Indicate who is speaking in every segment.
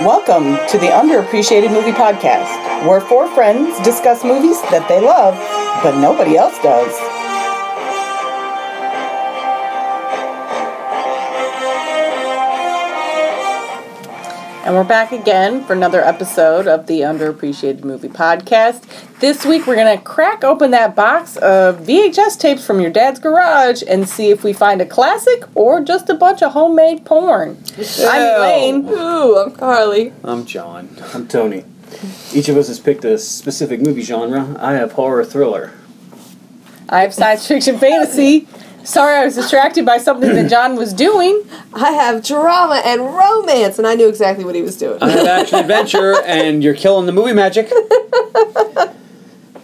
Speaker 1: Welcome to the Underappreciated Movie Podcast, where four friends discuss movies that they love, but nobody else does. And we're back again for another episode of the Underappreciated Movie Podcast. This week we're going to crack open that box of VHS tapes from your dad's garage and see if we find a classic or just a bunch of homemade porn. I'm Elaine.
Speaker 2: Ooh, I'm Carly.
Speaker 3: I'm John.
Speaker 4: I'm Tony. Each of us has picked a specific movie genre. I have horror thriller.
Speaker 1: I have science fiction fantasy. Sorry, I was distracted by something that John was doing.
Speaker 2: I have drama and romance, and I knew exactly what he was doing.
Speaker 3: I have action adventure, and you're killing the movie magic.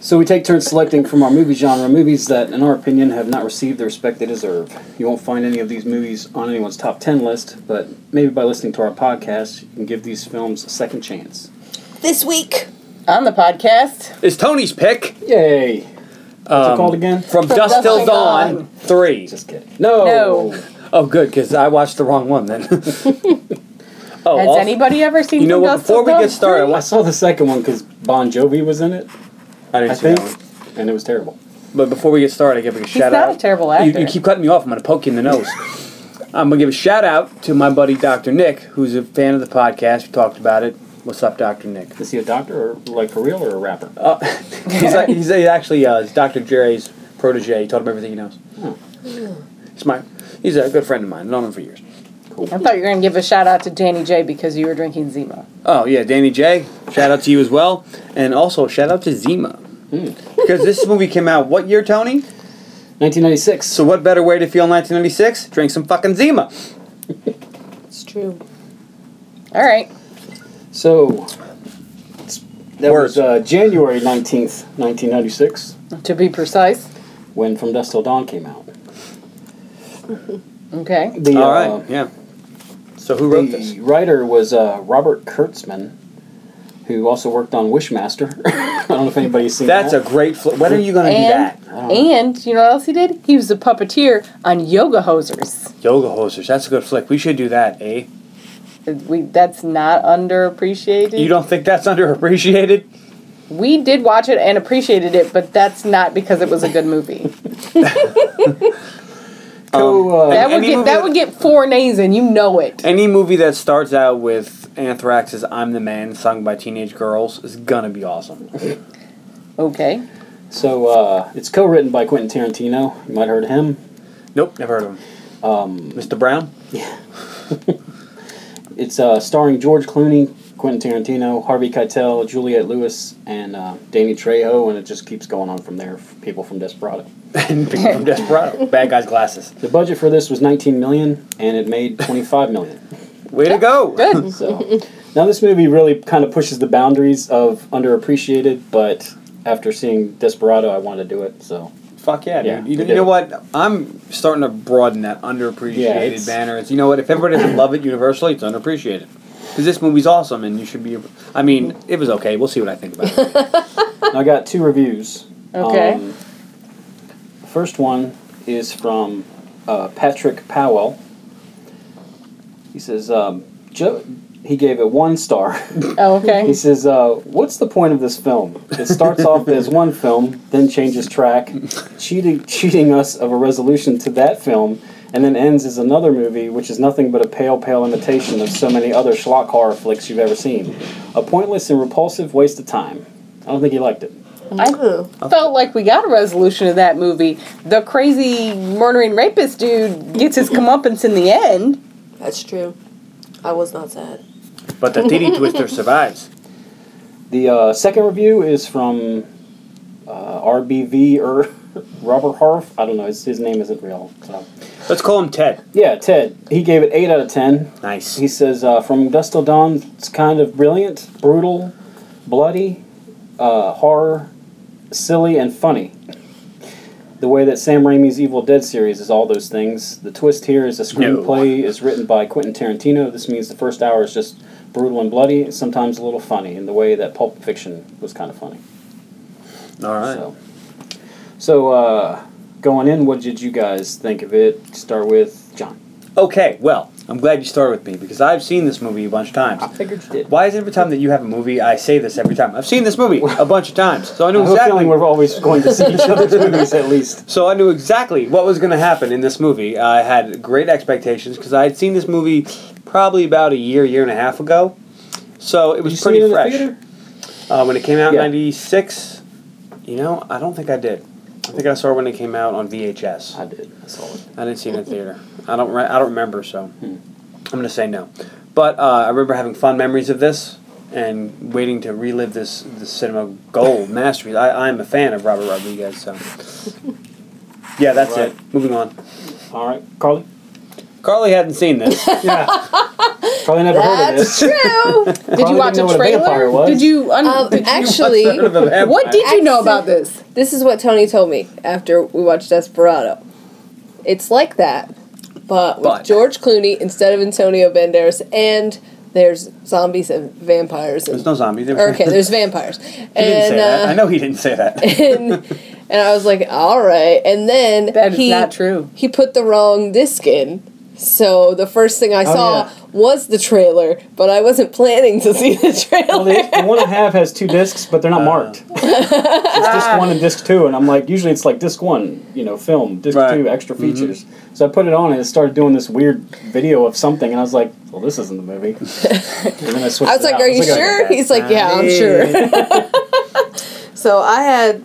Speaker 4: So we take turns selecting from our movie genre movies that, in our opinion, have not received the respect they deserve. You won't find any of these movies on anyone's top 10 list, but maybe by listening to our podcast, you can give these films a second chance.
Speaker 2: this week,
Speaker 1: On the podcast,
Speaker 3: It's Tony's pick um,
Speaker 4: Yay! What's it called again?
Speaker 3: from, Dust,
Speaker 1: Dusk
Speaker 3: Till
Speaker 1: Till
Speaker 3: Dawn,
Speaker 1: Dawn.
Speaker 3: three.
Speaker 4: Just kidding. No!
Speaker 1: No.
Speaker 3: Oh, good, because I watched the wrong one then. oh,
Speaker 1: has
Speaker 3: also-
Speaker 1: anybody ever seen?
Speaker 3: You know
Speaker 1: From
Speaker 3: what?
Speaker 1: Dusk Till
Speaker 3: Before we
Speaker 1: Dawn?
Speaker 3: get started, I
Speaker 4: I
Speaker 3: watched-
Speaker 4: saw the second one because Bon Jovi was in it,
Speaker 3: I didn't
Speaker 4: I
Speaker 3: see that
Speaker 4: think,
Speaker 3: one.
Speaker 4: and it was terrible.
Speaker 3: But before we get started, I give a shout
Speaker 1: not
Speaker 3: out.
Speaker 1: a terrible
Speaker 3: You-
Speaker 1: actor.
Speaker 3: You, keep cutting me off. I'm going to poke you in the nose. I'm going to give a shout out to my buddy Dr. Nick, who's a fan of the podcast. We talked about it. What's up, Dr. Nick?
Speaker 4: Is he a doctor, or like for real, or a rapper?
Speaker 3: He's, like, he's actually uh, he's Dr. Jerry's protege. He taught him everything he knows.
Speaker 4: Uh,
Speaker 3: He's my, he's a good friend of mine. known him for years.
Speaker 1: I thought you were going to give a shout out to Danny J because you were drinking Zima.
Speaker 3: Oh yeah, Danny J. Shout out to you as well, and also shout out to Zima
Speaker 4: Hmm.
Speaker 3: because this movie came out what year, Tony?
Speaker 4: 1996.
Speaker 3: So what better way to feel 1996? Drink some fucking Zima.
Speaker 2: it's true.
Speaker 1: All right,
Speaker 4: So, that was
Speaker 3: Words.
Speaker 4: uh, January 19th, 1996,
Speaker 1: to be precise.
Speaker 4: when From Dust Till Dawn came out.
Speaker 1: Okay,
Speaker 4: The,
Speaker 3: All
Speaker 4: uh,
Speaker 3: right, yeah. So who wrote
Speaker 4: the
Speaker 3: this?
Speaker 4: writer was uh, Robert Kurtzman, who also worked on Wishmaster. I don't know if anybody's seen
Speaker 3: That's a
Speaker 4: that.
Speaker 3: great. Fl- when are you gonna
Speaker 1: and
Speaker 3: do that?
Speaker 1: and you know what else he did? He was a puppeteer on Yoga Hosers.
Speaker 3: Yoga hosers. That's a good flick. We should do that, eh?
Speaker 1: We that's not underappreciated.
Speaker 3: You don't think that's underappreciated?
Speaker 1: we did watch it and appreciated it, but that's not because it was a good movie.
Speaker 4: Go, uh,
Speaker 1: That would
Speaker 3: any
Speaker 1: get
Speaker 3: movie
Speaker 1: that
Speaker 3: that-
Speaker 1: would get four nays, and you know it.
Speaker 3: Any movie that starts out with Anthrax's "I'm the Man" sung by teenage girls is gonna be awesome.
Speaker 1: Okay.
Speaker 4: so, uh, it's co written by Quentin Tarantino. You might have heard of him.
Speaker 3: Nope, never heard of him. Um, Mr. Brown.
Speaker 4: It's uh, starring George Clooney, Quentin Tarantino, Harvey Keitel, Juliette Lewis, and uh, Danny Trejo, and it just keeps going on from there. People from Desperado.
Speaker 3: and Big from Desperado. Bad guy's glasses.
Speaker 4: The budget for this was 19 million, and it made 25 million.
Speaker 3: Way to go.
Speaker 1: Good.
Speaker 4: So now this movie really kind of pushes the boundaries of underappreciated, but after seeing Desperado, I wanted to do it. So
Speaker 3: Fuck yeah,
Speaker 4: Yeah,
Speaker 3: dude.
Speaker 4: we
Speaker 3: You, you
Speaker 4: did
Speaker 3: know
Speaker 4: it.
Speaker 3: what? I'm starting to broaden that underappreciated
Speaker 4: Yeah, it's-
Speaker 3: banner. It's, you know what? If everybody doesn't love it universally, it's underappreciated. Because this movie's awesome, and you should be. I mean, it was okay. We'll see what I think about it.
Speaker 4: I got two reviews.
Speaker 1: Okay.
Speaker 4: the first one is from uh, Patrick Powell. He says, um, jo- he gave it one star.
Speaker 1: Oh,
Speaker 4: He
Speaker 1: okay.
Speaker 4: says, uh, "What's the point of this film? It starts off as one film, then changes track, cheating cheating us of a resolution to that film, and then ends as another movie, which is nothing but a pale, pale imitation of so many other schlock horror flicks you've ever seen. A pointless and repulsive waste of time. I don't think he liked it.
Speaker 1: I felt like we got a resolution of that movie. The crazy murdering rapist dude gets his comeuppance in the end.
Speaker 2: That's true. I was not sad.
Speaker 3: But the Diddy Twister survives.
Speaker 4: The uh, second review is from uh, RBV or Er, Robert Harf. I don't know. His, his name isn't real. So.
Speaker 3: Let's call him Ted.
Speaker 4: Yeah, Ted. He gave it eight out of ten.
Speaker 3: Nice.
Speaker 4: He says, uh, from Dust Till Dawn, it's kind of brilliant, brutal, bloody, uh, horror, silly, and funny. The way that Sam Raimi's Evil Dead series is all those things. The twist here is the
Speaker 3: No.
Speaker 4: screenplay is written by Quentin Tarantino. This means the first hour is just brutal and bloody, and sometimes a little funny, in the way that Pulp Fiction was kind of funny.
Speaker 3: All right.
Speaker 4: So, so uh, going in, what did you guys think of it? Start with John.
Speaker 3: Okay, well, I'm glad you started with me because I've seen this movie a bunch of times.
Speaker 4: figured you did.
Speaker 3: Why is every time that you have a movie, I say this every time? I've seen this movie a bunch of times, so I
Speaker 4: I
Speaker 3: knew
Speaker 4: have a feeling
Speaker 3: exactly.
Speaker 4: we're always going to see each other's movies at least.
Speaker 3: So I knew exactly what was going to happen in this movie. I had great expectations because I had seen this movie probably about a year, year and a half ago. So it
Speaker 4: Did
Speaker 3: was
Speaker 4: you see
Speaker 3: pretty
Speaker 4: it in the
Speaker 3: fresh.
Speaker 4: theater?
Speaker 3: Uh, when it came out in
Speaker 4: Yeah.
Speaker 3: '96, you know, I don't think I did. I think I saw it when it came out on VHS.
Speaker 4: I did. I saw it.
Speaker 3: I didn't see it in the theater. I don't. Re- I don't remember. So I'm gonna say no. But uh, I remember having fond memories of this and waiting to relive this this cinema gold masterpiece. I I'm a fan of Robert Rodriguez. So yeah, that's
Speaker 4: Right.
Speaker 3: it. Moving on.
Speaker 4: All right, Carly.
Speaker 3: Carly hadn't seen this.
Speaker 4: Yeah. Probably never heard of
Speaker 2: That's
Speaker 4: this.
Speaker 2: true.
Speaker 1: Did
Speaker 4: Probably
Speaker 1: you watch
Speaker 4: didn't know
Speaker 1: a
Speaker 4: what a
Speaker 1: trailer?
Speaker 4: vampire was.
Speaker 1: Did you? Un-
Speaker 2: Um,
Speaker 1: did you
Speaker 2: actually,
Speaker 3: Sort of a vampire.
Speaker 1: what did you know
Speaker 2: Actually-
Speaker 1: about this?
Speaker 2: this is what Tony told me after we watched Desperado. It's like that, but with
Speaker 3: But.
Speaker 2: George Clooney instead of Antonio Banderas, and there's zombies and vampires. And,
Speaker 3: There's no zombies. There was-
Speaker 2: okay, there's vampires.
Speaker 3: he didn't
Speaker 2: and,
Speaker 3: say that. I
Speaker 2: uh,
Speaker 3: know he didn't say that.
Speaker 2: and, and I was like, all right. And then
Speaker 1: That is
Speaker 2: he,
Speaker 1: not true.
Speaker 2: He put the wrong disc in. So the first thing I
Speaker 3: Oh,
Speaker 2: saw
Speaker 4: yeah.
Speaker 2: was the trailer, but I wasn't planning to see the trailer.
Speaker 4: Well, the, the one I have has two discs, but they're not marked. it's disc one and disc two, and I'm like, usually it's like disc one, you know, film, disc
Speaker 3: Right.
Speaker 4: two, extra features. So I put it on and it started doing this weird video of something, and I was like, well, this isn't the movie. and then I switched.
Speaker 2: I was
Speaker 4: it
Speaker 2: like,
Speaker 4: out.
Speaker 2: "Are
Speaker 4: I was
Speaker 2: you
Speaker 4: like,
Speaker 2: sure?"
Speaker 4: okay.
Speaker 2: He's like, "Yeah, I'm sure." so I had,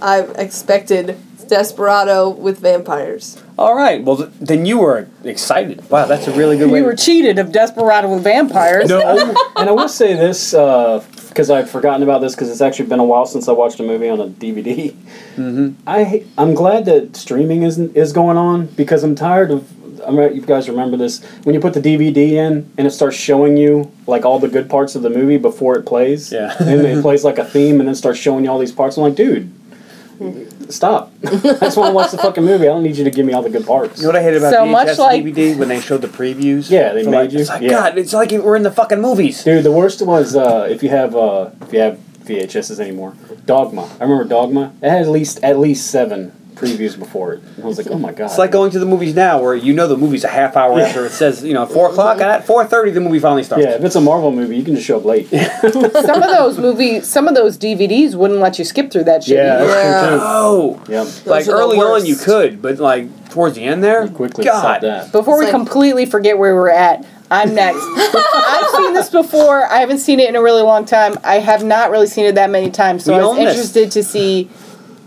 Speaker 2: I expected Desperado with vampires.
Speaker 3: All right. Well, th- then you were excited. Wow, that's a really good way.
Speaker 1: We
Speaker 3: to-
Speaker 1: were cheated of Desperado with vampires.
Speaker 3: no.
Speaker 4: and I will say this because I've forgotten about this because it's actually been a while since I watched a movie on a DVD.
Speaker 3: Mm-hmm.
Speaker 4: I I'm glad that streaming is is going on because I'm tired of. I mean, you guys remember this when you put the DVD in and it starts showing you like all the good parts of the movie before it plays.
Speaker 3: Yeah.
Speaker 4: and it plays like a theme and then starts showing you all these parts. I'm like, dude. Stop! I just want to watch the fucking movie. I don't need you to give me all the good parts.
Speaker 3: You know what I hate about
Speaker 1: So
Speaker 3: VHS
Speaker 1: much like-
Speaker 3: DVD when they showed the previews?
Speaker 4: Yeah, they
Speaker 3: For
Speaker 4: made
Speaker 3: like,
Speaker 4: you-
Speaker 3: It's like
Speaker 4: yeah.
Speaker 3: God, it's like we're in the fucking movies.
Speaker 4: Dude, the worst was uh, if you have uh, if you have VHSs anymore. Dogma. I remember Dogma. It had at least at least seven previews before it. I was like, oh my god.
Speaker 3: It's like going to the movies now, where you know the movie's a half hour after it says, you know, four o'clock. At four thirty, the movie finally starts.
Speaker 4: yeah, if it's a Marvel movie, you can just show up late. yeah,
Speaker 1: some of those movie, some of those DVDs wouldn't let you skip through that shit.
Speaker 4: that's
Speaker 2: Yeah.
Speaker 4: true
Speaker 3: Oh,
Speaker 4: too. Yep.
Speaker 3: like
Speaker 2: are the
Speaker 3: early on
Speaker 2: worst.
Speaker 3: you could, but like towards the end there,
Speaker 4: Quickly
Speaker 3: God,
Speaker 4: stop that.
Speaker 1: Before
Speaker 2: It's
Speaker 1: we
Speaker 2: like-
Speaker 1: completely forget where we're at, I'm next. I've seen this before. I haven't seen it in a really long time. I have not really seen it that many times, so
Speaker 3: We
Speaker 1: I was
Speaker 3: own this.
Speaker 1: interested to see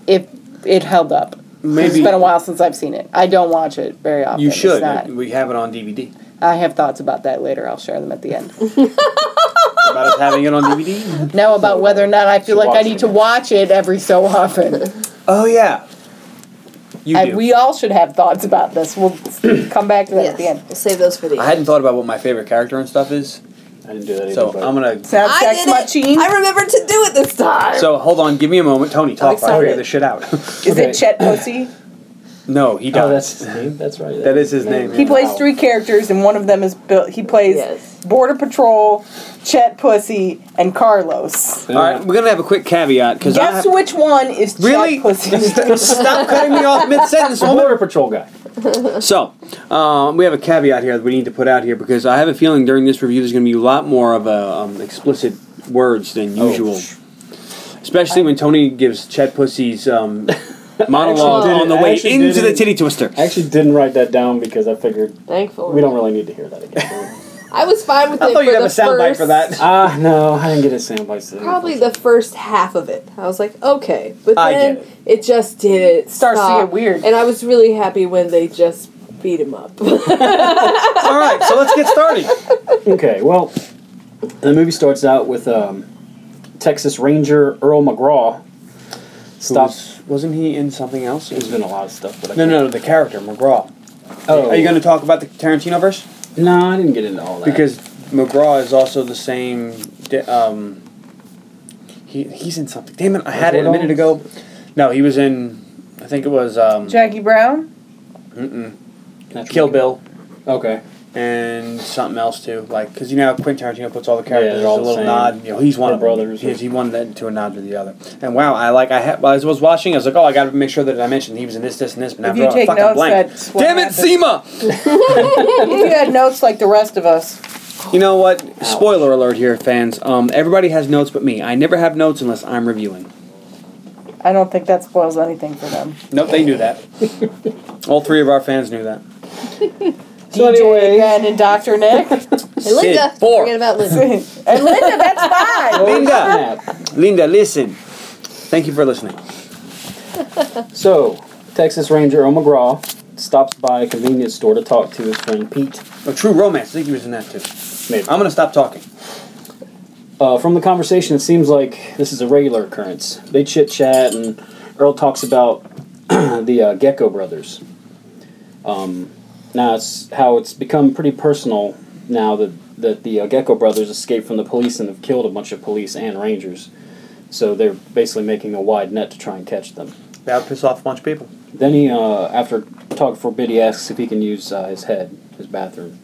Speaker 1: if it held up.
Speaker 3: Maybe-
Speaker 1: it's been a while since I've seen it. I don't watch it very often.
Speaker 3: you
Speaker 1: It's
Speaker 3: should.
Speaker 1: not-
Speaker 3: We have it on DVD.
Speaker 1: I have thoughts about that later. I'll share them at the end.
Speaker 3: About us having it on DVD.
Speaker 1: now about whether or not I feel
Speaker 4: Should
Speaker 1: like I
Speaker 4: watch
Speaker 1: need
Speaker 4: it.
Speaker 1: to watch it every so often.
Speaker 3: Oh yeah, you
Speaker 1: and
Speaker 3: do.
Speaker 1: we all should have thoughts about this. We'll come back to that at the end.
Speaker 2: we'll save those for the
Speaker 3: I
Speaker 2: end.
Speaker 3: hadn't thought about what my favorite character and stuff is,
Speaker 4: I didn't do that either.
Speaker 3: so
Speaker 4: but-
Speaker 3: I'm gonna.
Speaker 1: Sound
Speaker 2: I
Speaker 1: sex
Speaker 2: did it.
Speaker 1: machine?
Speaker 2: I remembered to do it this time.
Speaker 3: So hold on, give me a moment, Tony. Talk. I
Speaker 2: excited.
Speaker 3: figure this shit out.
Speaker 1: Is
Speaker 4: Okay.
Speaker 1: it Chet Pussy?
Speaker 3: no, he does.
Speaker 4: Oh, that's his name. That's right.
Speaker 3: That is his name.
Speaker 1: He
Speaker 3: yeah.
Speaker 1: plays three characters, and one of them is Bill. He plays
Speaker 2: Yes.
Speaker 1: Border Patrol, Chet Pussy, and Carlos.
Speaker 3: All right, we're gonna have a quick caveat because I
Speaker 1: Guess
Speaker 3: have,
Speaker 1: which one is
Speaker 3: really
Speaker 1: Chet Pussy?
Speaker 3: St- stop cutting me off mid sentence,
Speaker 4: The
Speaker 3: woman.
Speaker 4: Border Patrol guy.
Speaker 3: So, um, we have a caveat here that we need to put out here because I have a feeling during this review there's gonna be a lot more of a, um, explicit words than Oh. usual,
Speaker 4: Oh, sh-
Speaker 3: especially when Tony gives Chad Pussy's um, monologue
Speaker 2: did
Speaker 3: on
Speaker 4: it.
Speaker 3: the
Speaker 4: I
Speaker 3: way
Speaker 4: actually
Speaker 3: into
Speaker 4: did
Speaker 3: the
Speaker 4: it.
Speaker 3: titty twister.
Speaker 4: I actually didn't write that down because I figured
Speaker 2: thankful.
Speaker 4: we don't really need to hear that again.
Speaker 2: I was fine with it.
Speaker 3: I thought
Speaker 2: for
Speaker 3: you'd have
Speaker 2: the
Speaker 3: a soundbite for
Speaker 2: first-
Speaker 3: that.
Speaker 4: Ah, no, I didn't get a sound bites.
Speaker 2: Probably the first half of it. I was like, okay, but
Speaker 3: I get
Speaker 2: then
Speaker 3: it.
Speaker 2: it. just didn't
Speaker 1: Starts to
Speaker 2: stop.
Speaker 1: get weird.
Speaker 2: And I was really happy when they just beat him up.
Speaker 3: All right, so let's get started.
Speaker 4: Okay, well, the movie starts out with um, Texas Ranger Earl McGraw. Stops.
Speaker 3: Who was- Wasn't he in something else?
Speaker 4: There's been a lot of stuff, but I
Speaker 3: No, no, no, the character McGraw.
Speaker 4: Oh,
Speaker 3: Are you gonna talk about the Tarantino verse?
Speaker 4: No, I didn't get into all that.
Speaker 3: because McGraw is also the same. di- Um, he he's in something. Damn it! I had it a minute ago. No, he was in. I think it was um,
Speaker 1: Jackie Brown.
Speaker 4: Natural
Speaker 3: Kill
Speaker 4: Beauty.
Speaker 3: Bill.
Speaker 4: Okay.
Speaker 3: and something else too, like because you know how Quentin Tarantino puts all the characters
Speaker 4: they're all
Speaker 3: a
Speaker 4: the
Speaker 3: little
Speaker 4: same.
Speaker 3: nod. You know, he's one
Speaker 4: Or
Speaker 3: of them.
Speaker 4: brothers or-
Speaker 3: He's, he one that to a nod to the other. And wow, I like I had as I was watching, I was like, oh, I got to make sure that I mentioned he was in this, this, and this. But now
Speaker 1: If
Speaker 3: I'm
Speaker 1: you
Speaker 3: drawing a
Speaker 1: take
Speaker 3: fucking
Speaker 1: notes,
Speaker 3: blank.
Speaker 1: that's what
Speaker 3: Damn it,
Speaker 1: happens.
Speaker 3: SEMA!
Speaker 1: if you had notes like the rest of us,
Speaker 3: You know what? Spoiler alert here, fans. Um, everybody has notes but me. I never have notes unless I'm reviewing.
Speaker 1: I don't think that spoils anything for them.
Speaker 3: Nope, they knew that. All three of our fans knew that.
Speaker 4: So
Speaker 1: DJ
Speaker 4: anyways-
Speaker 1: Ben and Dr. Nick.
Speaker 2: Hey, Linda.
Speaker 3: Sid, four.
Speaker 2: Forget about Linda.
Speaker 1: and Linda, that's fine.
Speaker 3: Linda, Linda, listen. Thank you for listening.
Speaker 4: So, Texas Ranger Earl McGraw stops by a convenience store to talk to his friend Pete.
Speaker 3: A true romance. I think he was in that too.
Speaker 4: Maybe.
Speaker 3: I'm gonna stop talking.
Speaker 4: Uh, from the conversation, it seems like this is a regular occurrence. They chit chat, and Earl talks about the uh, Gecko brothers. Um, now, it's how it's become pretty personal now that, that the uh, Gecko brothers escaped from the police and have killed a bunch of police and rangers. So they're basically making a wide net to try and catch them.
Speaker 3: That would piss off a bunch of people.
Speaker 4: Then he, uh, after talking for a bit, he asks if he can use uh, his head, his bathroom.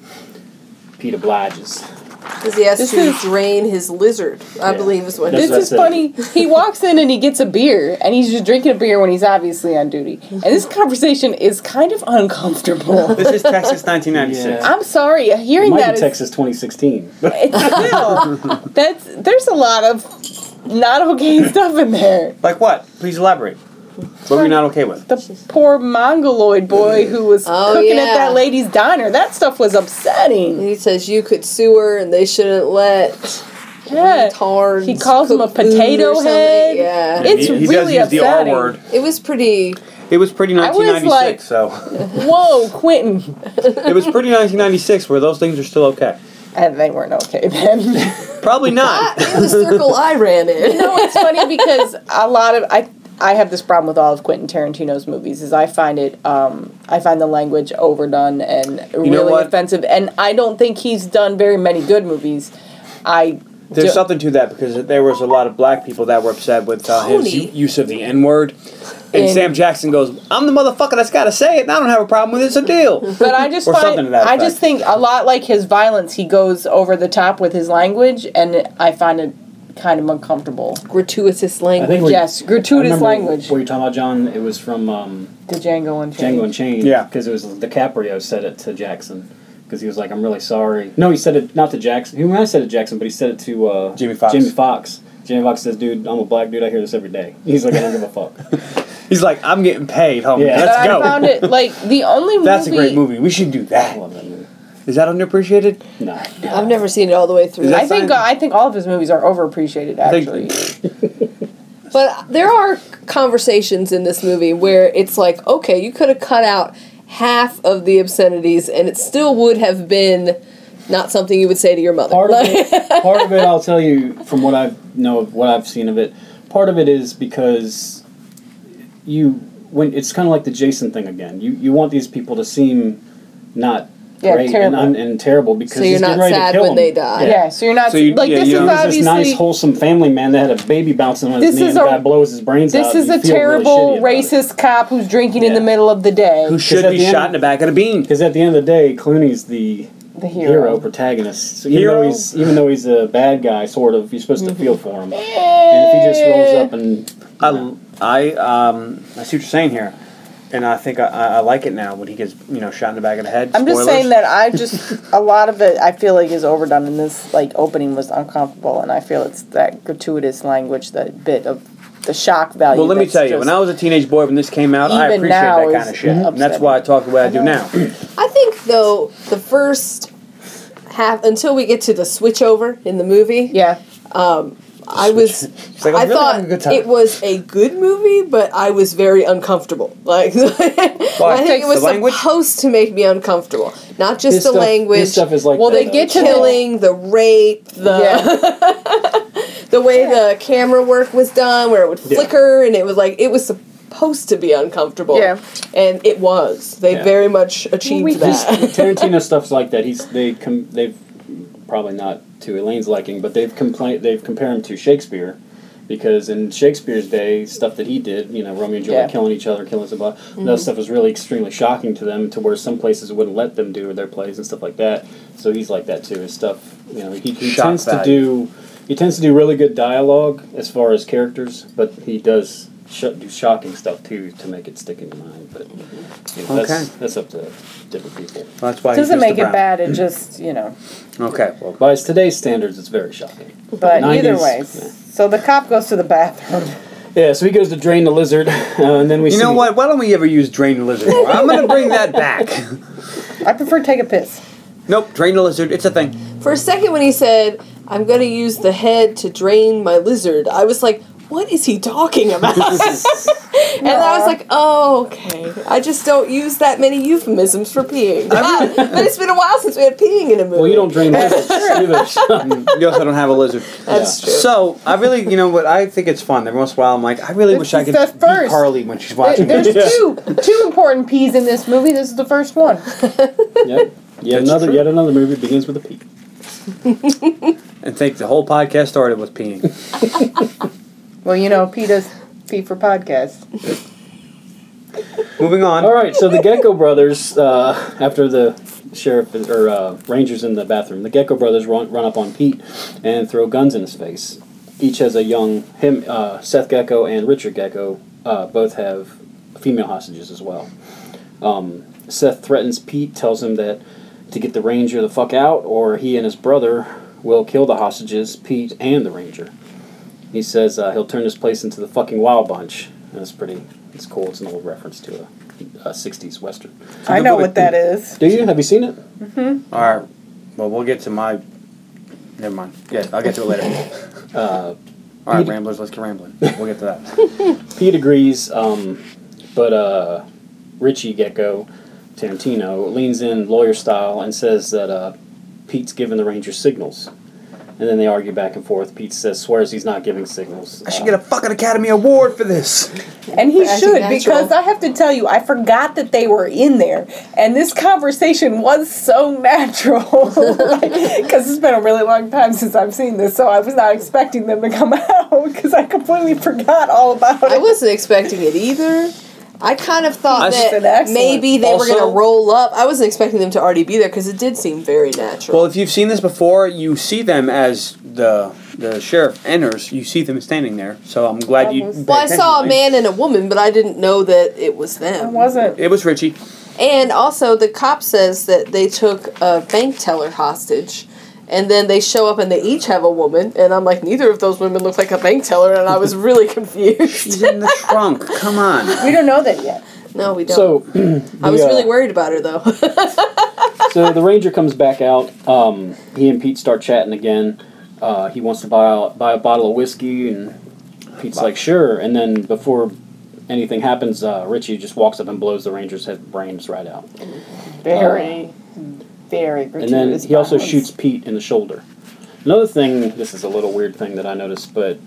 Speaker 4: Pete obliges.
Speaker 2: Because he has
Speaker 1: This
Speaker 2: to
Speaker 1: is-
Speaker 2: drain his lizard, I
Speaker 4: Yeah.
Speaker 2: believe is what
Speaker 4: That's
Speaker 2: he
Speaker 1: This
Speaker 4: what I
Speaker 1: is
Speaker 4: said.
Speaker 1: funny. He walks in and he gets a beer, and he's just drinking a beer when he's obviously on duty. And this conversation is kind of uncomfortable.
Speaker 3: This is Texas 1996.
Speaker 4: Yeah.
Speaker 1: I'm sorry,
Speaker 4: It
Speaker 1: hearing
Speaker 4: might
Speaker 1: that
Speaker 4: be
Speaker 1: is
Speaker 4: Texas 2016.
Speaker 1: it's still that's there's a lot of not okay stuff in there.
Speaker 3: Like what? Please elaborate. What were you not okay with?
Speaker 1: The poor mongoloid boy who was
Speaker 2: Oh,
Speaker 1: cooking at
Speaker 2: yeah.
Speaker 1: that lady's diner. That stuff was upsetting.
Speaker 2: And he says you could sue her and they shouldn't let
Speaker 1: Yeah.
Speaker 2: tards.
Speaker 1: He calls him a
Speaker 2: cook food
Speaker 1: potato
Speaker 2: or something.
Speaker 1: head.
Speaker 2: Yeah.
Speaker 1: It- It's
Speaker 3: he, he
Speaker 1: really
Speaker 3: does use
Speaker 1: upsetting.
Speaker 3: the R word.
Speaker 2: it was pretty.
Speaker 3: It was pretty
Speaker 1: I was
Speaker 3: 1996, so
Speaker 1: Whoa, Quentin.
Speaker 3: it was pretty 1996 where those things are still okay.
Speaker 1: And they weren't okay then.
Speaker 3: Probably not.
Speaker 2: It was a circle I ran in.
Speaker 1: no, it's funny because a lot of I I have this problem with all of Quentin Tarantino's movies is I find it um I find the language overdone and really
Speaker 3: what?
Speaker 1: offensive and I don't think he's done very many good movies. I
Speaker 3: There's
Speaker 1: do-
Speaker 3: something to that because there was a lot of black people that were upset with uh, his
Speaker 2: Tony.
Speaker 3: u- use of the N word. And
Speaker 1: And-
Speaker 3: Sam Jackson goes, "I'm the motherfucker that's got to say it, and I don't have a problem with it. It's a deal."
Speaker 1: but I just
Speaker 3: Or
Speaker 1: find,
Speaker 3: something to that
Speaker 1: I just
Speaker 3: effect.
Speaker 1: think a lot like his violence he goes over the top with his language and I find it kind of uncomfortable.
Speaker 2: Gratuitous
Speaker 4: I
Speaker 2: language.
Speaker 4: think we-
Speaker 1: yes,
Speaker 4: I
Speaker 1: gratuitous
Speaker 4: remember
Speaker 1: language.
Speaker 4: What you're talking about, John? It was from um,
Speaker 1: The Django Unchained.
Speaker 4: Django and Chain.
Speaker 3: Yeah.
Speaker 4: because it was DiCaprio said it to Jackson because he was like, "I'm really sorry." No, he said it not to Jackson. He might have said it to Jackson, but he said it to uh,
Speaker 3: Jamie Foxx.
Speaker 4: Jamie Foxx. Jamie Foxx says, "Dude, I'm a black dude. I hear this every day." He's like, "I don't give a fuck."
Speaker 3: He's like, "I'm getting paid, homie.
Speaker 4: Yeah.
Speaker 1: But
Speaker 3: Let's
Speaker 1: I
Speaker 3: go."
Speaker 1: found it like the only
Speaker 3: That's a
Speaker 1: movie
Speaker 3: great movie. We should do
Speaker 4: I
Speaker 3: that.
Speaker 4: love that movie.
Speaker 3: Is that underappreciated?
Speaker 4: No,
Speaker 2: I've never seen it all the way through.
Speaker 3: Is that
Speaker 1: I think
Speaker 3: Sign-
Speaker 1: I think all of his movies are overappreciated
Speaker 3: think-
Speaker 1: actually.
Speaker 2: But there are conversations in this movie where it's like, okay, you could have cut out half of the obscenities and it still would have been not something you would say to your mother.
Speaker 4: part of
Speaker 2: Like-
Speaker 4: it, part of it, I'll tell you from what I know of what I've seen of it. Part of it is because you when it's kind of like the Jason thing again. You you want these people to seem not
Speaker 1: Yeah,
Speaker 4: great
Speaker 1: terrible.
Speaker 4: And, un- and terrible because
Speaker 2: So you're
Speaker 4: he's getting
Speaker 2: not
Speaker 4: ready to
Speaker 2: sad
Speaker 4: kill
Speaker 2: when
Speaker 4: 'em.
Speaker 2: they die.
Speaker 1: Yeah. so you're not
Speaker 3: So you-
Speaker 1: like
Speaker 3: yeah,
Speaker 1: this
Speaker 3: you
Speaker 1: is
Speaker 3: don't-
Speaker 4: He was this nice,
Speaker 1: obviously
Speaker 4: wholesome family man that had a baby bouncing on his
Speaker 1: This
Speaker 4: knee,
Speaker 1: is
Speaker 4: and the
Speaker 1: a-
Speaker 4: guy blows his brains out.
Speaker 1: this is
Speaker 4: you
Speaker 1: a
Speaker 4: feel really shitty
Speaker 1: terrible
Speaker 4: about it.
Speaker 1: racist cop who's drinking in the
Speaker 4: Yeah.
Speaker 1: middle of the day.
Speaker 3: Who should
Speaker 4: at
Speaker 3: be
Speaker 4: the end-
Speaker 3: shot in the back of the bean?
Speaker 4: Because at the end of the day, Clooney's the
Speaker 1: The hero.
Speaker 4: hero, protagonist. So even
Speaker 3: Hero?
Speaker 4: though he's even though he's a bad guy, sort of, you're supposed to feel for him. And if he just rolls up and
Speaker 3: I, I, um, I see what you're saying here, and I think I, I, I like it now when he gets you know shot in the back of the head.
Speaker 1: I'm just
Speaker 3: Spoilers.
Speaker 1: saying that I just a lot of it I feel like is overdone and this like opening was uncomfortable and I feel it's that gratuitous language that bit of the shock value.
Speaker 3: Well, let me
Speaker 1: that's
Speaker 3: tell you, when
Speaker 1: just-
Speaker 3: I was a teenage boy, when this came out, I
Speaker 1: Even
Speaker 3: appreciated
Speaker 1: now
Speaker 3: that
Speaker 1: is
Speaker 3: kind of shit,
Speaker 1: Mhm.
Speaker 3: and that's why I talk the way I, do now.
Speaker 2: I think though the first half until we get to the switchover in the movie,
Speaker 1: yeah,
Speaker 2: I was
Speaker 3: like, I'm
Speaker 2: I
Speaker 3: really
Speaker 2: thought
Speaker 3: having a good time.
Speaker 2: it was a good movie, but I was very uncomfortable. Like I think
Speaker 3: Takes
Speaker 2: it was
Speaker 3: the language?
Speaker 2: supposed to make me uncomfortable, not just
Speaker 4: his
Speaker 2: the
Speaker 4: stuff,
Speaker 2: language.
Speaker 4: His stuff is like
Speaker 1: Well,
Speaker 4: that,
Speaker 1: they
Speaker 4: though.
Speaker 1: get to the-
Speaker 2: killing, the rape, the
Speaker 1: yeah.
Speaker 2: the way the camera work was done, where it would
Speaker 4: Yeah.
Speaker 2: flicker and it was like it was supposed to be uncomfortable.
Speaker 1: Yeah.
Speaker 2: and it was. They
Speaker 4: Yeah.
Speaker 2: very much achieved
Speaker 1: we-
Speaker 2: that.
Speaker 4: Tarantino stuff's like that. He's they com- they've probably not to Elaine's liking, but they've complained they've compared him to Shakespeare Because in Shakespeare's day, stuff that he did, you know, Romeo and Juliet
Speaker 1: Yeah.
Speaker 4: killing each other, killing somebody, that stuff was really extremely shocking to them to where some places wouldn't let them do their plays and stuff like that. So he's like that too. His stuff, you know, he, he
Speaker 3: Shock
Speaker 4: tends to
Speaker 3: value.
Speaker 4: do he tends to do really good dialogue as far as characters, but he does sh- do shocking stuff too to make it stick in your mind. But you know, that's,
Speaker 3: Okay.
Speaker 4: that's up to different people.
Speaker 3: Well, that's why
Speaker 1: It
Speaker 3: he's
Speaker 1: doesn't
Speaker 3: Mr.
Speaker 1: make it
Speaker 3: Brown.
Speaker 1: bad. It just you know.
Speaker 3: Okay, well,
Speaker 4: By today's standards, it's very shocking.
Speaker 1: But either
Speaker 4: 90s,
Speaker 1: way,
Speaker 4: yeah.
Speaker 1: so the cop goes to the bathroom.
Speaker 4: Yeah, so he goes to drain the lizard, uh, and then we
Speaker 3: you
Speaker 4: see
Speaker 3: know what? Why don't we ever use drain the lizard? More? I'm gonna bring that back.
Speaker 1: I prefer take a piss.
Speaker 3: nope, drain the lizard. It's a thing.
Speaker 2: For a second, when he said, "I'm gonna use the head to drain my lizard," I was like, "What is he talking about?" and I was like, "Oh, okay. I just don't use that many euphemisms for peeing." Wow, but it's been a while since we had peeing in a movie.
Speaker 4: Well, you don't drain lizards either.
Speaker 3: You also don't have a lizard.
Speaker 2: That's true.
Speaker 3: So I really, you know what? I think it's fun. Every once in a while, I'm like, I really
Speaker 1: This
Speaker 3: wish I
Speaker 1: is
Speaker 3: could
Speaker 1: the
Speaker 3: beat
Speaker 1: first.
Speaker 3: Carly when she's
Speaker 1: There-
Speaker 3: watching.
Speaker 1: There's
Speaker 4: Yeah.
Speaker 1: two two important P's in this movie. This is the first one.
Speaker 4: yep. Yet
Speaker 3: That's
Speaker 4: another,
Speaker 3: true.
Speaker 4: yet another movie begins with a P.
Speaker 3: and think the whole podcast started with peeing.
Speaker 1: Well, you know, P does P for podcast.
Speaker 3: Moving on.
Speaker 4: All right, so the Gecko Brothers, uh, after the sheriff is- or uh, rangers in the bathroom, the Gecko Brothers run, run up on Pete and throw guns in his face. Each has a young him, uh, Seth Gecko and Richard Gecko, uh, both have female hostages as well. Um, Seth threatens Pete, tells him that to get the ranger the fuck out, or he and his brother will kill the hostages, Pete and the ranger. He says uh, he'll turn this place into the fucking Wild Bunch. And it's pretty, it's cool. It's an old reference to a, a 60s uh, Western.
Speaker 1: I know what that is.
Speaker 4: Do you? Have you seen it?
Speaker 3: All right. Well, we'll get to my. Never mind. Yeah, I'll get to it later.
Speaker 4: Uh,
Speaker 3: All right, ramblers, let's get rambling. We'll get to that.
Speaker 4: Pete agrees, um, but uh, Richie Gecko Tarantino leans in lawyer style and says that uh, Pete's giving the Ranger signals. And then they argue back and forth. Pete says swears he's not giving signals.
Speaker 3: I should get a fucking Academy Award for this.
Speaker 1: And he
Speaker 2: Acting
Speaker 1: should,
Speaker 2: natural.
Speaker 1: because I have to tell you, I forgot that they were in there. And this conversation was so natural. Because it's been a really long time since I've seen this, so I was not expecting them to come out because I completely forgot all about
Speaker 2: I
Speaker 1: it.
Speaker 2: wasn't expecting it either. I kind of thought
Speaker 3: I
Speaker 1: just said
Speaker 2: that
Speaker 1: excellent.
Speaker 2: maybe they
Speaker 3: Also-
Speaker 2: were going to roll up. I wasn't expecting them to already be there because it did seem very natural.
Speaker 3: Well, if you've seen this before, you see them as the the sheriff enters. You see them standing there. So I'm glad you.
Speaker 1: Almost.
Speaker 3: paid
Speaker 2: Well, I saw a
Speaker 3: attention,
Speaker 2: man and a woman, but I didn't know that it was
Speaker 1: I
Speaker 2: them.
Speaker 1: wasn't.
Speaker 3: Lane. It was Richie.
Speaker 2: And also, the cop says that they took a bank teller hostage. And then they show up and they each have a woman. And I'm like, neither of those women look like a bank teller. And I was really confused.
Speaker 3: He's in the trunk. Come on.
Speaker 1: We don't know that yet.
Speaker 2: No, we don't.
Speaker 4: So
Speaker 2: I was
Speaker 4: the, uh,
Speaker 2: really worried about her, though.
Speaker 4: so the ranger comes back out. Um, he and Pete start chatting again. Uh, he wants to buy buy a bottle of whiskey, and Pete's like, "Sure." And then before anything happens, uh, Richie just walks up and blows the ranger's head brains right out.
Speaker 1: Very, very gratuitous.
Speaker 4: And then he also
Speaker 1: violence.
Speaker 4: shoots Pete in the shoulder. Another thing, this is a little weird thing that I noticed, but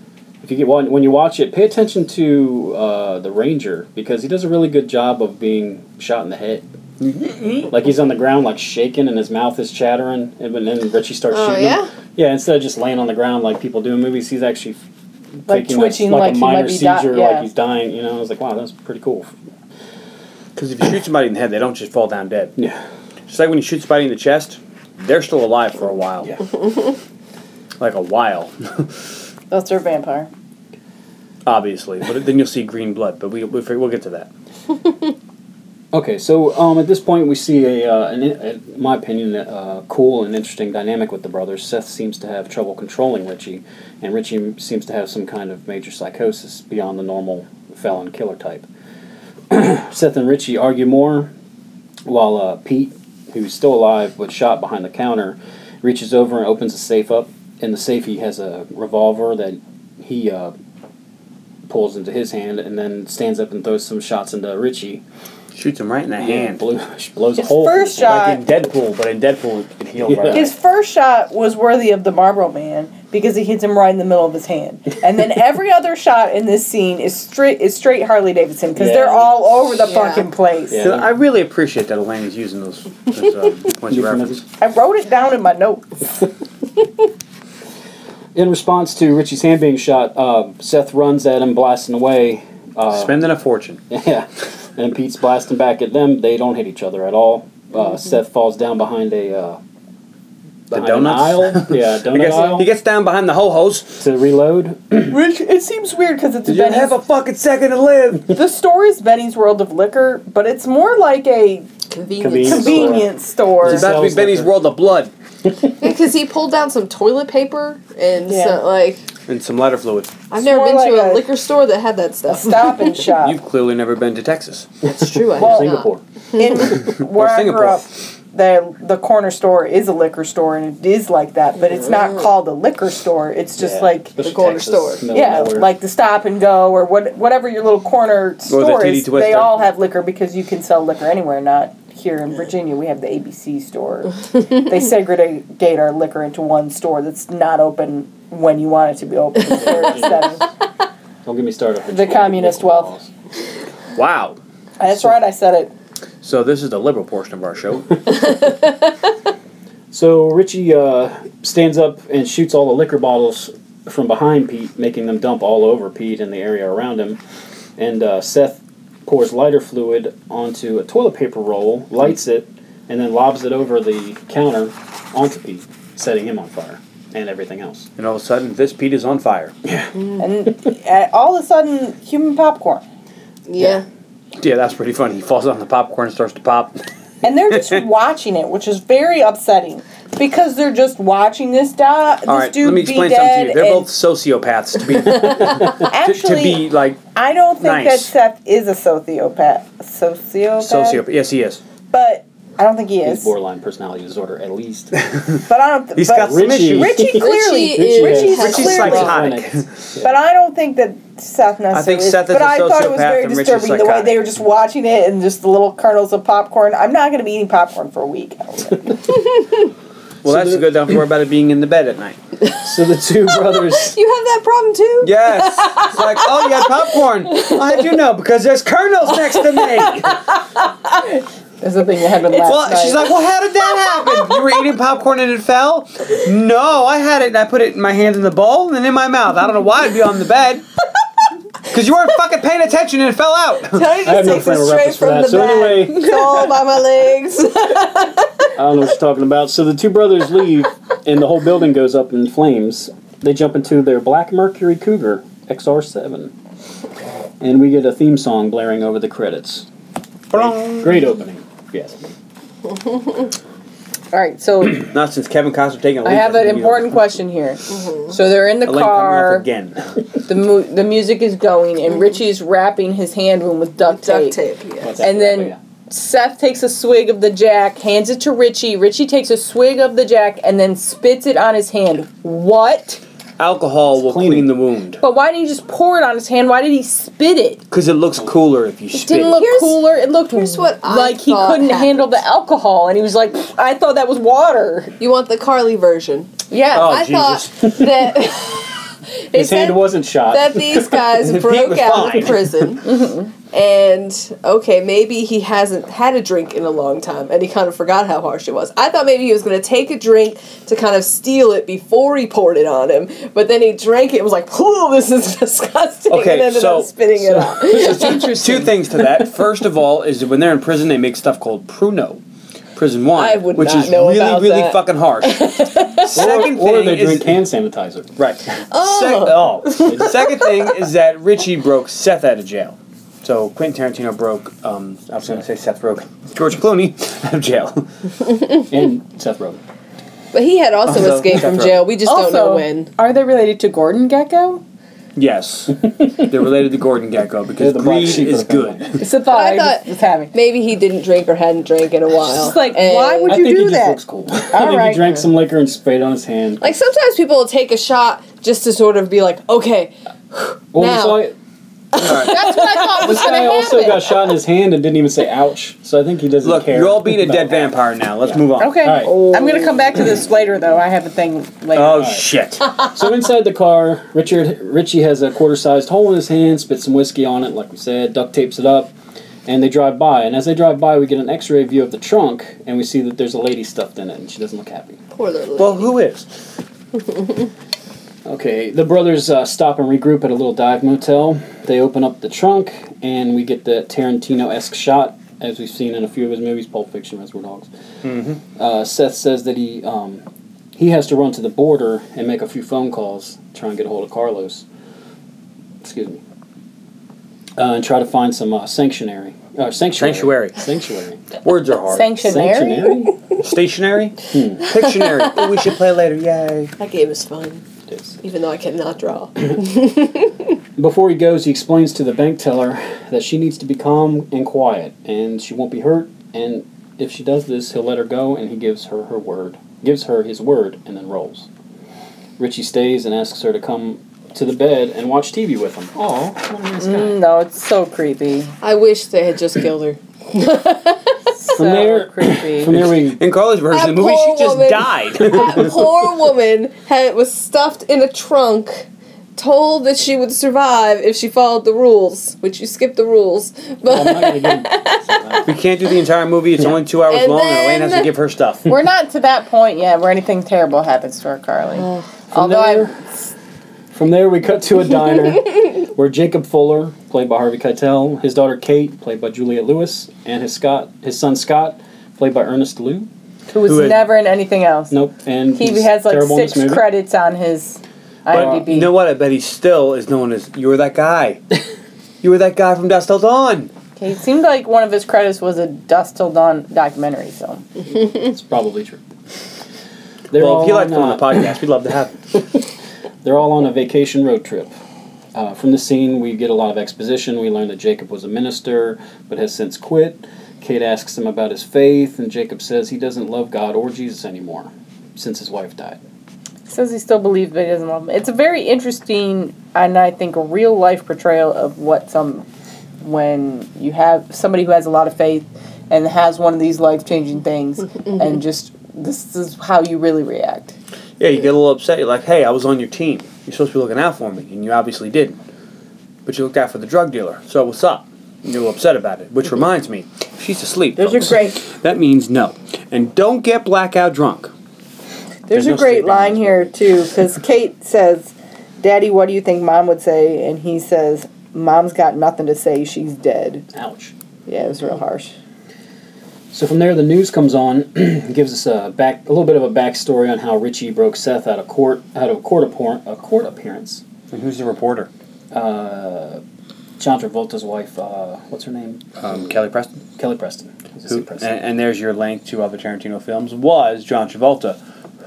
Speaker 4: if you get one, when you watch it, pay attention to uh, the ranger because he does a really good job of being shot in the head.
Speaker 1: Mm-hmm.
Speaker 4: like he's on the ground, like shaking, and his mouth is chattering, and when- then Richie starts
Speaker 2: Oh,
Speaker 4: shooting.
Speaker 2: yeah?
Speaker 4: Him. Yeah, instead of just laying on the ground like people do in movies, he's actually
Speaker 1: Like
Speaker 4: taking like,
Speaker 1: twitching,
Speaker 4: like
Speaker 1: like
Speaker 4: a
Speaker 1: he might
Speaker 4: minor
Speaker 1: be di-
Speaker 4: seizure,
Speaker 1: yeah.
Speaker 4: like he's dying. You know, I was like, wow, that's pretty cool.
Speaker 3: Because if you shoot somebody in the head, they don't just fall down dead.
Speaker 4: Yeah,
Speaker 3: Just like when you shoot somebody in the chest, they're still alive for a while.
Speaker 4: yeah.
Speaker 3: Like a while,
Speaker 1: That's their vampire.
Speaker 3: obviously. But then you'll see green blood. But we, we we'll get to that.
Speaker 4: Okay, so um, at this point, we see a, uh, an, in my opinion, a uh, cool and interesting dynamic with the brothers. Seth seems to have trouble controlling Richie, and Richie m- seems to have some kind of major psychosis beyond the normal felon killer type. Seth and Richie argue more, while uh, Pete, who's still alive but shot behind the counter, reaches over and opens a safe up. In the safe, he has a revolver that he uh, pulls into his hand, and then stands up and throws some shots into Richie.
Speaker 3: Shoots him right in the
Speaker 4: Yeah,
Speaker 3: hand.
Speaker 4: blew, blows a
Speaker 1: His
Speaker 4: hole.
Speaker 1: first
Speaker 4: through the-
Speaker 1: shot-
Speaker 3: Like in Deadpool, but in Deadpool it healed right.
Speaker 1: His first shot was worthy of the Marlboro Man because he hits him right in the middle of his hand, and then every other shot in this scene is straight is straight Harley Davidson because
Speaker 4: Yeah.
Speaker 1: they're all over the
Speaker 2: Yeah.
Speaker 1: fucking place.
Speaker 4: Yeah.
Speaker 3: So I really appreciate that Elaine is using those, those uh, points of reference.
Speaker 1: I wrote it down in my notes.
Speaker 4: in response to Richie's hand being shot, uh, Seth runs at him, blasting away. Uh,
Speaker 3: Spending a fortune.
Speaker 4: Yeah, and Pete's blasting back at them. They don't hit each other at all.
Speaker 1: Mm-hmm.
Speaker 4: Uh, Seth falls down behind a uh,
Speaker 3: The
Speaker 4: behind an
Speaker 3: donuts.
Speaker 4: aisle. Yeah,
Speaker 3: He
Speaker 4: donut
Speaker 3: gets,
Speaker 4: aisle
Speaker 3: he gets down behind the ho hos.
Speaker 4: to reload.
Speaker 1: Rich, it seems weird because it's
Speaker 3: You have a
Speaker 1: Benny's,
Speaker 3: fucking second to live.
Speaker 1: the story's Benny's World of Liquor, but it's more like a
Speaker 4: Convenience
Speaker 2: Convenience.
Speaker 4: store.
Speaker 1: convenience store.
Speaker 3: It's about to be
Speaker 4: Sounds
Speaker 3: Benny's
Speaker 4: like a-
Speaker 3: World of Blood
Speaker 2: Because he pulled down some toilet paper and
Speaker 1: Yeah.
Speaker 2: so, like
Speaker 3: and some lighter fluid.
Speaker 2: I've
Speaker 1: It's
Speaker 2: never
Speaker 1: more
Speaker 2: been to
Speaker 1: like
Speaker 2: a,
Speaker 1: a-
Speaker 2: liquor store that had that stuff.
Speaker 1: Stop and shop.
Speaker 3: You've clearly never been to Texas.
Speaker 2: That's true. I
Speaker 1: Well,
Speaker 2: have not.
Speaker 4: Singapore.
Speaker 1: in where I
Speaker 3: Singapore.
Speaker 1: grew up, the the corner store is a liquor store, and it is like that. But it's not called a liquor store. It's just
Speaker 4: Yeah.
Speaker 1: like
Speaker 4: Especially
Speaker 2: corner
Speaker 4: Texas,
Speaker 2: store.
Speaker 4: middle of
Speaker 1: yeah,
Speaker 4: nowhere.
Speaker 1: like the stop and go or what whatever your little corner store
Speaker 3: TD
Speaker 1: is. They
Speaker 3: Twister.
Speaker 1: all have liquor because you can sell liquor anywhere. Not here in Virginia, we have the ABC store. they segregate our liquor into one store that's not open when you want it to be open. instead of-
Speaker 4: Don't get me started.
Speaker 1: The communist wealth.
Speaker 3: Wow.
Speaker 1: That's right, I said it.
Speaker 3: So this is the liberal portion of our show.
Speaker 4: So Richie uh, stands up and shoots all the liquor bottles from behind Pete, making them dump all over Pete and the area around him. And uh, Seth pours lighter fluid onto a toilet paper roll, lights it, and then lobs it over the counter onto Pete, setting him on fire and everything else.
Speaker 3: and all of a sudden, this Pete is on fire.
Speaker 1: And uh, all of a sudden, human popcorn.
Speaker 2: Yeah.
Speaker 3: Yeah, that's pretty funny. He falls on the popcorn and starts to pop.
Speaker 1: and they're just watching it, which is very upsetting because they're just watching this, di- this
Speaker 3: All right,
Speaker 1: dude
Speaker 3: let me explain
Speaker 1: be
Speaker 3: something
Speaker 1: dead.
Speaker 3: to you. They're
Speaker 1: and
Speaker 3: both sociopaths to be to, to
Speaker 1: actually.
Speaker 3: be like
Speaker 1: I don't think
Speaker 3: nice.
Speaker 1: that Seth is a sociopath. Sociopath.
Speaker 3: sociopath. Yes, he is.
Speaker 1: But I don't think he
Speaker 4: He's
Speaker 1: is.
Speaker 4: borderline personality disorder, at least.
Speaker 1: But I don't. Th-
Speaker 3: He's
Speaker 1: but
Speaker 3: got some
Speaker 4: Richie-
Speaker 3: issues.
Speaker 1: Richie clearly.
Speaker 2: Richie is
Speaker 4: Richie's
Speaker 2: has
Speaker 3: Richie's
Speaker 1: clearly-
Speaker 3: psychotic.
Speaker 1: But I don't think that Seth necessarily.
Speaker 3: Seth is
Speaker 1: but
Speaker 3: a
Speaker 1: I thought it was
Speaker 3: sociopath
Speaker 1: very
Speaker 3: and Richie's
Speaker 1: disturbing the way
Speaker 3: psychotic.
Speaker 1: they were just watching it and just the little kernels of popcorn. I'm not going to be eating popcorn for a week.
Speaker 3: Well, that's good. Don't worry about it being in the bed at night.
Speaker 4: so the two brothers.
Speaker 2: You have that problem too?
Speaker 3: Yes. It's like, oh, you had popcorn. How would you know? Because there's kernels next to me.
Speaker 1: That's the thing that happened
Speaker 3: Well, she's like, well, how did that happen? You were eating popcorn and it fell? No, I had it and I put it in my hand in the bowl and in my mouth. I don't know why it'd be on the bed. Because you weren't fucking paying attention and it fell out.
Speaker 2: Tony
Speaker 4: I
Speaker 2: just
Speaker 4: have no
Speaker 2: takes it
Speaker 4: frame of
Speaker 2: straight
Speaker 4: reference for
Speaker 2: from
Speaker 4: that.
Speaker 2: the
Speaker 4: So
Speaker 2: back.
Speaker 4: anyway,
Speaker 2: It's all by my legs.
Speaker 4: I don't know what you're talking about. So the two brothers leave, and the whole building goes up in flames. They jump into their Black Mercury Cougar XR7, and we get a theme song blaring over the credits. Great opening. Yes.
Speaker 1: all right, so
Speaker 3: Not since Kevin Costner taking a
Speaker 1: I
Speaker 3: leak,
Speaker 1: have an
Speaker 3: think, you know,
Speaker 1: important question here. So they're in the
Speaker 3: a link coming off
Speaker 1: car.
Speaker 3: again.
Speaker 1: The mu- the music is going, and Richie's wrapping his hand wound with duct tape.
Speaker 2: Duct tape. Yeah.
Speaker 4: That's after
Speaker 1: And
Speaker 4: that,
Speaker 1: then-
Speaker 4: but yeah.
Speaker 1: Seth takes a swig of the jack, hands it to Richie. Richie takes a swig of the jack and then spits it on his hand. What?
Speaker 3: Alcohol will
Speaker 4: cleaning.
Speaker 3: clean the wound.
Speaker 1: But why didn't he just pour it on his hand? Why did he spit it?
Speaker 3: Because it looks cooler if you
Speaker 1: It
Speaker 3: spit.
Speaker 1: didn't look
Speaker 2: Here's-
Speaker 1: cooler. It looked
Speaker 2: here's what I
Speaker 1: like he
Speaker 2: thought
Speaker 1: couldn't
Speaker 2: happened.
Speaker 1: handle the alcohol, and he was like, "Pfft, "I thought that was water."
Speaker 2: You want the Carly version?
Speaker 1: Yeah.
Speaker 3: Oh,
Speaker 2: I
Speaker 3: Jesus.
Speaker 2: thought that they
Speaker 4: His hand
Speaker 2: said
Speaker 4: wasn't shot.
Speaker 2: that these guys
Speaker 3: Pete
Speaker 2: broke
Speaker 3: was
Speaker 2: out
Speaker 3: fine. Mm-hmm.
Speaker 2: of prison. and okay, maybe he hasn't had a drink in a long time, and he kind of forgot how harsh it was. I thought maybe he was going to take a drink to kind of steal it before he poured it on him, but then he drank it. and was like, "Whoa, this is disgusting!"
Speaker 3: Okay,
Speaker 2: and ended
Speaker 3: so-
Speaker 2: up spitting it out.
Speaker 3: Two things to that. First of all, is that when they're in prison, they make stuff called pruno, prison wine,
Speaker 2: I would
Speaker 3: which
Speaker 2: not
Speaker 3: is
Speaker 2: know
Speaker 3: really,
Speaker 2: about
Speaker 3: really
Speaker 2: that.
Speaker 3: fucking harsh. Second
Speaker 4: or, or
Speaker 3: thing
Speaker 4: they
Speaker 3: is
Speaker 4: drink hand sanitizer.
Speaker 3: right.
Speaker 2: Oh.
Speaker 3: Sec- oh. Second thing is that Richie broke Seth out of jail. So Quentin Tarantino broke. Um, I was going to say Seth broke George Clooney out of jail.
Speaker 4: And Seth Rogen.
Speaker 2: But he had also
Speaker 3: Also,
Speaker 2: escaped from
Speaker 3: that's
Speaker 2: jail.
Speaker 3: right.
Speaker 2: We just don't know when.
Speaker 1: are they related to Gordon Gecko?
Speaker 3: Yes, they're related to Gordon Gecko
Speaker 4: They're
Speaker 3: because
Speaker 4: the black
Speaker 3: greed
Speaker 4: sheep of
Speaker 3: is
Speaker 4: the family.
Speaker 3: good.
Speaker 1: It's a thought
Speaker 2: I
Speaker 1: I,
Speaker 2: thought-
Speaker 1: just was having.
Speaker 2: Maybe he didn't drink or hadn't drank in a while.
Speaker 1: Just like, why would
Speaker 4: I
Speaker 1: you
Speaker 4: think
Speaker 1: do
Speaker 4: he just
Speaker 1: that?
Speaker 4: looks cool. I think
Speaker 1: right.
Speaker 4: he drank some liquor and sprayed it on his hand.
Speaker 2: Like sometimes people will take a shot just to sort of be like, okay,
Speaker 4: Well, we
Speaker 2: now-
Speaker 4: saw it-
Speaker 1: That's what I thought was
Speaker 4: this
Speaker 1: going
Speaker 4: guy
Speaker 1: to
Speaker 4: also
Speaker 1: happen.
Speaker 4: got shot in his hand and didn't even say ouch. So I think he doesn't
Speaker 3: Look,
Speaker 4: care.
Speaker 3: you're all being a
Speaker 4: about
Speaker 3: dead
Speaker 4: that.
Speaker 3: vampire now. Let's move on.
Speaker 1: Okay.
Speaker 4: All
Speaker 2: right.
Speaker 1: I'm going to come back to this later, though. I have a thing later.
Speaker 3: Oh shit.
Speaker 4: So inside the car, Richard Richie has a quarter-sized hole in his hand, spits some whiskey on it, like we said, duct tapes it up, and they drive by. And as they drive by, we get an X-ray view of the trunk, and we see that there's a lady stuffed in it, and she doesn't look happy.
Speaker 2: poor little.
Speaker 3: Well, who is?
Speaker 4: Okay, the brothers uh, stop and regroup at a little dive motel. They open up the trunk, and we get the Tarantino esque shot, as we've seen in a few of his movies Pulp Fiction, Reservoir Dogs. Uh, Seth says that he, um, he has to run to the border and make a few phone calls, try and get a hold of Carlos. Excuse me. Uh, and try to find some uh, sanctuary. Uh, sanctuary.
Speaker 3: Sanctuary.
Speaker 4: Sanctuary.
Speaker 3: Words are hard.
Speaker 5: Sanctionary?
Speaker 3: Stationary? Pictionary. Ooh, we should play later. Yay.
Speaker 2: That game is fun,
Speaker 4: Yes.
Speaker 2: even though I cannot draw.
Speaker 4: Before he goes, he explains to the bank teller that she needs to be calm and quiet, and she won't be hurt. And if she does this, he'll let her go, and he gives her her word, gives her his word, and then rolls. Richie stays and asks her to come to the bed and watch TV with him. Oh,
Speaker 5: Mm, no, it's so creepy.
Speaker 2: I wish they had just killed her.
Speaker 5: So
Speaker 4: there-
Speaker 5: creepy.
Speaker 4: from there we
Speaker 3: In Carly's version of the movie,
Speaker 2: That
Speaker 3: she
Speaker 2: poor
Speaker 3: just
Speaker 2: woman.
Speaker 3: died.
Speaker 2: That poor woman had was stuffed in a trunk, told that she would survive if she followed the rules, which you skipped the rules.
Speaker 4: I'm
Speaker 2: But
Speaker 4: not gonna get
Speaker 3: we can't do the entire movie. It's only two hours
Speaker 2: And
Speaker 3: long, and Elaine has to
Speaker 2: then-
Speaker 3: give her stuff.
Speaker 5: We're not to that point yet where anything terrible happens to our Carly. Although
Speaker 4: familiar?
Speaker 5: I,
Speaker 4: From there, we cut to a diner where Jacob Fuller, played by Harvey Keitel, his daughter Kate, played by Juliet Lewis, and his Scott, his son Scott, played by Ernest Liu.
Speaker 5: who was
Speaker 3: Who is-
Speaker 5: never in anything else.
Speaker 4: Nope, and
Speaker 5: He
Speaker 4: he's
Speaker 5: has like
Speaker 4: terrible in
Speaker 5: six
Speaker 4: this movie.
Speaker 5: credits on his
Speaker 3: But
Speaker 5: IMDb.
Speaker 3: you know what? I bet he still is known as you were that guy. you were that guy from Dust Till Dawn.
Speaker 5: It seemed like one of his credits was a Dust Till Dawn documentary film.
Speaker 4: It's probably true. They're
Speaker 3: well, if he
Speaker 4: all
Speaker 3: liked
Speaker 4: on,
Speaker 3: one on
Speaker 4: uh,
Speaker 3: the podcast, we'd love to have him.
Speaker 4: They're all on a vacation road trip. Uh, from the scene, we get a lot of exposition. We learn that Jacob was a minister, but has since quit. Kate asks him about his faith, and Jacob says he doesn't love God or Jesus anymore since his wife died.
Speaker 5: Says he still believes, but he doesn't love him. It's a very interesting and I think a real life portrayal of what some when you have somebody who has a lot of faith and has one of these life changing things, and just this is how you really react.
Speaker 3: Yeah, you get a little upset. You're like, hey, I was on your team. You're supposed to be looking out for me, and you obviously didn't. But you looked out for the drug dealer. So what's up? And You're a little upset about it. Which reminds me, she's asleep. folks. That means no. And don't get blackout drunk.
Speaker 5: There's
Speaker 3: There's
Speaker 5: a
Speaker 3: no
Speaker 5: great
Speaker 3: sleeping
Speaker 5: line
Speaker 3: in this
Speaker 5: here too, because Kate says, "Daddy, what do you think Mom would say?" And he says, "Mom's got nothing to say. She's dead."
Speaker 4: Ouch.
Speaker 5: Yeah, it was real harsh.
Speaker 4: So from there, the news comes on, gives us a back a little bit of a backstory on how Richie broke Seth out of court out of a court appor- a court appearance.
Speaker 3: And who's the reporter?
Speaker 4: Uh, John Travolta's wife, uh, what's her name?
Speaker 3: Um, Kelly Preston.
Speaker 4: Kelly Preston. Is
Speaker 3: Who, eh,
Speaker 4: this
Speaker 3: and,
Speaker 4: Preston?
Speaker 3: and there's your link to other Tarantino films. Was John Travolta,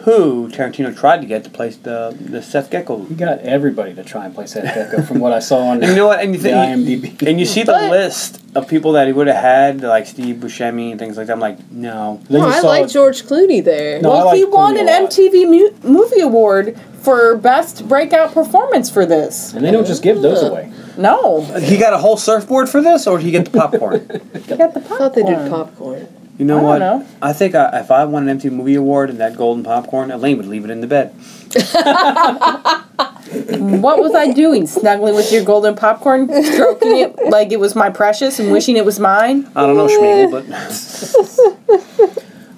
Speaker 3: who Tarantino tried to get to play the the Seth Gecko.
Speaker 4: You got everybody to try and play Seth Gecko from what I saw on
Speaker 3: And you know what? And you
Speaker 4: the
Speaker 3: think-
Speaker 4: IMDb.
Speaker 3: And you see the
Speaker 5: But-
Speaker 3: list of people that he would have had, like Steve Buscemi and things like that. I'm like, no.
Speaker 4: Then
Speaker 2: Oh,
Speaker 4: you
Speaker 2: I
Speaker 4: saw
Speaker 2: like George Clooney there.
Speaker 4: No, I
Speaker 5: well,
Speaker 4: like
Speaker 5: he won
Speaker 4: Clooney
Speaker 5: an
Speaker 4: a lot.
Speaker 5: MTV mu- Movie Award for best breakout performance for this.
Speaker 4: And they don't just give those away.
Speaker 5: No,
Speaker 3: He got a whole surfboard for this, or did he get the popcorn?
Speaker 5: he got the
Speaker 2: I
Speaker 5: popcorn.
Speaker 2: thought they did popcorn.
Speaker 3: You know
Speaker 5: I don't
Speaker 3: what?
Speaker 5: know.
Speaker 3: I think I, if I won an MTV Movie Award and that golden popcorn, Elaine would leave it in the bed.
Speaker 5: What was I doing? Snuggling with your golden popcorn, stroking it like it was my precious, and wishing it was mine.
Speaker 3: I don't know, Schmiegel, but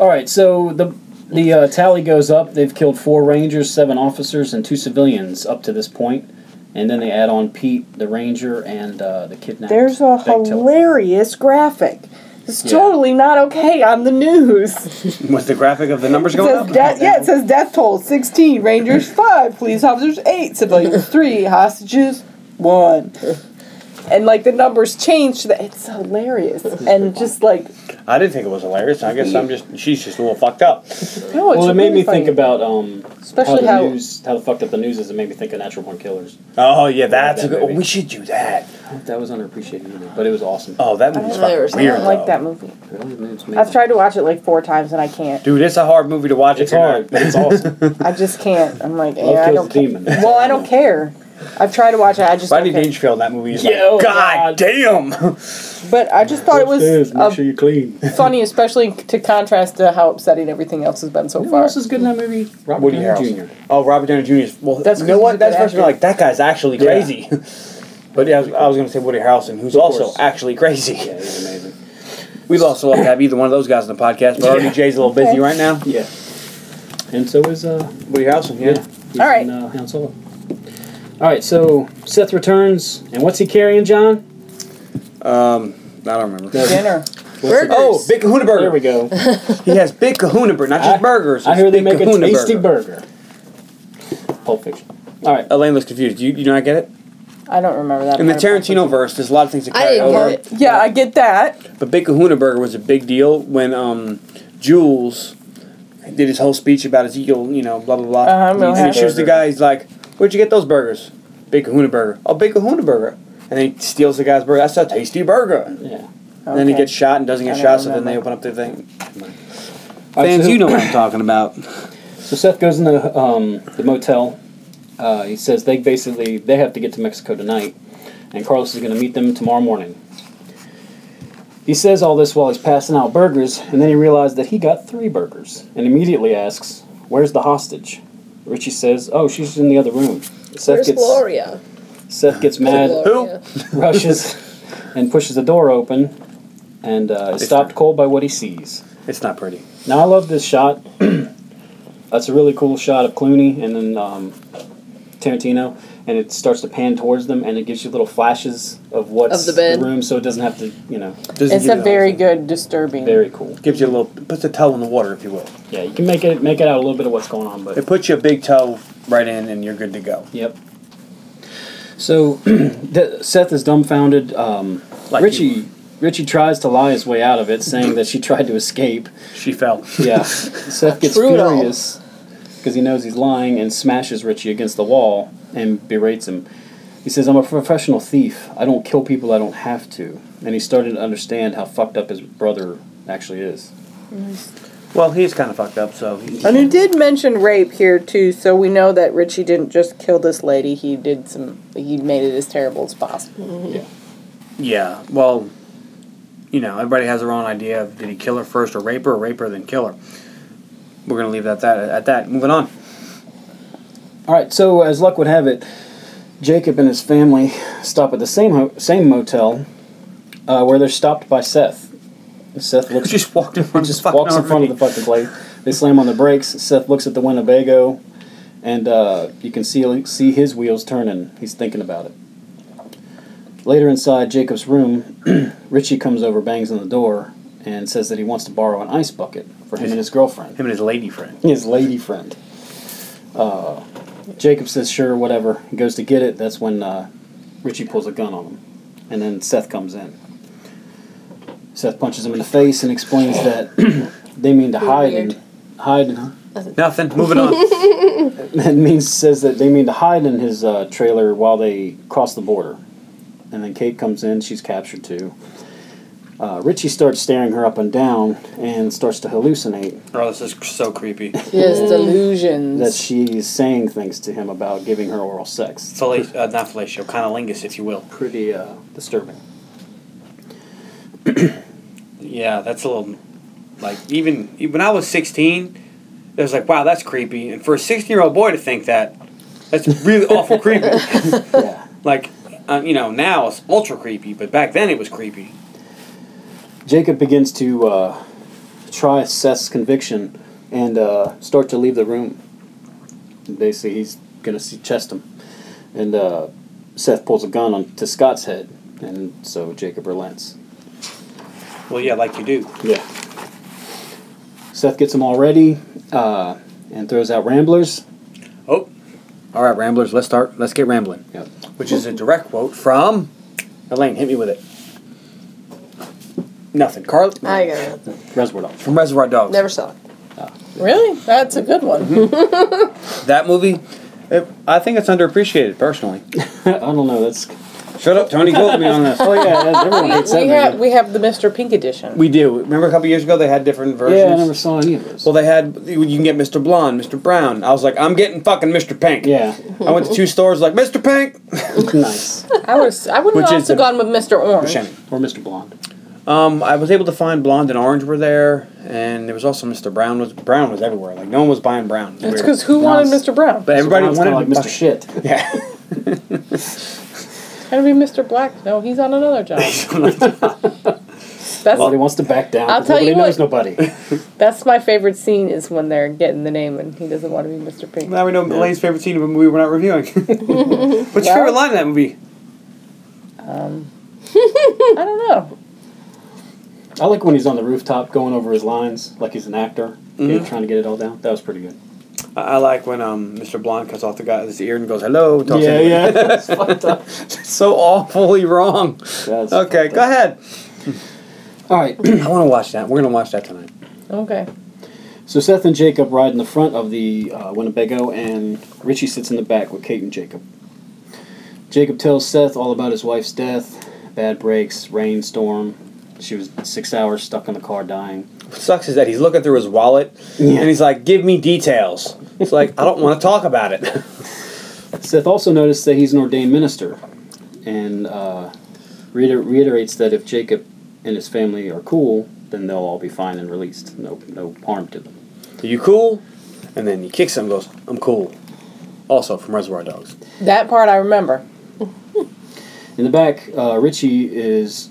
Speaker 4: All right, so the the uh, tally goes up. They've killed four rangers, seven officers, and two civilians up to this point, and then they add on Pete, the ranger, and uh, the kidnapper.
Speaker 5: There's a hilarious graphic. It's
Speaker 4: Yeah.
Speaker 5: totally not okay on the news.
Speaker 3: was the graphic of the numbers
Speaker 5: It
Speaker 3: going
Speaker 5: says
Speaker 3: up?
Speaker 5: death, yeah, it says death toll 16, Rangers 5, police officers 8, civilians 3, hostages 1. And like the numbers change to that. It's hilarious. And just like,
Speaker 3: I didn't think it was hilarious. I guess I'm just she's just a little fucked up.
Speaker 5: no, it's
Speaker 4: Well, it made
Speaker 5: really
Speaker 4: me think
Speaker 5: funny.
Speaker 4: about um,
Speaker 5: Especially
Speaker 4: how
Speaker 5: how-
Speaker 4: the news, how the fucked up the news is. It made me think of Natural Born Killers.
Speaker 3: Oh yeah, that's a
Speaker 4: that
Speaker 3: good.
Speaker 4: movie.
Speaker 3: We should do that.
Speaker 4: That was underappreciated either, but it was awesome.
Speaker 3: Oh, that movie's
Speaker 2: I don't
Speaker 3: fucking
Speaker 2: know.
Speaker 3: weird.
Speaker 5: I don't like
Speaker 3: though.
Speaker 5: that movie.
Speaker 4: Really, it's amazing.
Speaker 5: I've tried to watch it like four times and I can't.
Speaker 3: Dude, it's a hard movie to watch.
Speaker 4: It's
Speaker 3: if you're
Speaker 4: hard,
Speaker 3: not-
Speaker 4: but it's awesome.
Speaker 5: I just can't. I'm like,
Speaker 4: Love
Speaker 5: yeah, I
Speaker 4: kills
Speaker 5: don't
Speaker 4: the
Speaker 5: care.
Speaker 4: demon.
Speaker 5: Well, I don't care. I've tried to watch it. I just
Speaker 3: Rodney
Speaker 5: don't care.
Speaker 3: Dangerfield, that movie is
Speaker 4: Yeah, oh,
Speaker 3: like,
Speaker 4: God.
Speaker 3: God, damn.
Speaker 5: But I just thought it was a
Speaker 4: you clean.
Speaker 5: funny, especially to contrast to how upsetting everything else has been so
Speaker 4: Who
Speaker 5: far.
Speaker 4: else is good in that movie? Robert
Speaker 3: Woody
Speaker 4: Downey
Speaker 3: Harrelson. Oh, Robert Downey Jr. is- Well,
Speaker 5: That's
Speaker 3: that's you know
Speaker 5: because
Speaker 3: what?
Speaker 5: he's a
Speaker 3: That's
Speaker 5: good
Speaker 3: first
Speaker 5: actor.
Speaker 3: like that guy's actually
Speaker 4: Yeah.
Speaker 3: crazy. but yeah, I was, I was gonna say Woody Harrelson, who's also
Speaker 4: course.
Speaker 3: actually crazy.
Speaker 4: Yeah, he's amazing.
Speaker 3: We'd also love to have either one of those guys on the podcast, but
Speaker 4: Yeah.
Speaker 3: RDJ's a little busy
Speaker 5: Okay.
Speaker 3: right now.
Speaker 4: Yeah. And so is uh,
Speaker 3: Woody Harrelson,
Speaker 4: yeah.
Speaker 3: yeah.
Speaker 4: he's
Speaker 5: All right.
Speaker 4: in, uh, Han Solo. All right, so Seth returns, and what's he carrying, John?
Speaker 3: Um, I don't remember.
Speaker 4: The-
Speaker 1: Dinner.
Speaker 2: Burgers.
Speaker 3: Oh, Big Kahuna Burger.
Speaker 4: There we go.
Speaker 3: He has Big Kahuna Burger, not just
Speaker 4: I-
Speaker 3: burgers.
Speaker 4: I
Speaker 3: it's
Speaker 4: hear they
Speaker 3: Big
Speaker 4: make a
Speaker 3: Kahuna
Speaker 4: tasty burger. Pulp Fiction. All right.
Speaker 3: Elaine looks confused. You, you not get it?
Speaker 1: I don't remember that.
Speaker 3: In the
Speaker 1: part of it.
Speaker 3: Tarantino verse, there's a lot of things that
Speaker 2: I
Speaker 3: carry
Speaker 2: didn't
Speaker 3: over.
Speaker 2: get it.
Speaker 1: Yeah, I get that.
Speaker 3: But Big Kahuna Burger was a big deal when um, Jules did his whole speech about Ezekiel, you know, blah, blah, blah.
Speaker 1: Uh-huh,
Speaker 3: and
Speaker 1: Milhouse.
Speaker 3: he shoots the guy, he's like, Where'd you get those burgers? Big Kahuna Burger. Oh, Big Kahuna Burger. And then he steals the guy's burger. That's a tasty burger.
Speaker 4: Yeah.
Speaker 3: And then he
Speaker 1: Okay.
Speaker 3: gets shot and doesn't
Speaker 1: I
Speaker 3: get
Speaker 1: don't
Speaker 3: shot, so then
Speaker 1: remember.
Speaker 3: they open up the thing.
Speaker 4: All right,
Speaker 3: Fans,
Speaker 4: so-
Speaker 3: you know what I'm talking about.
Speaker 4: So Seth goes in the um, the motel. Uh, he says they basically they have to get to Mexico tonight, and Carlos is going to meet them tomorrow morning. He says all this while he's passing out burgers, and then he realizes that he got three burgers, and immediately asks, "Where's the hostage?" Richie says, "Oh, she's in the other room." Seth
Speaker 2: Where's
Speaker 4: gets
Speaker 2: Gloria?
Speaker 4: Seth gets mad,
Speaker 2: Gloria.
Speaker 4: rushes, and pushes the door open, and uh, is stopped cold by what he sees.
Speaker 3: It's not pretty.
Speaker 4: Now I love this shot. That's a really cool shot of Clooney and then um, Tarantino, and it starts to pan towards them, and it gives you little flashes of what's
Speaker 2: Of the bed.
Speaker 4: room, so it doesn't have to, you know,
Speaker 3: Doesn't
Speaker 1: It's
Speaker 3: give
Speaker 1: a
Speaker 3: you the
Speaker 1: very
Speaker 3: whole thing.
Speaker 1: good disturbing.
Speaker 4: very cool.
Speaker 3: Gives you a little, puts a toe in the water, if you will.
Speaker 4: Yeah, you can make it make it out a little bit of what's going on, but
Speaker 3: It puts you a big toe right in, and you're good to go.
Speaker 4: yep. So the- Seth is dumbfounded. Um,
Speaker 3: Like
Speaker 4: Richie
Speaker 3: you.
Speaker 4: Richie tries to lie his way out of it, saying that she tried to escape.
Speaker 3: She fell.
Speaker 4: Yeah, Seth gets
Speaker 2: Through it all.
Speaker 4: furious because he knows he's lying and smashes Richie against the wall and berates him. He says, "I'm a professional thief. I don't kill people I don't have to." And he's starting to understand how fucked up his brother actually is.
Speaker 3: Well, he's kind of fucked up, so. he-
Speaker 1: And he did mention rape here too, so we know that Richie didn't just kill this lady. He did some. He made it as terrible as possible.
Speaker 4: Yeah.
Speaker 3: Yeah, well, you know, everybody has their own idea of did he kill her first or rape her, or rape her then kill her. We're gonna leave that that at that. Moving on.
Speaker 4: All right. So as luck would have it, Jacob and his family stop at the same ho- same motel, uh, where they're stopped by Seth. Seth looks
Speaker 3: Just walked in
Speaker 4: He
Speaker 3: front. of
Speaker 4: just
Speaker 3: the fucking
Speaker 4: walks in front of the
Speaker 3: RV.
Speaker 4: fucking plate. They slam on the brakes. Seth looks at the Winnebago, and uh, you can see see his wheels turning. He's thinking about it. Later inside Jacob's room, Richie comes over, bangs on the door, and says that he wants to borrow an ice bucket for him and his girlfriend,
Speaker 3: Him and his lady friend.
Speaker 4: his lady friend. Uh, Jacob says, "Sure, whatever." He goes to get it. That's when uh, Richie pulls a gun on him, and then Seth comes in. Seth punches him in the face and explains that they mean to hide
Speaker 2: Weird.
Speaker 4: in hide. in-
Speaker 3: Nothing. Moving on.
Speaker 4: That means says that they mean to hide in his uh, trailer while they cross the border, and then Kate comes in. She's captured too. Uh, Richie starts staring her up and down and starts to hallucinate
Speaker 3: Bro, Oh, this is so creepy.
Speaker 1: He has delusions.
Speaker 4: that she's saying things to him about giving her oral sex.
Speaker 3: Fellatio, uh, not fellatio, conolingus, if you will.
Speaker 4: pretty uh, disturbing.
Speaker 3: Yeah, that's a little. Like even when I was sixteen, it was like, wow, that's creepy. And for a sixteen-year-old boy to think that, that's really awful creepy.
Speaker 4: yeah.
Speaker 3: Like, uh, you know, now it's ultra creepy, but back then it was creepy.
Speaker 4: Jacob begins to uh, try Seth's conviction and uh, start to leave the room. They say he's going to see chest him. And uh, Seth pulls a gun on, to Scott's head, and so Jacob relents.
Speaker 3: Well, yeah, like you do.
Speaker 4: Yeah. Seth gets him all ready uh, and throws out ramblers.
Speaker 3: Oh. All right, Ramblers, let's start. Let's get rambling.
Speaker 4: Yep.
Speaker 3: Which is a direct quote from Elaine. Hit me with it. Nothing. Carl
Speaker 2: I got it.
Speaker 4: Reservoir Dogs.
Speaker 3: from Reservoir Dogs.
Speaker 2: Never saw it.
Speaker 1: really, that's a good one.
Speaker 3: That movie, it, I think it's underappreciated personally.
Speaker 4: I don't know. That's.
Speaker 3: Shut up, Tony. Quote me on this.
Speaker 4: Oh, yeah. that- Everyone hates that
Speaker 1: we have
Speaker 4: movie.
Speaker 1: we have the Mr. Pink edition.
Speaker 3: We do. Remember a couple years ago they had different versions.
Speaker 4: Yeah, I never saw any of those.
Speaker 3: Well, they had you you can get Mr. Blonde, Mr. Brown. I was like, I'm getting fucking Mr. Pink.
Speaker 4: yeah.
Speaker 3: I went to two stores like Mr. Pink.
Speaker 4: nice.
Speaker 1: I was I would have
Speaker 3: Which is
Speaker 1: also
Speaker 3: the-
Speaker 1: gone with Mr. Orange.
Speaker 3: Shame.
Speaker 4: Or Mr. Blonde.
Speaker 3: Um, I was able to find Blonde and Orange were there, and there was also Mr. Brown was Brown was everywhere. Like no one was buying Brown.
Speaker 1: It's
Speaker 3: Weird.
Speaker 1: because who wanted
Speaker 4: Nice.
Speaker 1: Mr. Brown?
Speaker 3: but everybody
Speaker 4: Blonde's
Speaker 3: wanted
Speaker 4: kinda like
Speaker 3: to
Speaker 4: Mr. Shit.
Speaker 3: Yeah.
Speaker 1: It's gotta be Mr. Black. No, he's on another job.
Speaker 5: That's
Speaker 4: Nobody wants to back down.
Speaker 5: I'll
Speaker 4: 'cause
Speaker 5: tell
Speaker 4: nobody
Speaker 5: you
Speaker 4: knows
Speaker 5: what-
Speaker 4: nobody.
Speaker 5: that's my favorite scene is when they're getting the name and he doesn't want to be Mr. Pink.
Speaker 3: Now we know Elaine's favorite scene of a movie we're not reviewing. What's your
Speaker 5: Yeah.
Speaker 3: favorite line in that movie?
Speaker 5: I don't know.
Speaker 4: I like when he's on the rooftop going over his lines like he's an actor, you know, trying to get it all down. That was pretty good.
Speaker 3: I, I like when um, Mr. Blonde cuts off the guy his ear and goes, hello. and talks
Speaker 4: yeah,
Speaker 3: anyway.
Speaker 4: yeah. That's fucked up.
Speaker 3: so awfully wrong.
Speaker 4: That's
Speaker 3: okay,
Speaker 4: fucked
Speaker 3: go
Speaker 4: up.
Speaker 3: ahead.
Speaker 4: All right.
Speaker 3: I want to watch that. We're going to watch that tonight.
Speaker 5: Okay.
Speaker 4: So Seth and Jacob ride in the front of the uh, Winnebago, and Richie sits in the back with Kate and Jacob. Jacob tells Seth all about his wife's death, bad breaks, rain, storm. She was six hours stuck in the car dying.
Speaker 3: What sucks is that he's looking through his wallet and he's like, give me details. It's like, I don't want to talk about it.
Speaker 4: Seth also noticed that he's an ordained minister, and uh, reiter- reiterates that if Jacob and his family are cool, then they'll all be fine and released. No, no harm to them.
Speaker 3: Are you cool? And then he kicks him and goes, I'm cool. Also from Reservoir Dogs.
Speaker 5: That part I remember.
Speaker 4: In the back, uh, Richie is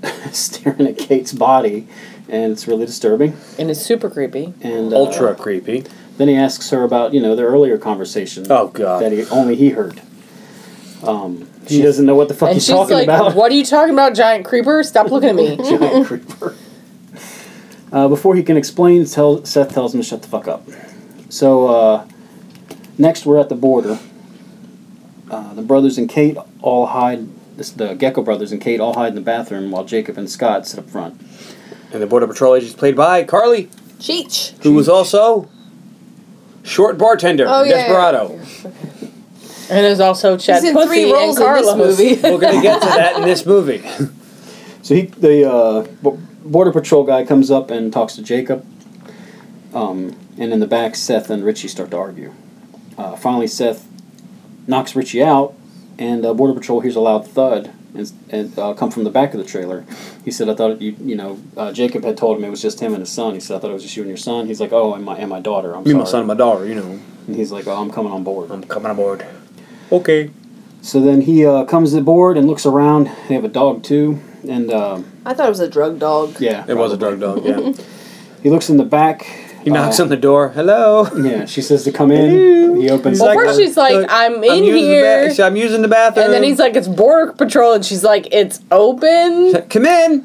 Speaker 4: staring at Kate's body, and it's really disturbing.
Speaker 5: And it's super creepy.
Speaker 4: And uh,
Speaker 3: Ultra creepy.
Speaker 4: Then he asks her about you know the earlier conversation.
Speaker 3: Oh, God.
Speaker 4: That he, only he heard. Um, she doesn't know what the fuck
Speaker 5: And
Speaker 4: he's
Speaker 5: she's
Speaker 4: talking
Speaker 5: like,
Speaker 4: about.
Speaker 5: What are you talking about, giant creeper? Stop looking at me.
Speaker 4: Giant creeper. Uh, before he can explain, tell, Seth tells him to shut the fuck up. So uh, next, we're at the border. Uh, the brothers and Kate all hide. This, the Gecko brothers and Kate all hide in the bathroom while Jacob and Scott sit up front.
Speaker 3: And the Border Patrol agent is played by Carly,
Speaker 2: Cheech.
Speaker 3: who was also short bartender,
Speaker 2: Oh,
Speaker 3: in
Speaker 2: yeah, yeah,
Speaker 3: Desperado.
Speaker 5: And there's also Chad
Speaker 2: He's in
Speaker 5: Pussy
Speaker 2: three roles
Speaker 5: and
Speaker 2: in this
Speaker 5: Carlos.
Speaker 2: movie.
Speaker 3: We're going to get to that in this movie.
Speaker 4: So he, the uh, b- border patrol guy comes up and talks to Jacob. Um, and in the back, Seth and Richie start to argue. Uh, finally, Seth knocks Richie out, and uh, border patrol hears a loud thud and, and uh, come from the back of the trailer. He said, "I thought you, you know, uh, Jacob had told him it was just him and his son." He said, "I thought it was just you and your son." He's like, "Oh, and my and my daughter." I'm
Speaker 3: Me,
Speaker 4: sorry.
Speaker 3: my son, and my Um, daughter, you know.
Speaker 4: And he's like, "Oh, I'm coming on board."
Speaker 3: I'm coming aboard. Okay.
Speaker 4: So then he uh, comes aboard and looks around. They have a dog too, and uh,
Speaker 2: I thought it was a drug dog.
Speaker 4: yeah,
Speaker 3: It was a drug dog, yeah.
Speaker 4: He looks in the back.
Speaker 3: He knocks
Speaker 4: uh,
Speaker 3: on the door. Hello.
Speaker 4: Yeah, she says to come in. He opens.
Speaker 5: Well,
Speaker 4: the
Speaker 5: first
Speaker 4: door.
Speaker 5: she's like, I'm in
Speaker 3: using the
Speaker 5: here.
Speaker 3: ba- I'm using the bathroom.
Speaker 5: And then he's like, it's Border Patrol. And she's like, it's open.
Speaker 3: "Come in."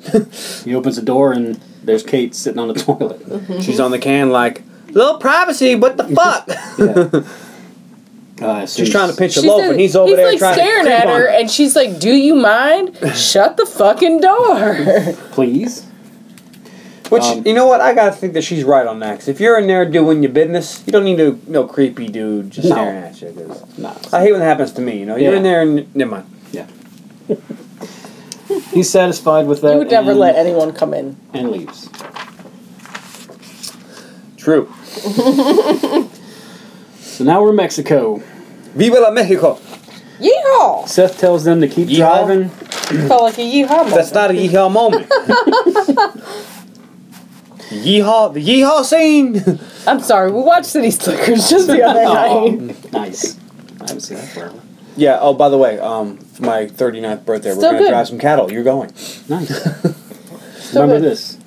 Speaker 4: he opens the door and there's Kate sitting on the toilet.
Speaker 3: She's on the can, like little privacy. What the fuck?
Speaker 4: Yeah. Uh, so
Speaker 3: She's trying to pinch a
Speaker 5: She's
Speaker 3: loaf,
Speaker 5: in-
Speaker 3: and he's over there
Speaker 5: like
Speaker 3: trying
Speaker 5: staring
Speaker 3: to creep
Speaker 5: at
Speaker 3: on
Speaker 5: her, and she's like, "Do you mind? Shut the fucking door."
Speaker 4: Please.
Speaker 3: Which
Speaker 4: Um,
Speaker 3: you know what? I gotta think that she's right on that. 'cause if you're in there doing your business, you don't need to no creepy dude just
Speaker 4: No.
Speaker 3: staring at you. 'cause
Speaker 4: Nah.
Speaker 3: I hate when that happens to me. You know, you're
Speaker 4: Yeah.
Speaker 3: in there and never mind.
Speaker 4: Yeah. he's satisfied with that.
Speaker 5: You would never
Speaker 4: and,
Speaker 5: let anyone come in.
Speaker 4: And leaves.
Speaker 3: True.
Speaker 4: So now we're in Mexico.
Speaker 3: Viva la Mexico.
Speaker 5: Yeehaw!
Speaker 4: Seth tells them to keep
Speaker 3: Yeehaw.
Speaker 4: driving.
Speaker 5: Felt like a yeehaw. moment.
Speaker 3: That's not a yeehaw moment. yeehaw, the yeehaw scene.
Speaker 5: I'm sorry. We watched City Slickers just the
Speaker 4: Oh.
Speaker 5: other night.
Speaker 4: Nice. I haven't seen that forever.
Speaker 3: Yeah. Oh, by the way, um, for my 39th birthday, we're
Speaker 5: Still
Speaker 3: gonna
Speaker 5: good.
Speaker 3: drive some cattle. You're going.
Speaker 4: Nice. Remember
Speaker 5: good.
Speaker 4: this.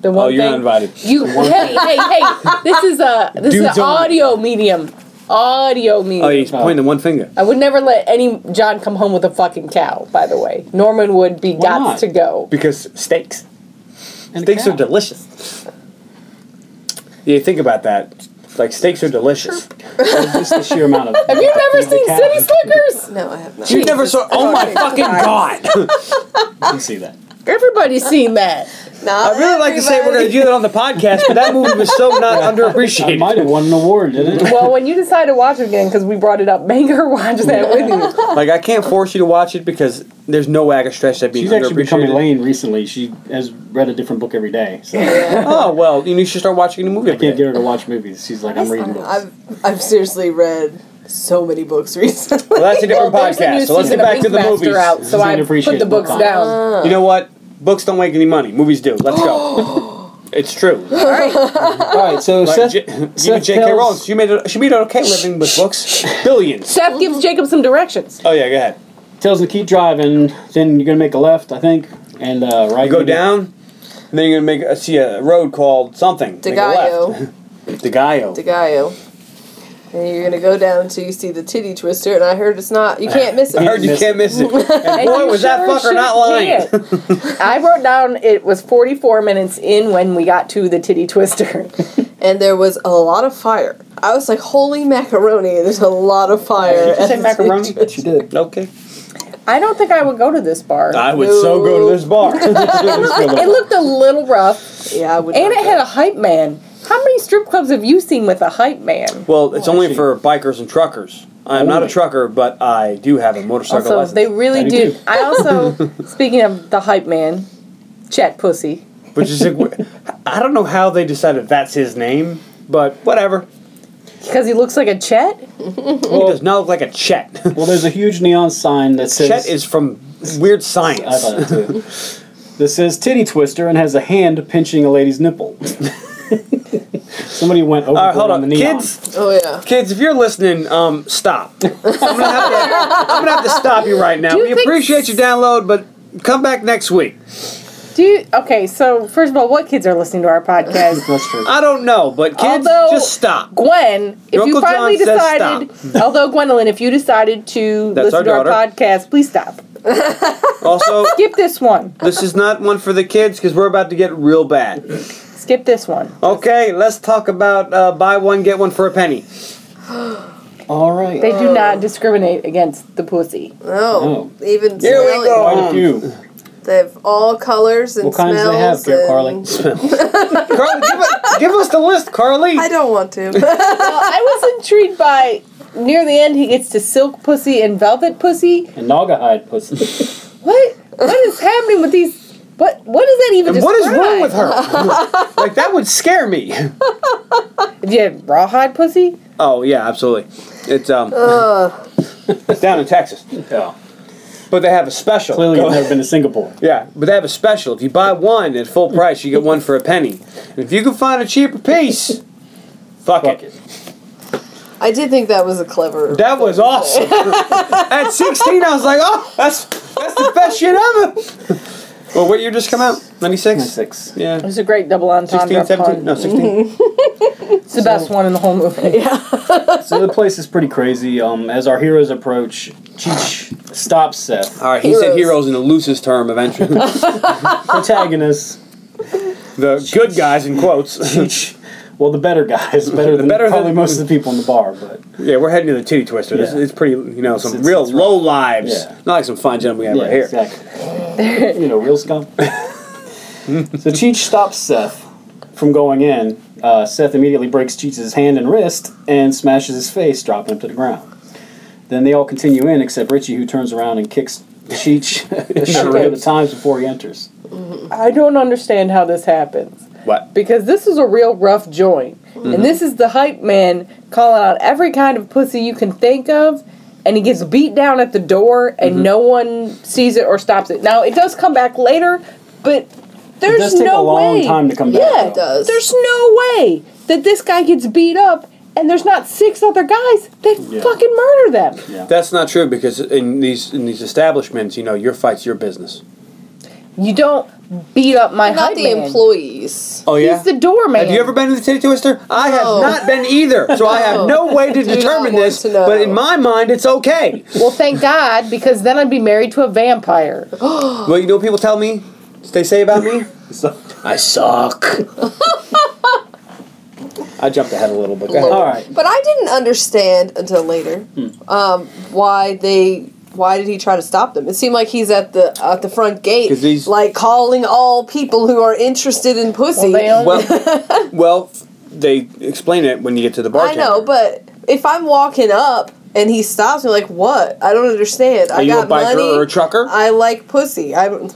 Speaker 5: The one
Speaker 3: oh, you're
Speaker 5: thing-
Speaker 3: not invited.
Speaker 5: You hey hey hey! This is a this is
Speaker 3: Dudes only.
Speaker 5: an audio medium. Audio medium.
Speaker 3: Oh, he's
Speaker 4: Oh.
Speaker 3: pointing the one finger.
Speaker 5: I would never let any John come home with a fucking cow. By the way, Norman would be
Speaker 4: Why
Speaker 5: gots
Speaker 4: not?
Speaker 5: to go.
Speaker 3: Because steaks.
Speaker 4: And
Speaker 3: steaks
Speaker 4: cow.
Speaker 3: are delicious. Yeah, think about that. Like steaks are delicious.
Speaker 4: Just the sheer amount of.
Speaker 5: Have you never
Speaker 4: the
Speaker 5: seen
Speaker 4: cow.
Speaker 5: City Slickers?
Speaker 2: No, I have not.
Speaker 3: You never saw. Oh my fucking god!
Speaker 4: You can see that.
Speaker 5: Everybody's seen that.
Speaker 3: I really like to say we're going to do that on the podcast, but that movie was so not
Speaker 4: I might
Speaker 3: underappreciated.
Speaker 4: have won an award, didn't it?
Speaker 5: Well, when you decide to watch it again, because we brought it up, make her watch that with you.
Speaker 3: Like I can't force you to watch it because there's no way I can stretch that being
Speaker 4: She's actually become
Speaker 3: underappreciated.
Speaker 4: Elaine recently. She has read a different book every day, so I
Speaker 3: Oh well, you need to start watching the movie. every
Speaker 4: can't
Speaker 3: day.
Speaker 4: get her to watch movies. She's like, I'm reading books.
Speaker 2: I've I've seriously read so many books recently.
Speaker 3: Well, that's a different
Speaker 5: Well, there's a
Speaker 3: podcast.
Speaker 5: new
Speaker 3: So let's
Speaker 5: season
Speaker 3: get
Speaker 5: of
Speaker 3: back to the
Speaker 5: Beastmaster
Speaker 3: movies.
Speaker 5: Out, so I put
Speaker 4: unappreciated
Speaker 5: the books
Speaker 4: book.
Speaker 5: down.
Speaker 3: You know what? Books don't make any money. Movies do. Let's go. it's true.
Speaker 4: All right, so
Speaker 3: Like
Speaker 4: Seth,
Speaker 3: J- even
Speaker 4: Seth
Speaker 3: J.K.
Speaker 4: tells-
Speaker 3: Rowling, she made it. She made it okay living with books. Billions.
Speaker 5: Seth gives Jacob some directions.
Speaker 3: Oh yeah, go ahead.
Speaker 4: tells him to keep driving. Then you're gonna make a left, I think. And uh, right,
Speaker 3: You go down, and then you're gonna make uh, see a road called something. Make a left.
Speaker 2: DeGaio.
Speaker 3: DeGaio.
Speaker 2: DeGaio. And you're gonna go down until you see the titty twister, and I heard it's not. You can't miss it.
Speaker 3: I heard you
Speaker 4: Miss
Speaker 3: can't miss it. And
Speaker 5: And
Speaker 3: boy,
Speaker 5: you
Speaker 3: was that
Speaker 5: sure
Speaker 3: fucker not lying.
Speaker 5: should get. I wrote down it was 44 minutes in when we got to the titty twister.
Speaker 2: and there was a lot of fire. I was like, "Holy macaroni!" There's a lot of fire.
Speaker 3: Did you say
Speaker 2: at the
Speaker 3: macaroni?
Speaker 2: titty
Speaker 4: She did.
Speaker 3: Okay.
Speaker 5: I don't think I would go to this bar.
Speaker 3: I would so go to this bar.
Speaker 5: it looked a little rough,
Speaker 2: twister. Yeah, I would.
Speaker 5: and
Speaker 2: not
Speaker 5: it had a hype man. How many strip clubs have you seen with a hype man?
Speaker 3: well, it's only
Speaker 4: actually-
Speaker 3: for bikers and truckers. I'm not a
Speaker 4: Only.
Speaker 3: trucker, but I do have a motorcycle
Speaker 5: Also,
Speaker 3: license,
Speaker 5: they really
Speaker 4: I
Speaker 5: do.
Speaker 4: do.
Speaker 5: I also, speaking of the hype man, Chet Pussy.
Speaker 3: which is a, I don't know how they decided that's his name, but whatever.
Speaker 5: Because he looks like a Chet?
Speaker 3: he does not look like a Chet.
Speaker 4: Well, there's a huge neon sign that says
Speaker 3: Chet is from Weird Science.
Speaker 4: I thought it too. That says titty twister and has a hand pinching a lady's nipple. Somebody went
Speaker 3: All
Speaker 4: overboard
Speaker 3: right, hold
Speaker 4: on the
Speaker 3: on,
Speaker 4: neon.
Speaker 3: kids.
Speaker 2: Oh yeah.
Speaker 3: Kids, if you're listening, um, stop. I'm gonna, have to, I'm gonna have to stop you right now.
Speaker 5: Do you
Speaker 3: We
Speaker 5: think-
Speaker 3: appreciate your download, but come back next week.
Speaker 5: Do you, okay, so first of all, what kids are listening to our podcast?
Speaker 4: That's true.
Speaker 3: I don't know, but kids,
Speaker 5: Although-
Speaker 3: just stop.
Speaker 5: Gwen, if
Speaker 3: Your
Speaker 5: you
Speaker 3: Uncle John
Speaker 5: finally
Speaker 3: says
Speaker 5: decided, although Gwendolyn, if you decided to
Speaker 3: That's
Speaker 5: listen
Speaker 3: our
Speaker 5: to our
Speaker 3: daughter.
Speaker 5: podcast, please stop.
Speaker 3: Also,
Speaker 5: Skip this one.
Speaker 3: this is not one for the kids because we're about to get real bad.
Speaker 5: Skip this one.
Speaker 3: Okay, let's talk about uh, buy one get one for a penny.
Speaker 4: All right.
Speaker 5: They do not discriminate against the pussy.
Speaker 2: No. Even
Speaker 3: Oh. Here
Speaker 2: smelling.
Speaker 3: we go.
Speaker 4: Quite a few.
Speaker 2: They have all colors and
Speaker 4: What kinds do they have,
Speaker 2: smells.
Speaker 4: Pierre
Speaker 2: and-
Speaker 4: Carly?
Speaker 3: Carly, give, us- give us the list, Carly.
Speaker 2: I don't want to.
Speaker 5: I was intrigued by near the end he gets to silk pussy and velvet pussy.
Speaker 4: And Naugahyde pussy.
Speaker 5: What? What is happening with these? What? What does that even?
Speaker 3: And what is
Speaker 5: describe?
Speaker 3: wrong with her? like that would scare me.
Speaker 5: Do you have rawhide pussy?
Speaker 3: Oh yeah, absolutely. It's um, it's down in Texas,
Speaker 4: yeah.
Speaker 3: but they have a special.
Speaker 4: Clearly,
Speaker 3: Go-
Speaker 4: you've never been to Singapore.
Speaker 3: yeah, but they have a special. If you buy one at full price, you get one for a penny. And if you can find a cheaper piece,
Speaker 4: Fuck
Speaker 3: fuck, it.
Speaker 4: it.
Speaker 2: I did think that was a clever.
Speaker 3: That was awesome. At 16, I was like, oh, that's that's the best shit ever. Well, what year just come out? 96?
Speaker 4: Six.
Speaker 5: It
Speaker 3: Yeah.
Speaker 5: was a great double
Speaker 3: 16,
Speaker 5: entendre
Speaker 3: 17?
Speaker 5: pun.
Speaker 3: No, 16.
Speaker 5: It's the best one in the whole movie.
Speaker 4: So the place is pretty crazy. Um, as our heroes approach, Cheech stops Seth,
Speaker 3: All right, he said
Speaker 2: Heroes.
Speaker 3: heroes in the loosest term eventually.
Speaker 4: protagonist.
Speaker 3: the good guys in quotes.
Speaker 4: Cheech, well, the better guys, better than
Speaker 3: better
Speaker 4: probably
Speaker 3: than-
Speaker 4: most of the people in the bar, but
Speaker 3: yeah, we're heading to the titty twister. This,
Speaker 4: Yeah.
Speaker 3: it's pretty, you know, some
Speaker 4: It's-
Speaker 3: real
Speaker 4: it's rough.
Speaker 3: low lives.
Speaker 4: Yeah.
Speaker 3: Not like some fine gentlemen we have
Speaker 4: yeah,
Speaker 3: right here.
Speaker 4: exactly. you know, real scum. so Cheech stops Seth from going in. Uh, Seth immediately breaks Cheech's hand and wrist and smashes his face, dropping him to the ground. Then they all continue in, except Richie, who turns around and kicks Cheech a shitload of times before he enters.
Speaker 5: I don't understand how this happens.
Speaker 3: What?
Speaker 5: because this is a real rough joint.
Speaker 4: Mm-hmm.
Speaker 5: And this is the hype man calling out every kind of pussy you can think of. And he gets beat down at the door, and
Speaker 4: Mm-hmm.
Speaker 5: no one sees it or stops it. Now it does come back later, but there's
Speaker 4: does take a
Speaker 5: no
Speaker 4: long
Speaker 5: way.
Speaker 4: time to come back,
Speaker 5: yeah,
Speaker 4: though.
Speaker 2: It does.
Speaker 5: There's no way that this guy gets beat up, and there's not six other guys that
Speaker 4: Yeah.
Speaker 5: fucking murder them.
Speaker 4: Yeah.
Speaker 3: That's not true because in these in these establishments, you know, your fight's your business.
Speaker 5: You don't beat up my
Speaker 2: not
Speaker 5: hype
Speaker 2: the
Speaker 5: man.
Speaker 2: employees.
Speaker 3: Oh
Speaker 5: He's the doorman.
Speaker 3: Have you ever been to the Titty Twister? I have
Speaker 2: No.
Speaker 3: not been either, so I have no way to
Speaker 2: do not
Speaker 3: determine
Speaker 2: want
Speaker 3: this.
Speaker 2: to know.
Speaker 3: But in my mind, it's okay.
Speaker 5: Well, thank God, because then I'd be married to a vampire.
Speaker 3: well, you know, what people tell me they say about me,
Speaker 4: So,
Speaker 3: I suck. I jumped ahead a little bit. Go ahead.
Speaker 4: all right.
Speaker 2: But I didn't understand until later
Speaker 3: Hmm.
Speaker 2: um, why they why did he try to stop them? It seemed like he's at the at the front
Speaker 3: 'Cause
Speaker 2: gate,
Speaker 3: he's-
Speaker 2: like calling all people who are interested in pussy.
Speaker 5: they only-
Speaker 3: Well, well, they explain it when you get to the
Speaker 2: I
Speaker 3: bartender.
Speaker 2: know, but if I'm walking up and he stops me, like what? I don't understand.
Speaker 3: are
Speaker 2: I
Speaker 3: you
Speaker 2: got
Speaker 3: a biker
Speaker 2: money.
Speaker 3: or a trucker?
Speaker 2: I like pussy. I'm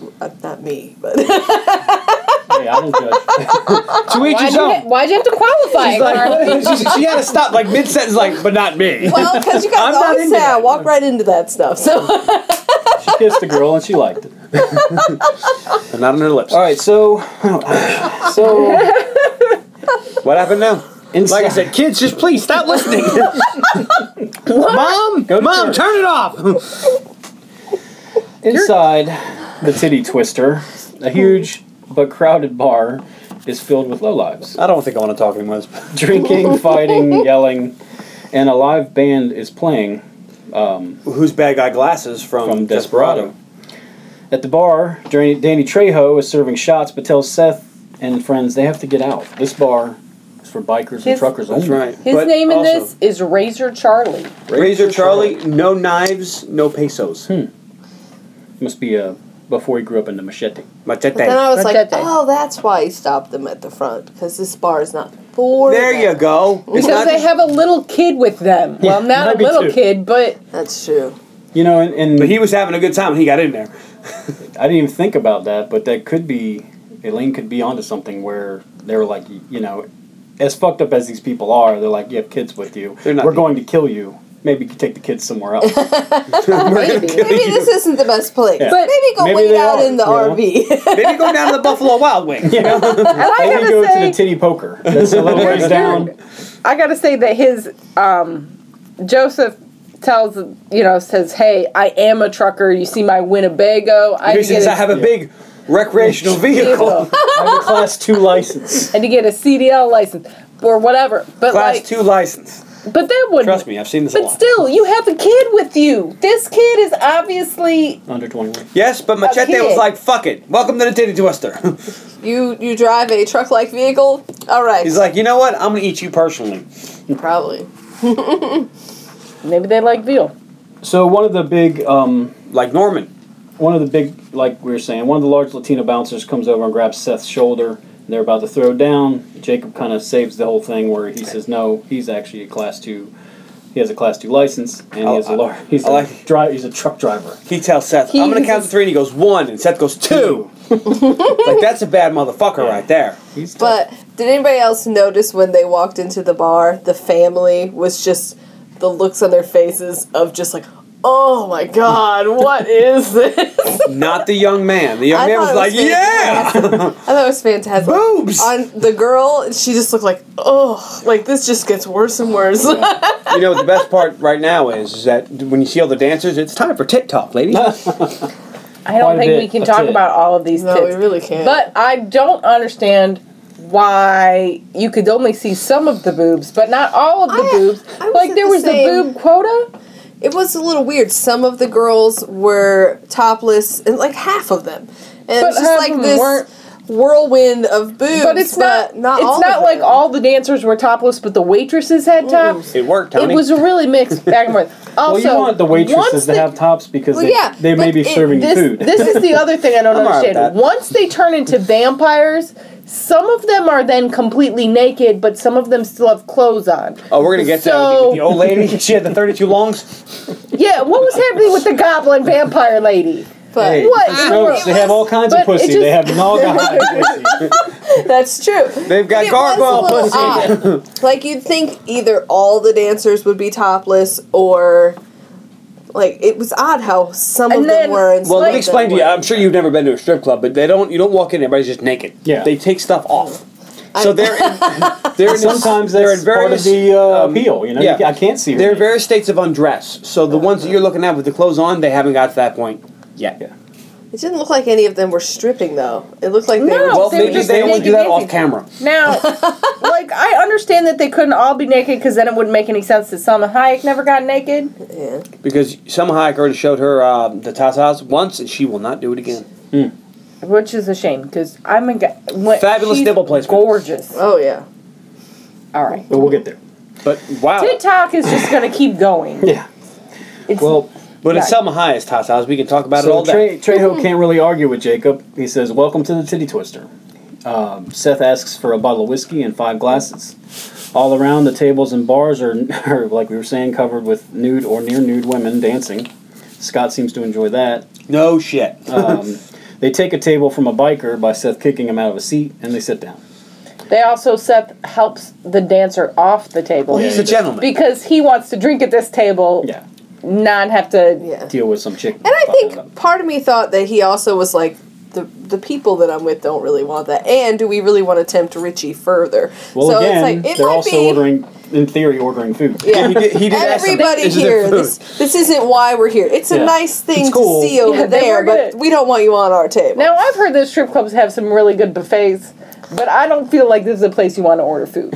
Speaker 2: not me, but
Speaker 4: Hey, I don't judge.
Speaker 3: to each
Speaker 5: Why'd
Speaker 3: his
Speaker 5: you, get-
Speaker 3: own.
Speaker 5: why'd you have to qualify it,
Speaker 3: She's like-
Speaker 5: Carly?
Speaker 3: she, she had to stop like mid sentence, like, but not me.
Speaker 2: well, because you
Speaker 3: I'm
Speaker 2: guys
Speaker 3: not
Speaker 2: always
Speaker 3: into
Speaker 2: say I
Speaker 3: that.
Speaker 2: walk right into that stuff. So
Speaker 4: She kissed the girl and she liked it.
Speaker 3: But not on her lips.
Speaker 4: All right, so so
Speaker 3: What happened now?
Speaker 4: inside,
Speaker 3: Like I said, kids, just please stop listening. Mom,
Speaker 4: Go to
Speaker 3: mom,
Speaker 4: church.
Speaker 3: turn it off.
Speaker 4: inside the titty twister. A huge but crowded bar is filled with lowlives.
Speaker 3: I don't think I want to talk anymore. This-
Speaker 4: Drinking, fighting, yelling, and a live band is playing.
Speaker 3: Who's bad guy glasses from,
Speaker 4: From Desperado. At the bar, Dra- Danny Trejo is serving shots but tells Seth and friends they have to get out. This bar is for bikers and
Speaker 5: His-
Speaker 4: truckers
Speaker 3: That's
Speaker 4: only.
Speaker 3: right.
Speaker 5: His
Speaker 3: But
Speaker 5: name in
Speaker 3: also,
Speaker 5: this is Razor Charlie.
Speaker 3: Razor Charlie, no knives, no pesos.
Speaker 4: Must be uh, before he grew up in the machete.
Speaker 3: Machete.
Speaker 2: Then I was like,
Speaker 5: Machete.
Speaker 2: oh, that's why he stopped them at the front because this bar is not for.
Speaker 3: There
Speaker 2: them.
Speaker 3: you go. It's
Speaker 5: Because
Speaker 3: not
Speaker 5: they
Speaker 3: just-
Speaker 5: have a little kid with them. Well,
Speaker 4: Yeah,
Speaker 5: not a
Speaker 4: maybe
Speaker 5: little
Speaker 4: two.
Speaker 5: kid, but
Speaker 2: That's true.
Speaker 4: You know, and, and
Speaker 3: but he was having a good time when he got in there.
Speaker 4: I didn't even think about that, but that could be Elaine could be onto something where they were like, you know, as fucked up as these people are, they're like, you have kids with you.
Speaker 3: They're not
Speaker 4: we're
Speaker 3: people.
Speaker 4: going to kill you. Maybe you could take the kids somewhere else.
Speaker 5: maybe.
Speaker 2: Maybe this isn't the best place.
Speaker 4: Yeah.
Speaker 5: But-
Speaker 2: maybe go
Speaker 4: Maybe
Speaker 2: wait
Speaker 4: they
Speaker 2: out
Speaker 4: are,
Speaker 2: in the
Speaker 4: you know?
Speaker 2: RV.
Speaker 3: Maybe go down to the Buffalo Wild Wing.
Speaker 4: you know?
Speaker 5: And I
Speaker 4: Maybe
Speaker 5: gotta
Speaker 4: go
Speaker 5: say,
Speaker 4: to the titty poker. That's a little ways down.
Speaker 5: I gotta say that his um, Joseph tells you know says, "Hey, I am a trucker. You see my Winnebago. I had
Speaker 3: Because
Speaker 5: to get
Speaker 3: since I
Speaker 5: a,
Speaker 3: have a big recreational vehicle,
Speaker 4: I have a class two license.
Speaker 5: and to get a CDL license or whatever." But
Speaker 3: class
Speaker 5: like,
Speaker 3: two license.
Speaker 5: but that would
Speaker 3: Trust me, I've seen this a
Speaker 5: But
Speaker 3: lot.
Speaker 5: still, you have a kid with you. This kid is obviously
Speaker 4: Under 21.
Speaker 3: yes, but Machete
Speaker 5: kid.
Speaker 3: was like, "Fuck it, welcome to the titty twister."
Speaker 2: you you drive a truck like vehicle. All right.
Speaker 3: He's like, "You know what? I'm gonna eat you personally."
Speaker 2: probably.
Speaker 5: maybe they like veal.
Speaker 4: So one of the big, um,
Speaker 3: Like Norman.
Speaker 4: one of the big, like we were saying, one of the large Latino bouncers comes over and grabs Seth's shoulder. They're about to throw down. Jacob kind of saves the whole thing where he says, "No, he's actually a class two. He has a class two license, and he has a
Speaker 3: I-
Speaker 4: large. He's
Speaker 3: I
Speaker 4: a
Speaker 3: like-
Speaker 4: dri- He's a truck driver."
Speaker 3: He tells Seth,
Speaker 5: He
Speaker 3: "I'm gonna
Speaker 5: uses-
Speaker 3: count to three, and he goes one, and Seth goes two. like that's a bad motherfucker right there.
Speaker 4: He's tough.
Speaker 2: But did anybody else notice when they walked into the bar, the family was just the looks on their faces of just like, oh my god, what is this?
Speaker 3: Not the young man. The young
Speaker 2: I
Speaker 3: man was
Speaker 2: thought
Speaker 3: like,
Speaker 2: it was
Speaker 3: "Yeah,
Speaker 2: I thought it was fantastic.
Speaker 3: boobs."
Speaker 2: On the girl, she just looked like, oh, like this just gets worse and worse.
Speaker 3: you know what the best part right now is, is that when you see all the dancers, it's time for tit talk, ladies.
Speaker 5: I
Speaker 4: Quite
Speaker 5: don't
Speaker 4: a
Speaker 5: think
Speaker 4: bit
Speaker 5: we can
Speaker 4: of
Speaker 5: talk
Speaker 4: tit.
Speaker 5: about all of these.
Speaker 2: no,
Speaker 5: tits.
Speaker 2: we really can't.
Speaker 5: But I don't understand why you could only see some of the boobs, but not all of the
Speaker 2: I-
Speaker 5: boobs.
Speaker 2: I was
Speaker 5: like
Speaker 2: at
Speaker 5: there
Speaker 2: the
Speaker 5: was the
Speaker 2: same-
Speaker 5: boob quota.
Speaker 2: it was a little weird. Some of the girls were topless, and like half of them, and it was
Speaker 5: But
Speaker 2: just
Speaker 5: half
Speaker 2: like
Speaker 5: of them
Speaker 2: this
Speaker 5: weren't.
Speaker 2: whirlwind of boobs.
Speaker 5: But it's not.
Speaker 2: not
Speaker 5: it's
Speaker 2: all
Speaker 5: not
Speaker 2: of
Speaker 5: like
Speaker 2: them.
Speaker 5: all the dancers were topless, but the waitresses had tops.
Speaker 3: It worked,
Speaker 5: It
Speaker 3: Tony.
Speaker 5: was a really mixed back and forth.
Speaker 4: well,
Speaker 5: Also,
Speaker 4: you want the
Speaker 5: once
Speaker 4: waitresses to
Speaker 5: they-
Speaker 4: have tops because
Speaker 2: Well,
Speaker 4: they,
Speaker 2: yeah,
Speaker 4: they may
Speaker 2: but
Speaker 4: be
Speaker 2: it-
Speaker 4: serving
Speaker 5: this,
Speaker 4: food.
Speaker 5: this is the other thing I don't
Speaker 3: I'm all right with that.
Speaker 5: understand. Once they turn into vampires, some of them are then completely naked, but some of them still have clothes on.
Speaker 3: Oh, we're gonna get
Speaker 5: So-
Speaker 3: to the old lady. She had the thirty-two longs.
Speaker 5: Yeah, what was happening with the goblin vampire lady?
Speaker 2: But
Speaker 4: Hey,
Speaker 5: What?
Speaker 4: it's roach. They have all kinds of
Speaker 5: But it
Speaker 4: pussy. they have
Speaker 5: just-
Speaker 4: all kinds of pussy.
Speaker 2: that's true.
Speaker 3: They've got
Speaker 2: It was a
Speaker 3: gargoyle
Speaker 2: little
Speaker 3: pussy.
Speaker 2: odd. like you'd think either all the dancers would be topless or like it was odd how some
Speaker 5: And
Speaker 2: of
Speaker 5: then-
Speaker 2: them were and
Speaker 3: Well,
Speaker 2: some
Speaker 3: let me
Speaker 2: of
Speaker 3: explain to
Speaker 2: them
Speaker 3: you.
Speaker 2: weren't.
Speaker 3: I'm sure you've never been to a strip club, but they don't. You don't walk in. Everybody's just naked.
Speaker 4: Yeah.
Speaker 3: They take stuff off. So they're in, they're in
Speaker 4: Sometimes
Speaker 3: they're
Speaker 4: that's
Speaker 3: in
Speaker 4: part of
Speaker 3: various
Speaker 4: the uh, appeal. You know,
Speaker 3: yeah.
Speaker 4: I can't see her.
Speaker 3: they're in various states of undress. So the ones that you're looking at with the clothes on, they haven't got to that point yet.
Speaker 4: Yeah.
Speaker 2: It didn't look like any of them were stripping though. It looked like they
Speaker 5: No.
Speaker 2: were
Speaker 3: Well,
Speaker 2: just
Speaker 5: They were
Speaker 3: maybe
Speaker 5: just
Speaker 3: they only
Speaker 5: naked
Speaker 3: do that
Speaker 5: dancing.
Speaker 3: off camera.
Speaker 5: Now, like I understand that they couldn't all be naked because then it wouldn't make any sense that Selma Hayek never got naked.
Speaker 2: yeah.
Speaker 3: Because some hike already showed her um, the tatas once, and she will not do it again.
Speaker 5: Which is a shame because I'm a guy. What,
Speaker 3: Fabulous
Speaker 5: she's
Speaker 3: nipple placement.
Speaker 5: Gorgeous.
Speaker 2: Oh yeah.
Speaker 5: All right.
Speaker 4: but we'll get there.
Speaker 3: But wow.
Speaker 5: TikTok is just gonna keep going.
Speaker 4: Yeah.
Speaker 5: It's,
Speaker 4: Well,
Speaker 3: But it's
Speaker 5: Right.
Speaker 3: Selma Hayek's tatas. We can talk about it
Speaker 4: so
Speaker 3: all day.
Speaker 4: Tre- Trejo can't really argue with Jacob. He says, "Welcome to the Titty Twister." Um, Seth asks for a bottle of whiskey and five glasses. All around the tables and bars are, are, like we were saying, covered with nude or near nude women dancing. Scott seems to enjoy that.
Speaker 3: No shit.
Speaker 4: Um, they take a table from a biker by Seth kicking him out of a seat, and they sit down.
Speaker 5: they also Seth helps the dancer off the table
Speaker 3: well, he's
Speaker 4: yeah,
Speaker 3: a gentleman.
Speaker 5: because he wants to drink at this table,
Speaker 4: Yeah,
Speaker 5: not have to.
Speaker 2: Yeah.
Speaker 4: deal with some chick.
Speaker 2: And I
Speaker 4: popping up.
Speaker 2: think part of me thought that he also was like the the people that I'm with don't really want that. And do we really want to tempt Richie further?
Speaker 4: Well,
Speaker 2: so
Speaker 4: again,
Speaker 2: it's like it
Speaker 4: they're
Speaker 2: might
Speaker 4: also
Speaker 2: be
Speaker 4: ordering, in theory, ordering food.
Speaker 2: Yeah.
Speaker 3: He did- he did ask them,
Speaker 2: Everybody
Speaker 3: "Is it
Speaker 2: here,
Speaker 3: food?"
Speaker 2: this this isn't why we're here. It's a
Speaker 4: Yeah.
Speaker 2: nice thing
Speaker 4: It's cool.
Speaker 2: to see over
Speaker 1: Yeah, they
Speaker 2: there,
Speaker 1: were
Speaker 2: but
Speaker 1: good.
Speaker 2: we don't want you on our table.
Speaker 1: Now I've heard that strip clubs have some really good buffets, but I don't feel like this is a place you want to order food.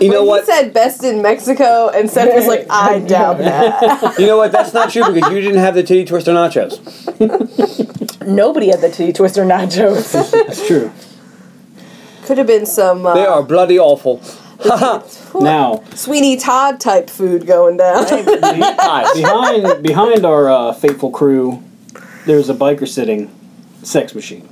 Speaker 3: You know
Speaker 2: When
Speaker 3: what?
Speaker 2: He said best in Mexico, and Seth was like, I doubt that.
Speaker 3: You know what? That's not true because you didn't have the titty twister nachos.
Speaker 1: Nobody had the titty twister nachos.
Speaker 4: That's true.
Speaker 2: Could have been some. Uh,
Speaker 3: They are bloody awful.
Speaker 4: Now,
Speaker 2: Sweeney Todd type food going down.
Speaker 4: be- behind behind our uh, fateful crew, there's a biker sitting sex machine.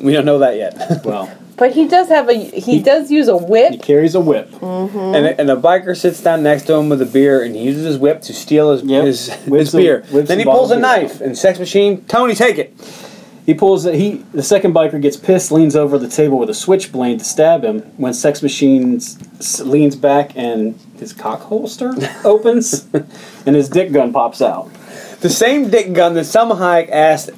Speaker 3: We don't know that yet.
Speaker 4: Well,
Speaker 1: but he does have a he does use a
Speaker 4: he
Speaker 1: whip.
Speaker 4: carries a whip.
Speaker 3: And, and the biker sits down next to him with a beer and he uses his whip to steal his
Speaker 4: Yep.
Speaker 3: his,
Speaker 4: Whips
Speaker 3: his
Speaker 4: a-
Speaker 3: beer.
Speaker 4: whips
Speaker 3: then
Speaker 4: a
Speaker 3: he pulls a
Speaker 4: bottle of beer.
Speaker 3: knife and sex machine. Tony, take it.
Speaker 4: He pulls the, he the second biker gets pissed, leans over the table with a switchblade to stab him. When sex machine s- s- leans back and his cock holster opens, and his dick gun pops out.
Speaker 3: The same dick gun that some hike asked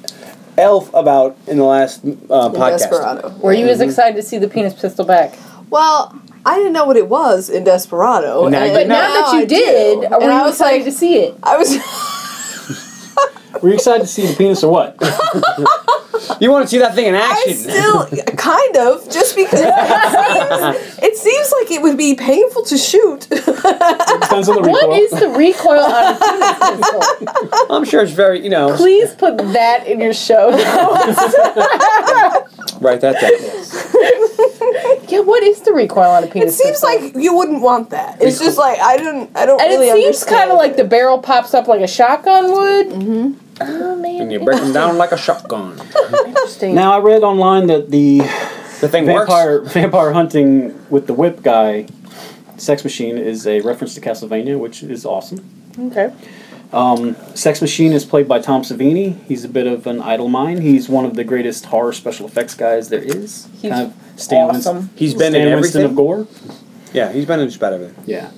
Speaker 3: Elf about in the last uh, podcast.
Speaker 2: Desperado.
Speaker 1: Were you as excited to see the penis pistol back?
Speaker 2: Well, I didn't know what it was in Desperado.
Speaker 3: And now you
Speaker 1: But
Speaker 3: No,
Speaker 1: now that you
Speaker 2: I do.
Speaker 1: did,
Speaker 2: and
Speaker 1: were you
Speaker 2: I was
Speaker 1: excited
Speaker 2: like,
Speaker 1: to see it?
Speaker 2: I was.
Speaker 4: Were you excited to see the penis or what?
Speaker 3: You want to see that thing in
Speaker 2: I
Speaker 3: action?
Speaker 2: still kind of just because it seems, it seems like it would be painful to shoot.
Speaker 4: Depends on the recoil.
Speaker 1: What is the recoil on a penis pistol?
Speaker 3: I'm sure it's very, you know,
Speaker 1: Please put that in your show. notes.
Speaker 3: write that down.
Speaker 1: yeah, what is the recoil on a
Speaker 2: it
Speaker 1: penis?
Speaker 2: seems
Speaker 1: pistol?
Speaker 2: like you wouldn't want that. It's just like I don't. I don't
Speaker 1: and
Speaker 2: really
Speaker 1: it seems
Speaker 2: understand
Speaker 1: kind of like
Speaker 2: it.
Speaker 1: the barrel pops up like a shotgun would. Mm-hmm. Oh man,
Speaker 3: And you break them down like a shotgun.
Speaker 1: interesting.
Speaker 4: Now I read online that the
Speaker 3: The thing works.
Speaker 4: vampire vampire hunting with the whip guy, sex machine is a reference to Castlevania, which is awesome.
Speaker 1: okay.
Speaker 4: Sex Machine is played by Tom Savini. He's a bit of an idol mine. He's one of the greatest horror special effects guys there is.
Speaker 1: He's
Speaker 4: Winst-
Speaker 1: awesome.
Speaker 3: He's been
Speaker 4: Stan
Speaker 3: in
Speaker 4: Winston
Speaker 3: everything.
Speaker 4: of Gore.
Speaker 3: yeah, he's been in just about everything
Speaker 4: Yeah.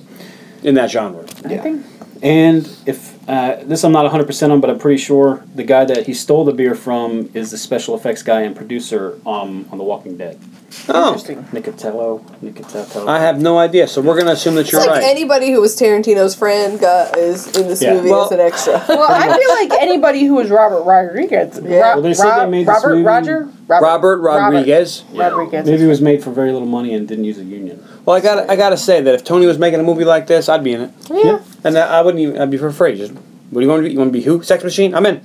Speaker 3: in that genre.
Speaker 1: I think
Speaker 4: And if uh, this, I'm not 100% on, but I'm pretty sure the guy that he stole the beer from is the special effects guy and producer um, on The Walking Dead.
Speaker 3: Oh,
Speaker 1: interesting.
Speaker 4: Nicotello. Nicotello.
Speaker 3: I have no idea. So we're gonna assume that
Speaker 2: It's
Speaker 3: you're
Speaker 2: like
Speaker 3: right.
Speaker 2: anybody who was Tarantino's friend got is in this
Speaker 4: Yeah.
Speaker 2: movie
Speaker 3: Well-
Speaker 2: as an extra.
Speaker 1: Well, I feel like anybody who was Robert Rodriguez,
Speaker 2: Yeah.
Speaker 1: Ro-
Speaker 4: Well, they said they
Speaker 1: Rob-
Speaker 4: made this
Speaker 1: Robert
Speaker 4: movie-
Speaker 1: Roger,
Speaker 3: Robert Rodriguez.
Speaker 1: Robert Rodriguez.
Speaker 4: Maybe it was made for very little money and didn't use a union.
Speaker 3: Well, I got I gotta say that if Tony was making a movie like this, I'd be in it,
Speaker 1: Yeah.
Speaker 3: and I I wouldn't even I'd be for free. Just what do you want to be? You want to be who? Sex Machine? I'm in.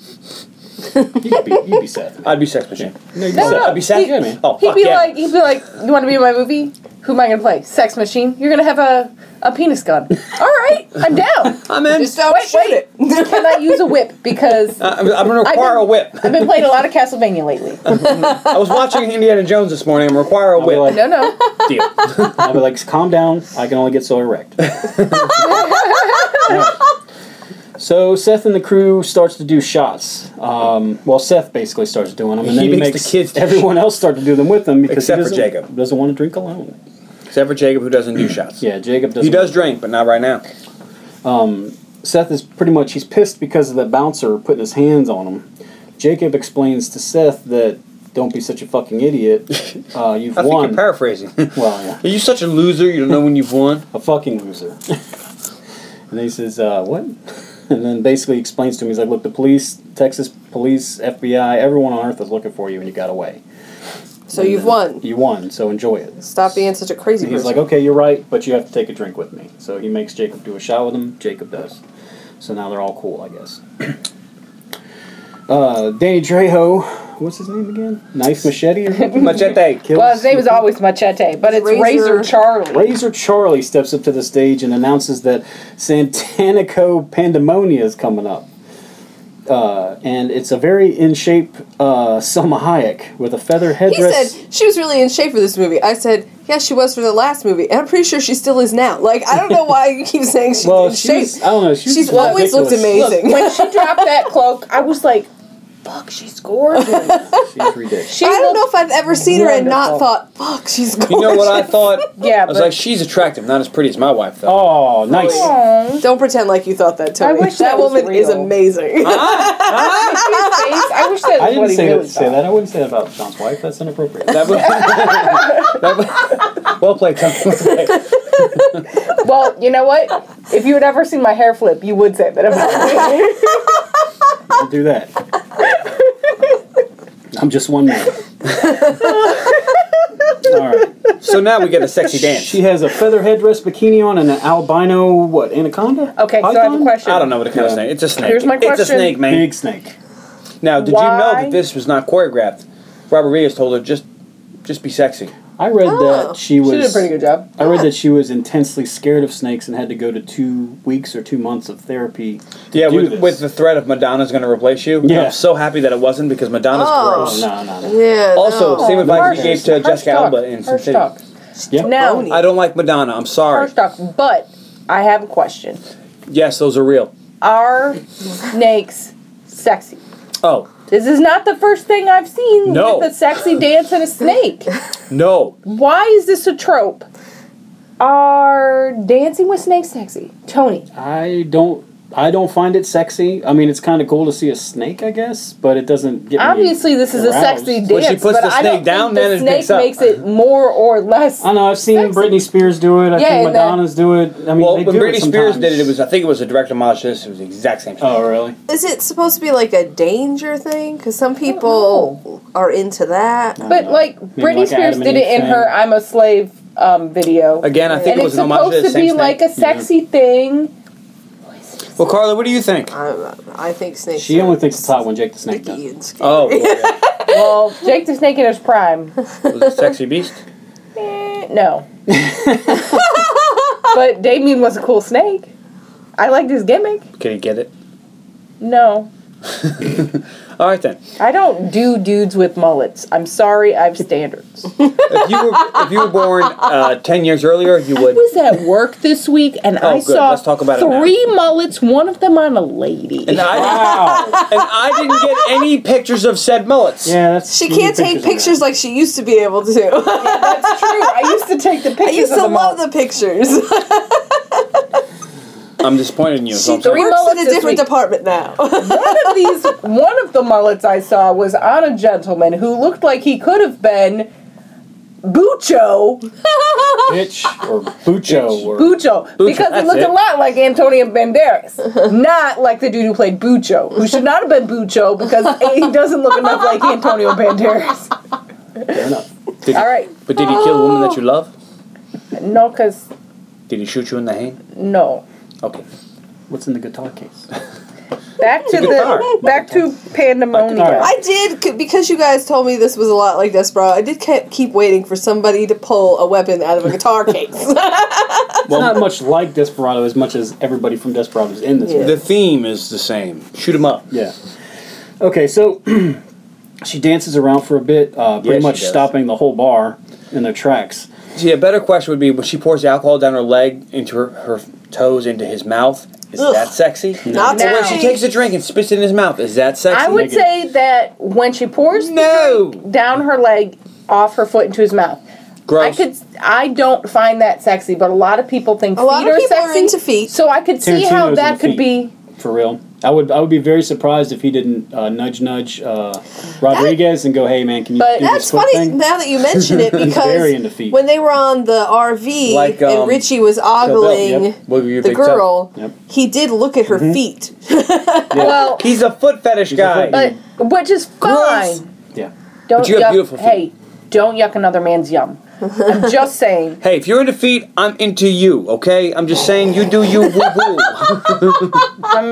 Speaker 4: You'd be, you'd be sad.
Speaker 3: I'd be Sex Machine.
Speaker 4: No, you'd
Speaker 1: No, no,
Speaker 4: be sad.
Speaker 3: I'd be sad.
Speaker 1: he-
Speaker 3: Yeah, man. Oh,
Speaker 1: He'd
Speaker 3: fuck
Speaker 1: be
Speaker 3: yeah.
Speaker 1: like, he'd be like, you want to be in my movie? Who am I gonna play? Sex Machine. You're gonna have a a penis gun. All right, I'm down.
Speaker 3: I'm in.
Speaker 2: Just don't
Speaker 1: Wait,
Speaker 2: shoot
Speaker 1: wait.
Speaker 2: it.
Speaker 1: Can I use a whip? Because
Speaker 3: I- I'm, I'm gonna require a whip.
Speaker 1: I've been playing a lot of Castlevania lately.
Speaker 3: I was watching Indiana Jones this morning. I'm gonna require a
Speaker 4: I'll be like,
Speaker 3: whip.
Speaker 1: No, no.
Speaker 3: Deal.
Speaker 4: I'll be like, calm down. I can only get so erect. so Seth and the crew starts to do shots. Um, well, Seth basically starts doing them, and
Speaker 3: He
Speaker 4: then he
Speaker 3: makes
Speaker 4: makes,
Speaker 3: the kids do
Speaker 4: everyone else start to do them with him because
Speaker 3: Except
Speaker 4: he
Speaker 3: for
Speaker 4: doesn't,
Speaker 3: Jacob.
Speaker 4: doesn't want to drink alone.
Speaker 3: Except for Jacob, who doesn't do shots.
Speaker 4: Yeah, Jacob doesn't.
Speaker 3: He does drink, but not right now.
Speaker 4: Seth is pretty much he's pissed because of that bouncer putting his hands on him. Jacob explains to Seth that don't be such a fucking idiot. Uh, you've
Speaker 3: I think
Speaker 4: won.
Speaker 3: you're paraphrasing.
Speaker 4: well, yeah.
Speaker 3: Are you such a loser? You don't know when you've won.
Speaker 4: a fucking loser. and he says, uh, what? And then basically explains to him, he's like, look, the police, Texas police, FBI, everyone on earth is looking for you and you got away.
Speaker 2: so you've won.
Speaker 4: You won, so enjoy it.
Speaker 2: Stop being such a crazy
Speaker 4: And he's
Speaker 2: person.
Speaker 4: like, okay, you're right, but you have to take a drink with me. So he makes Jacob do a shot with him. Jacob does. So now they're all cool, I guess. uh, Danny Trejo, what's his name again? Knife Machete or something?
Speaker 3: Machete.
Speaker 4: Kills-
Speaker 1: Well, his name is always Machete, but it's Razor,
Speaker 2: Razor-
Speaker 1: Charlie.
Speaker 4: Razor Charlie steps up to the stage and announces that Santanico Pandemonia is coming up. Uh, and it's a very in shape uh, Selma Hayek with a feather
Speaker 2: he
Speaker 4: headdress.
Speaker 2: said she was really in shape for this movie. I said, yeah, she was for the last movie, and I'm pretty sure she still is now. Like I don't know why you keep saying she's
Speaker 4: well,
Speaker 2: in
Speaker 4: she
Speaker 2: shape.
Speaker 4: was, I don't know. She was
Speaker 2: She's always looked
Speaker 4: ridiculous.
Speaker 2: amazing.
Speaker 1: Look, when she dropped that cloak, I was like,
Speaker 5: fuck, she's gorgeous.
Speaker 6: She's ridiculous.
Speaker 5: She
Speaker 2: I don't
Speaker 5: looked-
Speaker 2: know if I've ever seen her and not
Speaker 4: wonderful.
Speaker 2: thought, fuck, she's gorgeous.
Speaker 3: You know what I thought?
Speaker 5: Yeah,
Speaker 3: I was
Speaker 5: but-
Speaker 3: like, she's attractive, not as pretty as my wife though.
Speaker 4: Oh, nice.
Speaker 5: Aw.
Speaker 2: Don't pretend like you thought that, Tony.
Speaker 5: wish
Speaker 2: that
Speaker 5: that was
Speaker 2: woman is
Speaker 5: real.
Speaker 2: amazing.
Speaker 5: I wish that was
Speaker 4: I didn't
Speaker 5: what he
Speaker 4: say,
Speaker 5: really
Speaker 4: that, say
Speaker 5: thought.
Speaker 4: that. I wouldn't say that about John's wife. That's inappropriate.
Speaker 3: That was, that was- well played, Tom. Well played.
Speaker 5: Well, you know what? If you had ever seen my hair flip, you would say that about me.
Speaker 4: Don't do that. I'm just one man. All right.
Speaker 3: So now we get a sexy dance.
Speaker 4: She has a feather headdress bikini on and an albino what anaconda?
Speaker 5: Okay, so I have a
Speaker 4: Python?
Speaker 5: question.
Speaker 3: I don't know what it kind of
Speaker 4: Yeah.
Speaker 3: snake. It's a snake.
Speaker 5: Here's my
Speaker 3: It's a
Speaker 5: question.
Speaker 3: snake, man.
Speaker 4: Big snake.
Speaker 3: Now, did you know
Speaker 5: Why?
Speaker 3: that this was not choreographed? Robert Rodriguez told her just, just be sexy.
Speaker 4: I read
Speaker 2: Oh.
Speaker 4: that she was.
Speaker 5: She did a pretty good job.
Speaker 4: I read that she was intensely scared of snakes and had to go to two weeks or two months of therapy. To
Speaker 3: Yeah,
Speaker 4: do
Speaker 3: with,
Speaker 4: this.
Speaker 3: with the threat of Madonna's going to replace you.
Speaker 4: Yeah.
Speaker 3: I'm so happy that it wasn't because Madonna's
Speaker 2: Oh.
Speaker 4: Oh,
Speaker 3: gross.
Speaker 4: no, no, no.
Speaker 2: yeah.
Speaker 3: Also,
Speaker 5: Oh,
Speaker 3: same advice
Speaker 5: harsh-
Speaker 3: he gave to
Speaker 5: harsh
Speaker 3: Jessica
Speaker 5: talk.
Speaker 3: Alba in Sin
Speaker 5: Harsh
Speaker 3: City.
Speaker 5: talk.
Speaker 4: Yep.
Speaker 5: Now,
Speaker 2: Bony.
Speaker 3: I don't like Madonna. I'm sorry.
Speaker 5: harsh talk, but I have a question.
Speaker 3: Yes, those are real.
Speaker 5: Are snakes sexy?
Speaker 3: Oh,
Speaker 5: This is not the first thing I've seen
Speaker 3: No.
Speaker 5: with a sexy dance and a snake.
Speaker 3: no.
Speaker 5: Why is this a trope? Are dancing with snakes sexy? Tony.
Speaker 4: I don't. I don't find it sexy. I mean, it's kind of cool to see a snake, I guess, but it doesn't get me
Speaker 5: Obviously, this is a
Speaker 4: aroused.
Speaker 5: sexy dance.
Speaker 3: When she puts
Speaker 5: but
Speaker 3: the
Speaker 5: I
Speaker 3: snake
Speaker 5: don't
Speaker 3: down,
Speaker 5: think
Speaker 3: then
Speaker 5: the
Speaker 3: it
Speaker 5: snake
Speaker 3: picks up.
Speaker 5: makes it more or less.
Speaker 4: I know. I've seen
Speaker 5: Sexy.
Speaker 4: Britney Spears do it. I
Speaker 5: Yeah,
Speaker 4: think
Speaker 5: and that-
Speaker 4: Madonna's do it. I mean,
Speaker 3: Well,
Speaker 4: they
Speaker 3: when
Speaker 4: do
Speaker 3: Britney
Speaker 4: it
Speaker 3: Spears
Speaker 4: sometimes.
Speaker 3: did it, it was I think it was a direct homage to this. It was the exact same thing.
Speaker 4: Oh, really?
Speaker 2: Is it supposed to be like a danger thing? Because some people are into that.
Speaker 5: But like Britney
Speaker 4: like
Speaker 5: Spears
Speaker 4: Adam and
Speaker 5: did it
Speaker 4: Eve
Speaker 5: in her
Speaker 4: thing.
Speaker 5: "I'm a Slave" um, video,
Speaker 3: Again, I think
Speaker 5: and
Speaker 3: it
Speaker 5: it's
Speaker 3: was an homage to
Speaker 5: supposed
Speaker 3: the
Speaker 5: to
Speaker 3: same
Speaker 5: be
Speaker 3: snake.
Speaker 5: like a sexy thing.
Speaker 3: well, Carla, what do you think?
Speaker 2: I, I think snakes.
Speaker 4: She
Speaker 2: are
Speaker 4: only thinks it's hot when Jake the Snake
Speaker 2: sticky
Speaker 4: does.
Speaker 2: and scary.
Speaker 3: Oh, well, yeah.
Speaker 5: Well, Jake the Snake in his prime.
Speaker 3: was it sexy beast?
Speaker 5: Eh, no, but Damien was a cool snake. I liked his gimmick.
Speaker 3: Can he get it?
Speaker 5: No,
Speaker 3: All right then.
Speaker 5: I don't do dudes with mullets. I'm sorry, I have standards. I
Speaker 3: If you were if you were born uh, ten years earlier, you would.
Speaker 5: was at work this week and
Speaker 3: Oh,
Speaker 5: I
Speaker 3: good.
Speaker 5: saw
Speaker 3: Let's talk about it now.
Speaker 5: three mullets, one of them on a lady.
Speaker 3: And I,
Speaker 4: Wow.
Speaker 3: and I didn't get any pictures of said mullets.
Speaker 4: Oh, yeah, that's.
Speaker 2: She
Speaker 4: we need
Speaker 2: can't take
Speaker 4: of that.
Speaker 2: pictures like she used to be able to.
Speaker 5: That's true. I used to take the pictures.
Speaker 2: I used
Speaker 5: of
Speaker 2: to
Speaker 5: the
Speaker 2: love
Speaker 5: mullets.
Speaker 2: the pictures.
Speaker 3: I'm disappointed in you. is
Speaker 2: she
Speaker 3: all I'm saying.
Speaker 5: three
Speaker 2: works in a
Speaker 5: mullets this
Speaker 2: different
Speaker 5: week.
Speaker 2: department now.
Speaker 5: one of these one of the mullets I saw was on a gentleman who looked like he could have been Bucho,
Speaker 4: Bitch or Bucho or.
Speaker 5: Bucho, because he
Speaker 3: that's
Speaker 5: looked
Speaker 3: it.
Speaker 5: a lot like Antonio Banderas, not like the dude who played Bucho, who should not have been Bucho because A, he doesn't look enough like Antonio Banderas.
Speaker 4: Fair enough.
Speaker 3: Did he-
Speaker 5: All right, Oh.
Speaker 3: But did he kill a woman that you love?
Speaker 5: no, cause
Speaker 3: Did he shoot you in the hand?
Speaker 5: no.
Speaker 3: Okay.
Speaker 4: What's in the guitar case?
Speaker 5: Back to
Speaker 3: guitar.
Speaker 5: the back to pandemonium.
Speaker 4: Guitar.
Speaker 2: I did c- because you guys told me this was a lot like Desperado. I did ke- keep waiting for somebody to pull a weapon out of a guitar case.
Speaker 4: Well, not much like Desperado as much as everybody from Desperado's in this.
Speaker 2: Yeah.
Speaker 4: Yeah.
Speaker 3: The theme is the same. Shoot him up.
Speaker 4: yeah. Okay, so she dances around for a bit, uh, pretty
Speaker 3: Yeah, she
Speaker 4: much
Speaker 3: does.
Speaker 4: stopping the whole bar in their tracks.
Speaker 3: See, a better question would be when she pours the alcohol down her leg into her, her toes into his mouth. Is
Speaker 2: Ugh.
Speaker 3: that sexy?
Speaker 2: Not
Speaker 3: Or when
Speaker 2: today.
Speaker 3: she takes a drink and spits it in his mouth. Is that sexy?
Speaker 5: I would
Speaker 4: Negative.
Speaker 5: say that when she pours the
Speaker 3: No.
Speaker 5: drink down her leg off her foot into his mouth,
Speaker 3: Gross.
Speaker 5: I could. I don't find that sexy, but a lot of people think
Speaker 2: A lot
Speaker 5: feet
Speaker 2: of
Speaker 5: are
Speaker 2: people are
Speaker 5: sexy.
Speaker 2: into feet.
Speaker 5: So I could see how
Speaker 4: Tarantino's
Speaker 5: that
Speaker 4: into feet.
Speaker 5: could be.
Speaker 4: For real, I would I would be very surprised if he didn't uh, nudge nudge uh, Rodriguez and go, "Hey man, can you
Speaker 5: But
Speaker 4: do
Speaker 2: That's
Speaker 4: this foot
Speaker 2: funny
Speaker 4: thing?"
Speaker 2: now that you mention it
Speaker 4: Very
Speaker 2: because
Speaker 4: into feet.
Speaker 2: when they were on the RV
Speaker 3: Like,
Speaker 2: and
Speaker 3: um,
Speaker 2: Richie was ogling
Speaker 4: yep.
Speaker 3: Wiggle your
Speaker 2: the
Speaker 3: big toe.
Speaker 2: girl,
Speaker 4: Yep.
Speaker 2: he did look at her feet.
Speaker 5: Well,
Speaker 3: He's a foot fetish
Speaker 4: a
Speaker 3: guy.
Speaker 4: foot-
Speaker 5: but which is
Speaker 3: Gross.
Speaker 5: fine.
Speaker 4: yeah,
Speaker 5: Don't
Speaker 3: you have
Speaker 5: yuck,
Speaker 3: beautiful feet.
Speaker 5: Hey, don't yuck another man's yum. I'm just saying.
Speaker 3: hey, if you're into feet, I'm into you. Okay, I'm just saying you do you. Woo woo.
Speaker 5: I'm,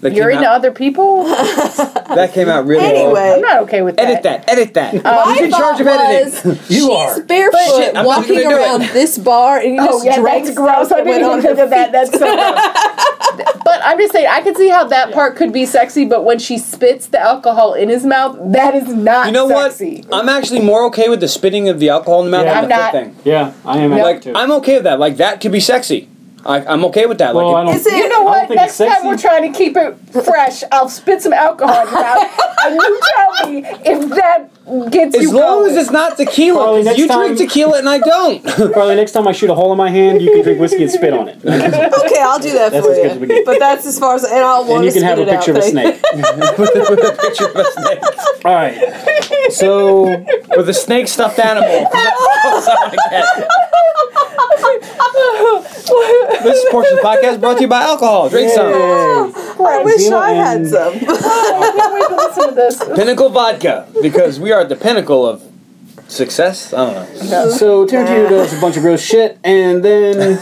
Speaker 3: That
Speaker 5: you're
Speaker 3: came
Speaker 5: into
Speaker 3: out-
Speaker 5: other people. I'm
Speaker 3: That came out really.
Speaker 2: Anyway.
Speaker 3: wrong.
Speaker 5: not okay with that.
Speaker 3: Edit that. Edit that.
Speaker 2: My
Speaker 3: Who's in
Speaker 2: thought
Speaker 3: charge of editing?
Speaker 2: was, she's
Speaker 4: are.
Speaker 2: barefoot
Speaker 3: Shit, I'm not
Speaker 2: walking
Speaker 3: gonna do it.
Speaker 2: around this bar and you just
Speaker 5: Oh yeah,
Speaker 2: drank
Speaker 5: that's gross.
Speaker 2: stuff
Speaker 5: I
Speaker 2: that went
Speaker 5: didn't
Speaker 2: on
Speaker 5: even think
Speaker 2: her
Speaker 5: of that. That's so gross. but I'm just saying, I could see how that part could be sexy, but when she spits the alcohol in his mouth, that is not
Speaker 3: You know
Speaker 5: sexy.
Speaker 3: what? I'm actually more okay with the spitting of the alcohol in the mouth
Speaker 4: Yeah.
Speaker 3: than
Speaker 5: I'm
Speaker 3: the foot
Speaker 5: not.
Speaker 3: thing.
Speaker 4: yeah, I am
Speaker 5: No.
Speaker 4: out
Speaker 3: Like
Speaker 4: too.
Speaker 3: I'm okay with that. Like that could be sexy. I, I'm okay with that.
Speaker 4: Well,
Speaker 3: like,
Speaker 4: I don't-
Speaker 1: Is it, you know
Speaker 4: I don't
Speaker 1: what?
Speaker 4: think
Speaker 1: Next
Speaker 4: it's
Speaker 1: time
Speaker 4: sexy.
Speaker 1: we're trying to keep it fresh, I'll spit some alcohol in your mouth, and you tell me if that gets
Speaker 3: as
Speaker 1: you
Speaker 3: long
Speaker 1: going.
Speaker 3: as it's not tequila.
Speaker 4: Probably
Speaker 3: 'cause
Speaker 4: next
Speaker 3: you
Speaker 4: time-
Speaker 3: drink tequila and I don't.
Speaker 4: Probably next time I shoot a hole in my hand, you can drink whiskey and spit on it. And
Speaker 2: Okay, I'll do that
Speaker 4: That's
Speaker 2: for
Speaker 4: as good as we
Speaker 2: you.
Speaker 4: get.
Speaker 2: But that's as far as, and I'll want
Speaker 4: you
Speaker 2: to
Speaker 4: can have a
Speaker 2: spit it out.
Speaker 4: picture of a
Speaker 2: thank-
Speaker 4: snake.
Speaker 3: with a picture of a snake.
Speaker 4: All right. So
Speaker 3: With a snake stuffed animal. this is portion of the podcast brought to you by alcohol. Drink some.
Speaker 2: I wish
Speaker 4: Xena
Speaker 2: I had
Speaker 4: and-
Speaker 2: some.
Speaker 1: I can't wait to listen to this.
Speaker 3: Pinnacle vodka. Because we are at the pinnacle of success. I don't know.
Speaker 4: So Tarantino does a bunch of gross shit, and then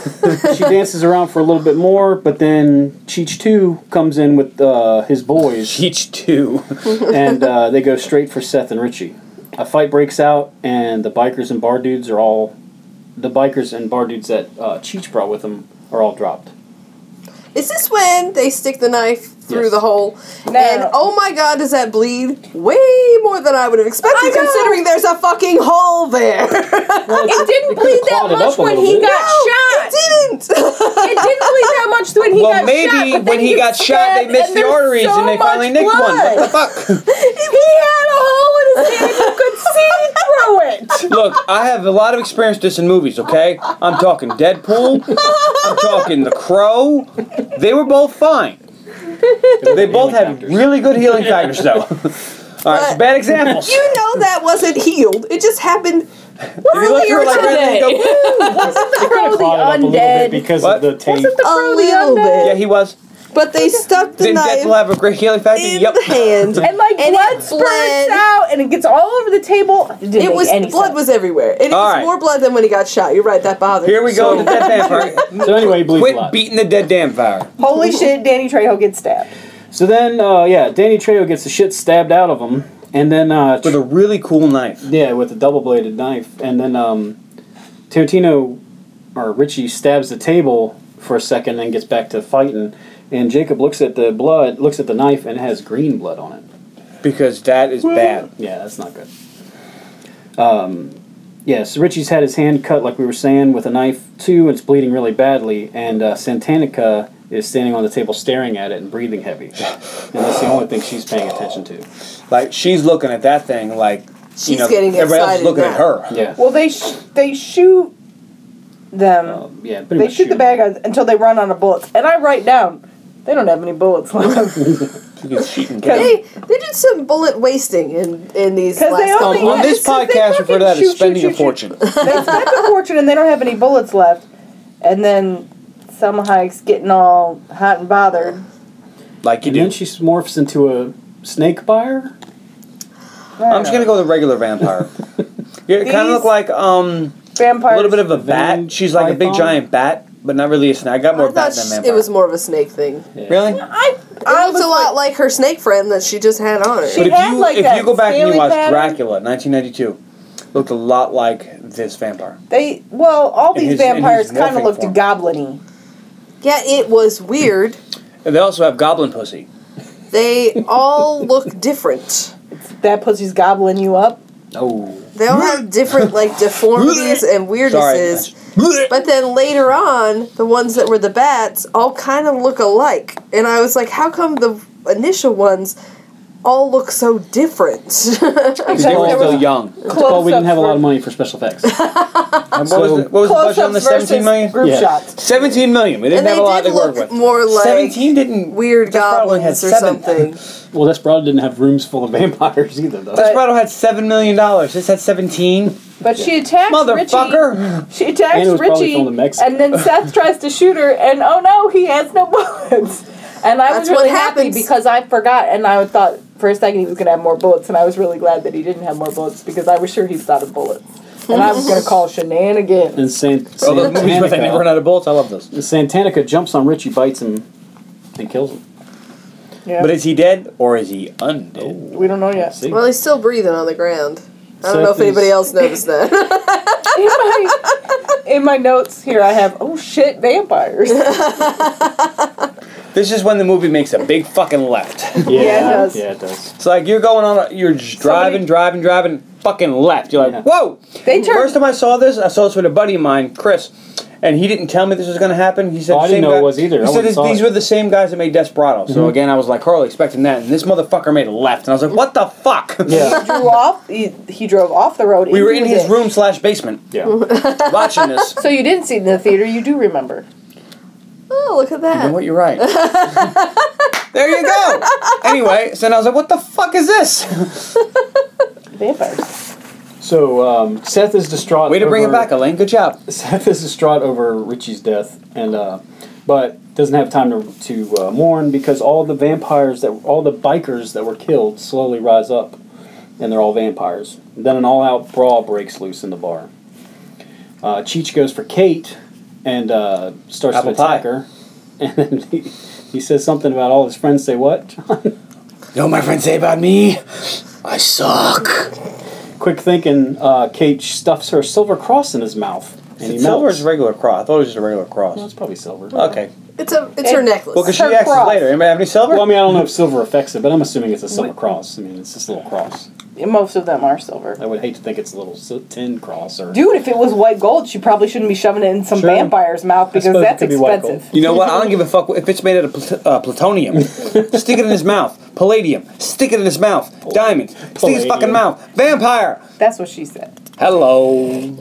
Speaker 4: she dances around for a little bit more. But then Cheech Two comes in with uh, his boys,
Speaker 3: Cheech 2.
Speaker 4: and uh, they go straight for Seth and Richie. A fight breaks out, and the bikers and bar dudes are all the bikers and bar dudes that uh, Cheech brought with him are all dropped.
Speaker 2: Is this when they stick the knife through
Speaker 4: Yes.
Speaker 2: the hole?
Speaker 1: No.
Speaker 2: And oh my god, does that bleed way more than I would have expected,
Speaker 1: I know.
Speaker 2: considering there's a fucking hole
Speaker 1: It
Speaker 2: there.
Speaker 1: didn't bleed that
Speaker 4: clotted
Speaker 1: much
Speaker 4: up a
Speaker 1: when
Speaker 4: little
Speaker 1: he
Speaker 4: bit.
Speaker 1: got shot.
Speaker 2: It didn't.
Speaker 1: It didn't bleed that much when he
Speaker 3: Well,
Speaker 1: got shot. but
Speaker 3: maybe
Speaker 1: then
Speaker 3: when he
Speaker 1: you
Speaker 3: got shot, they
Speaker 1: stabbed
Speaker 3: missed
Speaker 1: and
Speaker 3: the
Speaker 1: there's
Speaker 3: arteries
Speaker 1: so
Speaker 3: and they finally
Speaker 1: much
Speaker 3: nicked one.
Speaker 1: blood.
Speaker 3: What the fuck?
Speaker 1: He had a hole in his hand. You could see through it.
Speaker 3: Look, I have a lot of experience with this in movies, okay? I'm talking Deadpool. I'm talking The Crow. They were both fine. They both had really good healing factors, though. All right, so bad examples.
Speaker 2: you know that wasn't healed. It just happened
Speaker 3: You look
Speaker 2: earlier
Speaker 3: like
Speaker 2: today.
Speaker 3: Ridley and go,
Speaker 1: Wasn't the crow the
Speaker 4: Clotted up a little bit
Speaker 1: undead?
Speaker 4: because
Speaker 3: What?
Speaker 4: of the tape.
Speaker 1: Wasn't the
Speaker 2: A
Speaker 1: crow the
Speaker 2: little
Speaker 1: undead?
Speaker 3: yeah, he was.
Speaker 2: But they stuck the
Speaker 3: Didn't
Speaker 2: knife
Speaker 3: Deadpool have a great healing factor?
Speaker 2: in
Speaker 3: Yep.
Speaker 2: the hand.
Speaker 1: And like
Speaker 2: And
Speaker 1: blood
Speaker 2: it bled.
Speaker 1: spurts out and it gets all over the table. It,
Speaker 2: It was blood was everywhere. And it
Speaker 3: All
Speaker 2: was
Speaker 3: right.
Speaker 2: more blood than when he got shot. You're right, that bothered.
Speaker 3: Here we go
Speaker 4: So-
Speaker 3: to Dead Vampire.
Speaker 4: So anyway, he bleeds a
Speaker 3: Quit
Speaker 4: lot.
Speaker 3: beating the dead vampire.
Speaker 1: Holy shit, Danny Trejo gets stabbed.
Speaker 4: so then, uh, yeah, Danny Trejo gets the shit stabbed out of him, and then uh,
Speaker 3: With a really cool knife.
Speaker 4: Yeah, with a double bladed knife. And then um, Tarantino or Richie stabs the table for a second and gets back to fighting. And Jacob looks at the blood, looks at the knife, and it has green blood on it.
Speaker 3: Because that is bad.
Speaker 4: Yeah, that's not good. Um, yeah, so Richie's had his hand cut, like we were saying, with a knife too, and it's bleeding really badly. And uh, Santanica is standing on the table staring at it and breathing heavy. And that's the only thing she's paying attention to.
Speaker 3: Like, she's looking at that thing like, you
Speaker 2: She's
Speaker 3: know,
Speaker 2: getting
Speaker 3: everybody else is
Speaker 2: excited
Speaker 3: looking
Speaker 2: now.
Speaker 3: at her.
Speaker 4: Yeah.
Speaker 1: Well, they sh- they shoot them.
Speaker 4: Um, yeah, pretty
Speaker 1: they
Speaker 4: much
Speaker 1: shoot the bad guys until they run out of bullets. And I write down, they don't have any bullets left.
Speaker 3: Because she can
Speaker 1: Because
Speaker 2: They, they did some bullet wasting in, in these last
Speaker 1: they
Speaker 3: Um, On,
Speaker 1: only
Speaker 2: couple
Speaker 3: on this
Speaker 1: Because they
Speaker 3: podcast, refer to that
Speaker 1: fucking
Speaker 3: as
Speaker 1: shoot,
Speaker 3: spending
Speaker 1: shoot,
Speaker 3: a
Speaker 1: shoot,
Speaker 3: fortune.
Speaker 1: they spent a fortune and they don't have any bullets left. And then Selma Hayek's getting all hot and bothered.
Speaker 3: Like you
Speaker 4: And then she
Speaker 3: do.
Speaker 4: morphs into a snake buyer.
Speaker 3: I'm just gonna go with a regular vampire. You kind of
Speaker 1: These-
Speaker 3: look like um,
Speaker 1: Vampire.
Speaker 3: a little bit of a bat.
Speaker 4: Vamp-
Speaker 3: She's like a big
Speaker 4: python?
Speaker 3: giant bat, but not really a snake. I got
Speaker 2: I
Speaker 3: more
Speaker 2: thought
Speaker 3: bat than
Speaker 2: sh-
Speaker 3: vampire.
Speaker 2: it was more of a snake thing.
Speaker 3: really.
Speaker 1: I, I
Speaker 2: It looks a lot like her snake friend that she just had on her.
Speaker 1: She-
Speaker 3: But if
Speaker 1: had
Speaker 3: you
Speaker 1: like
Speaker 3: if
Speaker 1: that
Speaker 3: you go back and you
Speaker 1: scaly
Speaker 3: watch
Speaker 1: pattern.
Speaker 3: Dracula, 1992, looked a lot like this vampire.
Speaker 1: They well, all
Speaker 3: In
Speaker 1: these
Speaker 3: his- in his
Speaker 1: vampires kind of
Speaker 3: morphing
Speaker 1: looked
Speaker 3: form.
Speaker 1: goblin-y.
Speaker 2: yeah, it was weird.
Speaker 3: And they also have goblin pussy.
Speaker 2: They all look different.
Speaker 1: That pussy's gobbling you up.
Speaker 4: Oh.
Speaker 2: They all have different like deformities and
Speaker 3: Sorry.
Speaker 2: weirdnesses. But then later on, the ones that were the bats all kind of look alike. And I was like, how come the initial ones all look so different?
Speaker 3: they were
Speaker 1: There
Speaker 3: still
Speaker 1: was
Speaker 3: young.
Speaker 4: It's called we didn't have a lot
Speaker 1: Close-ups
Speaker 4: of money for special effects.
Speaker 3: And what was the, what was the budget on the
Speaker 1: Close-ups
Speaker 3: 17
Speaker 1: versus
Speaker 3: million?
Speaker 1: group
Speaker 4: Yeah.
Speaker 1: shots.
Speaker 3: 17 million. We
Speaker 2: and
Speaker 3: didn't
Speaker 2: they
Speaker 3: have a lot
Speaker 2: did
Speaker 3: to work with.
Speaker 2: look more like
Speaker 3: 17 didn't.
Speaker 2: weird
Speaker 3: Desperado had
Speaker 2: goblins or
Speaker 3: seven.
Speaker 2: something.
Speaker 4: well, Desperado didn't have rooms full of vampires either, though.
Speaker 1: But-
Speaker 3: Desperado had seven million dollars. This had 17.
Speaker 1: But she attacks Richie.
Speaker 3: Motherfucker.
Speaker 1: She
Speaker 4: And it
Speaker 1: attacks
Speaker 4: was probably filmed
Speaker 1: Richie,
Speaker 4: in Mexico.
Speaker 1: and then Seth tries to shoot her, and oh no, he has no bullets. And I
Speaker 2: That's
Speaker 1: was
Speaker 2: what
Speaker 1: really happy
Speaker 2: happens.
Speaker 1: because I forgot, and I thought for a second he was gonna have more bullets, and I was really glad that he didn't have more bullets because I was sure he was out of bullets, and I was gonna call shenanigans.
Speaker 4: and San-
Speaker 3: Oh, those movies where they never run
Speaker 4: Santanica,
Speaker 3: out of bullets. I love those.
Speaker 4: Santanica jumps on Richie, bites him, and kills him.
Speaker 1: Yeah.
Speaker 3: But is he dead or is he undead?
Speaker 1: we don't know yet.
Speaker 4: See?
Speaker 2: Well, he's still breathing on the ground. I don't
Speaker 4: Seth
Speaker 2: know if anybody
Speaker 4: is-
Speaker 2: else noticed that.
Speaker 1: in my in my notes here, I have oh shit vampires.
Speaker 3: This is when the movie makes a big fucking left.
Speaker 4: yeah,
Speaker 1: Yeah, it does.
Speaker 4: Yeah, it does.
Speaker 3: It's like you're going on, a, you're just driving,
Speaker 1: Somebody-
Speaker 3: driving, driving, fucking left. You're like,
Speaker 4: Yeah.
Speaker 3: whoa!
Speaker 1: They turn-
Speaker 3: First time I saw this, I saw this with a buddy of mine, Chris, and he didn't tell me this was going to happen. He said,
Speaker 4: Oh, I
Speaker 3: the
Speaker 4: didn't
Speaker 3: same
Speaker 4: know it
Speaker 3: guy-
Speaker 4: was either. I
Speaker 3: He said
Speaker 4: went and
Speaker 3: this-
Speaker 4: saw
Speaker 3: these
Speaker 4: it. Mm-hmm.
Speaker 3: were the same guys that made Desperado. So again, I was like, Carl, expecting that, and this motherfucker made a left, and I was like, what the fuck?
Speaker 4: Yeah.
Speaker 1: Drew off. He, he drove off the road.
Speaker 3: we were
Speaker 1: into
Speaker 3: in his
Speaker 1: the-
Speaker 3: room slash basement
Speaker 4: yeah.
Speaker 3: watching this.
Speaker 1: So you didn't see it in the theater. You do remember.
Speaker 2: Oh, look at
Speaker 3: You know
Speaker 2: that.
Speaker 3: what? You're right. there you go. Anyway, so then I was like, what the fuck is this?
Speaker 1: Vampires.
Speaker 4: So um, Seth is distraught.
Speaker 3: Way to bring it
Speaker 4: over-
Speaker 3: back, Elaine. Good job.
Speaker 4: Seth is distraught over Richie's death, and uh, but doesn't have time to to uh, mourn because all the vampires that all the bikers that were killed slowly rise up, and they're all vampires. Then an all-out brawl breaks loose in the bar. Uh, Cheech goes for Kate and uh, starts to
Speaker 3: Apple
Speaker 4: attack
Speaker 3: pie.
Speaker 4: her, and then he, he says something about all his friends say what.
Speaker 3: You know what my friends say about me? I suck.
Speaker 4: Quick thinking, uh, Kate stuffs her silver cross in his mouth, and he
Speaker 3: Is it silver or
Speaker 4: melts.
Speaker 3: is it regular cross? I thought it was just a regular
Speaker 4: Well, it's
Speaker 3: cross.
Speaker 4: probably silver.
Speaker 3: Okay.
Speaker 2: It's a it's her
Speaker 1: It-
Speaker 2: necklace.
Speaker 3: Well, because she
Speaker 1: Her
Speaker 3: asks
Speaker 1: cross.
Speaker 3: later. Anybody have any silver?
Speaker 4: Well, I mean, I don't know if silver affects it, but I'm assuming it's a silver cross. I mean, it's this little cross.
Speaker 1: Most of them are silver.
Speaker 4: I would hate to think it's a little si- tin cross or.
Speaker 1: Dude, if it was white gold, she probably shouldn't be shoving it in some
Speaker 4: Sure.
Speaker 1: vampire's mouth because
Speaker 4: suppose it
Speaker 1: that's
Speaker 4: could be white
Speaker 1: expensive.
Speaker 3: You know what? I don't give a fuck if it's made out of plut- uh, plutonium. stick it in his mouth. Palladium. Stick it in his mouth. Diamonds. Stick in his fucking
Speaker 4: Palladium.
Speaker 3: mouth. Vampire.
Speaker 1: That's what she said.
Speaker 3: Hello.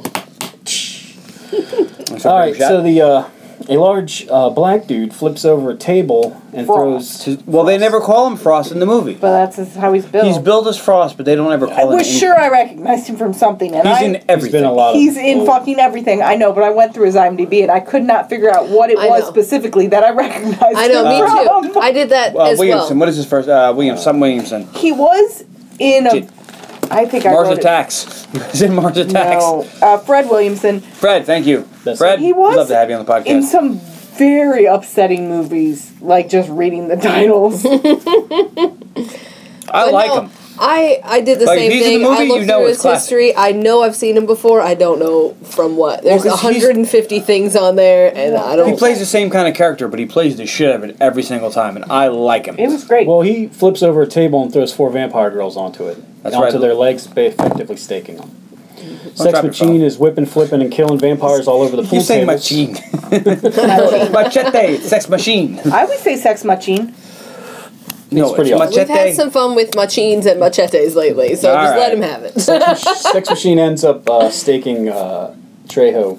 Speaker 4: All right, so the uh, a large uh, black dude flips over a table and
Speaker 1: Frost.
Speaker 4: throws.
Speaker 3: well, they never call him Frost in the movie.
Speaker 1: But that's just how he's built.
Speaker 3: He's built as Frost, but they don't ever
Speaker 1: I
Speaker 3: call him.
Speaker 1: was
Speaker 3: anything.
Speaker 1: sure I recognized him from something, and
Speaker 3: He's
Speaker 1: I.
Speaker 3: in
Speaker 4: He's been
Speaker 3: everything.
Speaker 4: a lot.
Speaker 1: He's
Speaker 4: of,
Speaker 1: in
Speaker 4: well,
Speaker 1: fucking everything. I know, but I went through his IMDb and I could not figure out what it
Speaker 2: I
Speaker 1: was
Speaker 2: know.
Speaker 1: specifically that I recognized.
Speaker 2: I know,
Speaker 1: him
Speaker 2: me
Speaker 1: from.
Speaker 2: too. I did that
Speaker 3: Uh,
Speaker 2: as
Speaker 3: Williamson.
Speaker 2: well.
Speaker 3: What is his first? Uh, Williams. Some Williamson.
Speaker 1: He was in a.
Speaker 3: Shit.
Speaker 1: I think I
Speaker 3: Mars
Speaker 1: wrote
Speaker 3: Attacks. He's in Mars
Speaker 1: It.
Speaker 3: Attacks.
Speaker 1: No, uh, Fred Williamson.
Speaker 3: Fred, thank you.
Speaker 4: That's-
Speaker 3: Fred,
Speaker 1: He was
Speaker 3: love to have you on the podcast.
Speaker 1: in some very upsetting movies, like just reading the titles.
Speaker 3: I
Speaker 2: But
Speaker 3: like
Speaker 2: no,
Speaker 3: him.
Speaker 2: I, I did the
Speaker 3: Like,
Speaker 2: same
Speaker 3: if he's in
Speaker 2: thing.
Speaker 3: the movie,
Speaker 2: I
Speaker 3: you
Speaker 2: looked
Speaker 3: know
Speaker 2: through
Speaker 3: it's
Speaker 2: his
Speaker 3: classic.
Speaker 2: history. I know I've seen him before. I don't know from what. There's
Speaker 3: 'cause he's-
Speaker 2: 150 things on there, and I don't.
Speaker 3: He plays the same kind of character, but he plays the shit out of it every single time, and I like him.
Speaker 1: it was great.
Speaker 4: well, he flips over a table and throws four vampire girls onto it.
Speaker 3: That's
Speaker 4: onto
Speaker 3: right.
Speaker 4: their legs, ba- effectively staking them. Sex
Speaker 3: drop your phone.
Speaker 4: Machine is whipping, flipping, and killing vampires all over the pool
Speaker 3: He's saying
Speaker 4: tables.
Speaker 3: machine. machete, sex machine.
Speaker 1: I would say sex machine.
Speaker 3: No,
Speaker 4: pretty
Speaker 3: it's
Speaker 4: awesome.
Speaker 2: We've had
Speaker 3: machete.
Speaker 2: some fun with machines and machetes lately, so
Speaker 3: All
Speaker 2: just
Speaker 3: right.
Speaker 2: let him have it.
Speaker 4: Sex Machine ends up uh, staking uh, Trejo,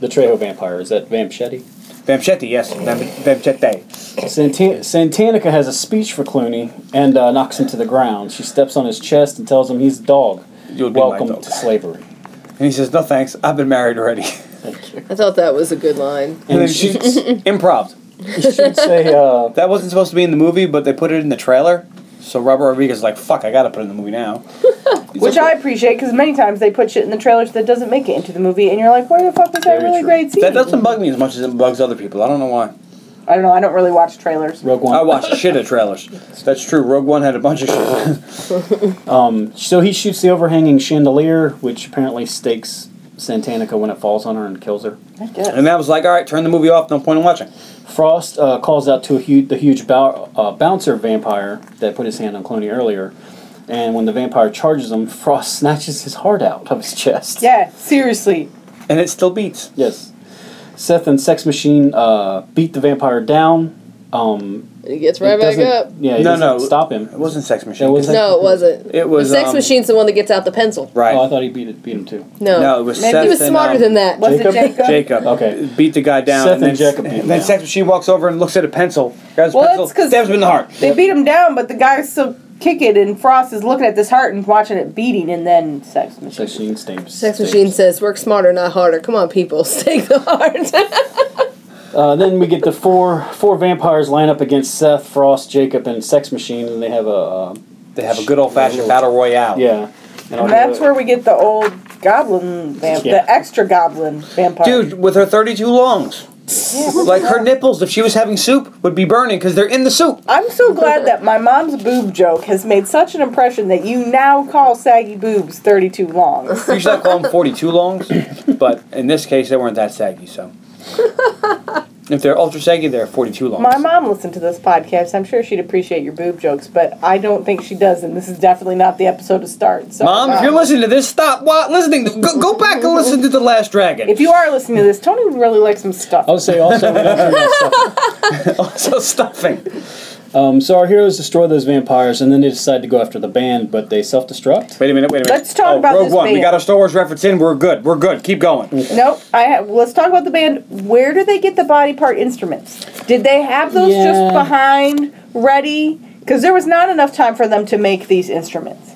Speaker 4: the Trejo vampire. Is that Vamchetti?
Speaker 3: Vamchetti, yes. Vam- Vamchete.
Speaker 4: Santan- Santanica has a speech for Clooney and uh, knocks him to the ground. She steps on his chest and tells him he's a dog.
Speaker 3: You'll be my
Speaker 4: Welcome
Speaker 3: dog.
Speaker 4: to slavery.
Speaker 3: And he says, no thanks, I've been married already.
Speaker 2: I thought that was a good line.
Speaker 3: And then
Speaker 4: And
Speaker 3: she
Speaker 4: she
Speaker 3: improv.
Speaker 4: should say, uh,
Speaker 3: That wasn't supposed to be in the movie, but they put it in the trailer. So Robert Rodriguez is like, fuck, I gotta put it in the movie now.
Speaker 1: Which I appreciate because many times they put shit in the trailers that doesn't make it into the movie, and you're like, where the fuck was that
Speaker 4: Very
Speaker 1: really
Speaker 4: true.
Speaker 1: great scene?
Speaker 3: That doesn't bug me as much as it bugs other people. I don't know why.
Speaker 1: I don't know. I don't really watch trailers.
Speaker 4: Rogue One.
Speaker 3: I watch a shit of trailers. That's true. Rogue One had a bunch of shit.
Speaker 4: So he shoots the overhanging chandelier, which apparently stakes Santanica when it falls on her and kills her.
Speaker 1: I guess.
Speaker 3: And that was like, all right, turn the movie off. No point in watching.
Speaker 4: Frost uh, calls out to a huge, the huge bow, uh, bouncer vampire that put his hand on Clooney earlier. And when the vampire charges him, Frost snatches his heart out of his chest.
Speaker 1: Yeah, seriously.
Speaker 3: And it still beats.
Speaker 4: Yes. Seth and Sex Machine uh, beat the vampire down. Um,
Speaker 2: He gets
Speaker 4: it
Speaker 2: right back
Speaker 4: doesn't-
Speaker 2: up.
Speaker 4: Yeah, it
Speaker 3: No,
Speaker 4: doesn't
Speaker 3: no.
Speaker 4: stop him.
Speaker 3: It wasn't Sex Machine.
Speaker 4: It was-
Speaker 2: No, it wasn't.
Speaker 3: It was,
Speaker 2: the sex
Speaker 3: um,
Speaker 2: machine's the one that gets out the pencil.
Speaker 3: Right.
Speaker 4: Oh, I thought he beat it, beat him too.
Speaker 2: No,
Speaker 3: No, it was
Speaker 1: Maybe he
Speaker 3: Seth
Speaker 2: he was
Speaker 3: and,
Speaker 2: smarter
Speaker 3: um,
Speaker 2: than that.
Speaker 1: Was it
Speaker 4: Jacob?
Speaker 1: Jacob?
Speaker 3: Jacob.
Speaker 4: Okay.
Speaker 3: Beat the guy down.
Speaker 4: Seth
Speaker 3: and then,
Speaker 4: and Jacob beat him
Speaker 3: and then
Speaker 4: down.
Speaker 3: Sex Machine walks over and looks at a pencil. Grabs
Speaker 1: Well,
Speaker 3: a
Speaker 1: that's
Speaker 3: pencil,
Speaker 1: 'cause-
Speaker 3: stabs him in the heart.
Speaker 1: They beat him down, but the guy's still kicking, and Frost is looking at this heart and watching it beating, and then sex machine.
Speaker 4: Sex Machine stabs.
Speaker 2: Sex machine says, "Work smarter, not harder." Come on, people, take the heart.
Speaker 4: Uh, then we get the four four vampires line up against Seth, Frost, Jacob, and Sex Machine, and they have a uh,
Speaker 3: They have a good old fashioned battle royale.
Speaker 4: yeah.
Speaker 1: And that's where we get the old goblin vamp,
Speaker 4: Yeah.
Speaker 1: the extra goblin vampire.
Speaker 3: Dude, with her 32 longs. Like her nipples, if she was having soup, would be burning because they're in the soup.
Speaker 1: I'm so glad that my mom's boob joke has made such an impression that you now call saggy boobs 32 long.
Speaker 3: Usually I call them 42 longs, but in this case, they weren't that saggy, so. If they're ultra saggy, they're 42 long.
Speaker 1: My mom listened to this podcast. I'm sure she'd appreciate your boob jokes, but I don't think she does, and this is definitely not the episode to start. So,
Speaker 3: Mom, if you're listening to this, stop wa- listening. To, go, go back and listen to The Last Dragon.
Speaker 1: If you are listening to this, Tony would really like some stuff.
Speaker 4: I'll say also. we don't hear that stuff.
Speaker 3: also stuffing.
Speaker 4: Um, so our heroes destroy those vampires, and then they decide to go after the band, but they self-destruct.
Speaker 3: Wait a minute, wait a minute.
Speaker 1: Let's talk about
Speaker 3: Rogue
Speaker 1: this
Speaker 3: One. We
Speaker 1: band.
Speaker 3: got our Star Wars reference in. We're good. We're good. Keep going.
Speaker 1: Nope. I have, let's talk about the band. Where do they get the body part instruments? Did they have those
Speaker 4: Yeah.
Speaker 1: just behind, ready? Because there was not enough time for them to make these instruments.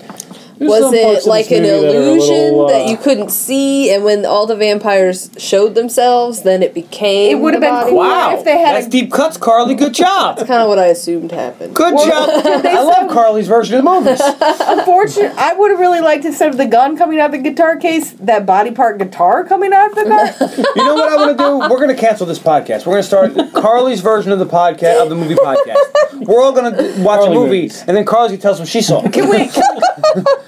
Speaker 4: There's
Speaker 2: was
Speaker 4: some parts of
Speaker 2: it
Speaker 4: this
Speaker 2: like an
Speaker 4: movie that are a
Speaker 2: illusion
Speaker 4: little,
Speaker 2: that
Speaker 4: uh,
Speaker 2: you couldn't see, and when all the vampires showed themselves, then it became?
Speaker 1: It would have
Speaker 2: the
Speaker 1: been
Speaker 2: body?
Speaker 1: cool
Speaker 3: Wow.
Speaker 1: if they had
Speaker 3: That's
Speaker 1: a
Speaker 3: deep cuts, Carly. Good job.
Speaker 2: Kind of what I assumed happened.
Speaker 3: Good
Speaker 1: Well,
Speaker 3: job. I love Carly's version of the movies.
Speaker 1: Unfortunate. I would have really liked instead of the gun coming out of the guitar case, that body part guitar coming out of the gun.
Speaker 3: You know what I want to do? We're going to cancel this podcast. We're going to start Carly's version of the podcast of the movie podcast. We're all going to watch
Speaker 4: Carly
Speaker 3: a movie,
Speaker 4: movies.
Speaker 3: and then Carly's going to tell us what she saw.
Speaker 1: Can we?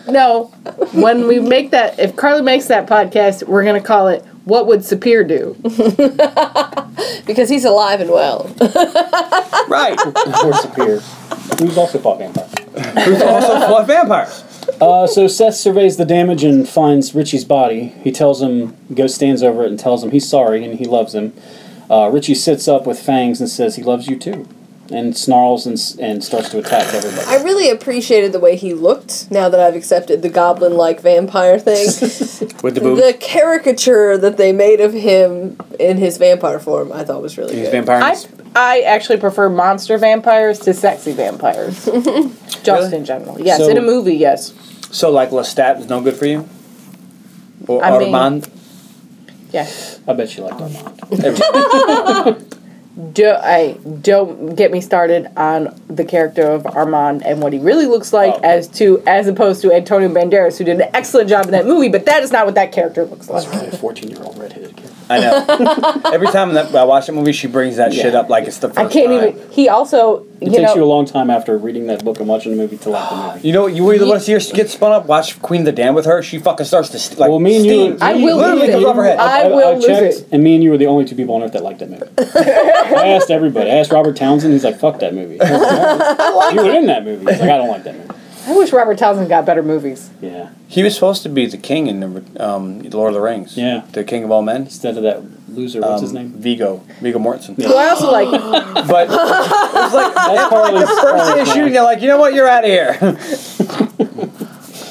Speaker 1: no. When we make that, if Carly makes that podcast, we're gonna call it "What Would Sapir Do."
Speaker 2: Because he's alive and well.
Speaker 3: right.
Speaker 4: uh, Force appear. Who's also fought vampires.
Speaker 3: Who's also fought vampires.
Speaker 4: Uh, so Seth surveys the damage and finds Richie's body. He tells him, Ghost stands over it and tells him he's sorry and he loves him. Uh, Richie sits up with fangs and says he loves you too, and snarls and, s- and starts to attack everybody.
Speaker 2: I really appreciated the way he looked. Now that I've accepted the goblin-like vampire thing,
Speaker 3: With the boobs.
Speaker 2: the caricature that they made of him in his vampire form, I thought was really
Speaker 3: These
Speaker 2: good.
Speaker 1: I
Speaker 3: vampires.
Speaker 1: I actually prefer monster vampires to sexy vampires. Just
Speaker 3: Really?
Speaker 1: in general, yes.
Speaker 4: So-
Speaker 1: in a movie, yes.
Speaker 3: So, like, Lestat is no good for you? Or
Speaker 1: I mean-
Speaker 3: Armand?
Speaker 1: Yes.
Speaker 4: I bet you liked Armand.
Speaker 1: Do I don't get me started on the character of Armand and what he really looks like
Speaker 4: Oh.
Speaker 1: as to as opposed to Antonio Banderas who did an excellent job in that movie, but that is not what that character looks like.
Speaker 4: Probably a 14 year old redheaded kid.
Speaker 3: I know. Every time that I watch that movie, she brings that shit up like it's the first
Speaker 1: I can't
Speaker 3: time.
Speaker 1: even he also
Speaker 4: It
Speaker 1: you
Speaker 4: takes
Speaker 1: know
Speaker 4: you a long time after reading that book and watching the movie to like the movie.
Speaker 3: You know, what? you either want to see her get spun up, watch Queen of the Dam with her. She fucking starts to st- like.
Speaker 4: Well, me and you-
Speaker 3: steam.
Speaker 1: I will
Speaker 3: literally
Speaker 1: lose
Speaker 3: comes
Speaker 1: it.
Speaker 3: off her head.
Speaker 1: I will lose it.
Speaker 4: and me and you were the only two people on earth that liked that movie. I asked everybody. I asked Robert Townsend. He's like, "Fuck that movie." I was like, "All right." you were in that movie. He's like, "I don't like that movie."
Speaker 1: I wish Robert Townsend got better movies.
Speaker 4: Yeah,
Speaker 3: He was supposed to be the king in the um, Lord of the Rings.
Speaker 4: Yeah.
Speaker 3: the king of all men.
Speaker 4: instead of that loser, what's his
Speaker 3: Um,
Speaker 4: name?
Speaker 3: Vigo, Vigo Mortensen.
Speaker 1: Who I also like
Speaker 3: But it's like
Speaker 4: That's Carly's.
Speaker 3: first day
Speaker 4: Carly's
Speaker 3: of shooting,
Speaker 4: plan.
Speaker 3: they're like, you know what, you're out of here.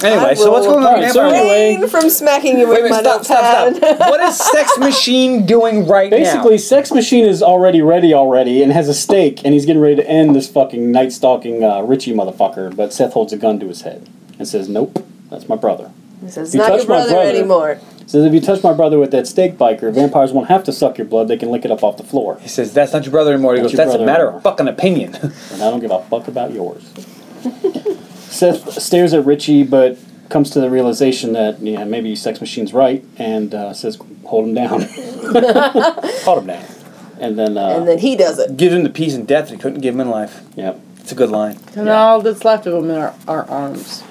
Speaker 3: anyway, so what's going on?
Speaker 4: Alright,
Speaker 3: with
Speaker 4: so
Speaker 3: vampires?
Speaker 4: anyway-
Speaker 2: Pain from smacking you
Speaker 3: wait,
Speaker 2: with
Speaker 3: wait,
Speaker 2: my
Speaker 3: stop,
Speaker 2: notepad.
Speaker 3: stop, stop. What is Sex Machine doing right
Speaker 4: Basically,
Speaker 3: now?
Speaker 4: Sex Machine is already ready already and has a stake, and he's getting ready to end this fucking night stalking uh, Richie motherfucker. But Seth holds a gun to his head and says, "Nope, that's my brother."
Speaker 2: He says,
Speaker 4: You
Speaker 2: not your
Speaker 4: touched my
Speaker 2: brother,
Speaker 4: brother.
Speaker 2: anymore.
Speaker 4: Says, "If you touch my brother with that stake biker, vampires won't have to suck your blood; they can lick it up off the floor."
Speaker 3: He says, "That's not your brother anymore." He
Speaker 4: That's
Speaker 3: goes,
Speaker 4: your
Speaker 3: "That's a
Speaker 4: brother
Speaker 3: matter
Speaker 4: anymore."
Speaker 3: of fucking opinion."
Speaker 4: and I don't give a fuck about yours. Seth stares at Richie, but comes to the realization that yeah, maybe Sex Machine's right, and uh, says, "Hold him down."
Speaker 3: Called him now.
Speaker 4: and then, uh,
Speaker 2: And then he does it.
Speaker 3: Give him the peace in death. He couldn't give him in life.
Speaker 4: yep.
Speaker 3: It's a good line.
Speaker 1: and all that's left of them are, are arms.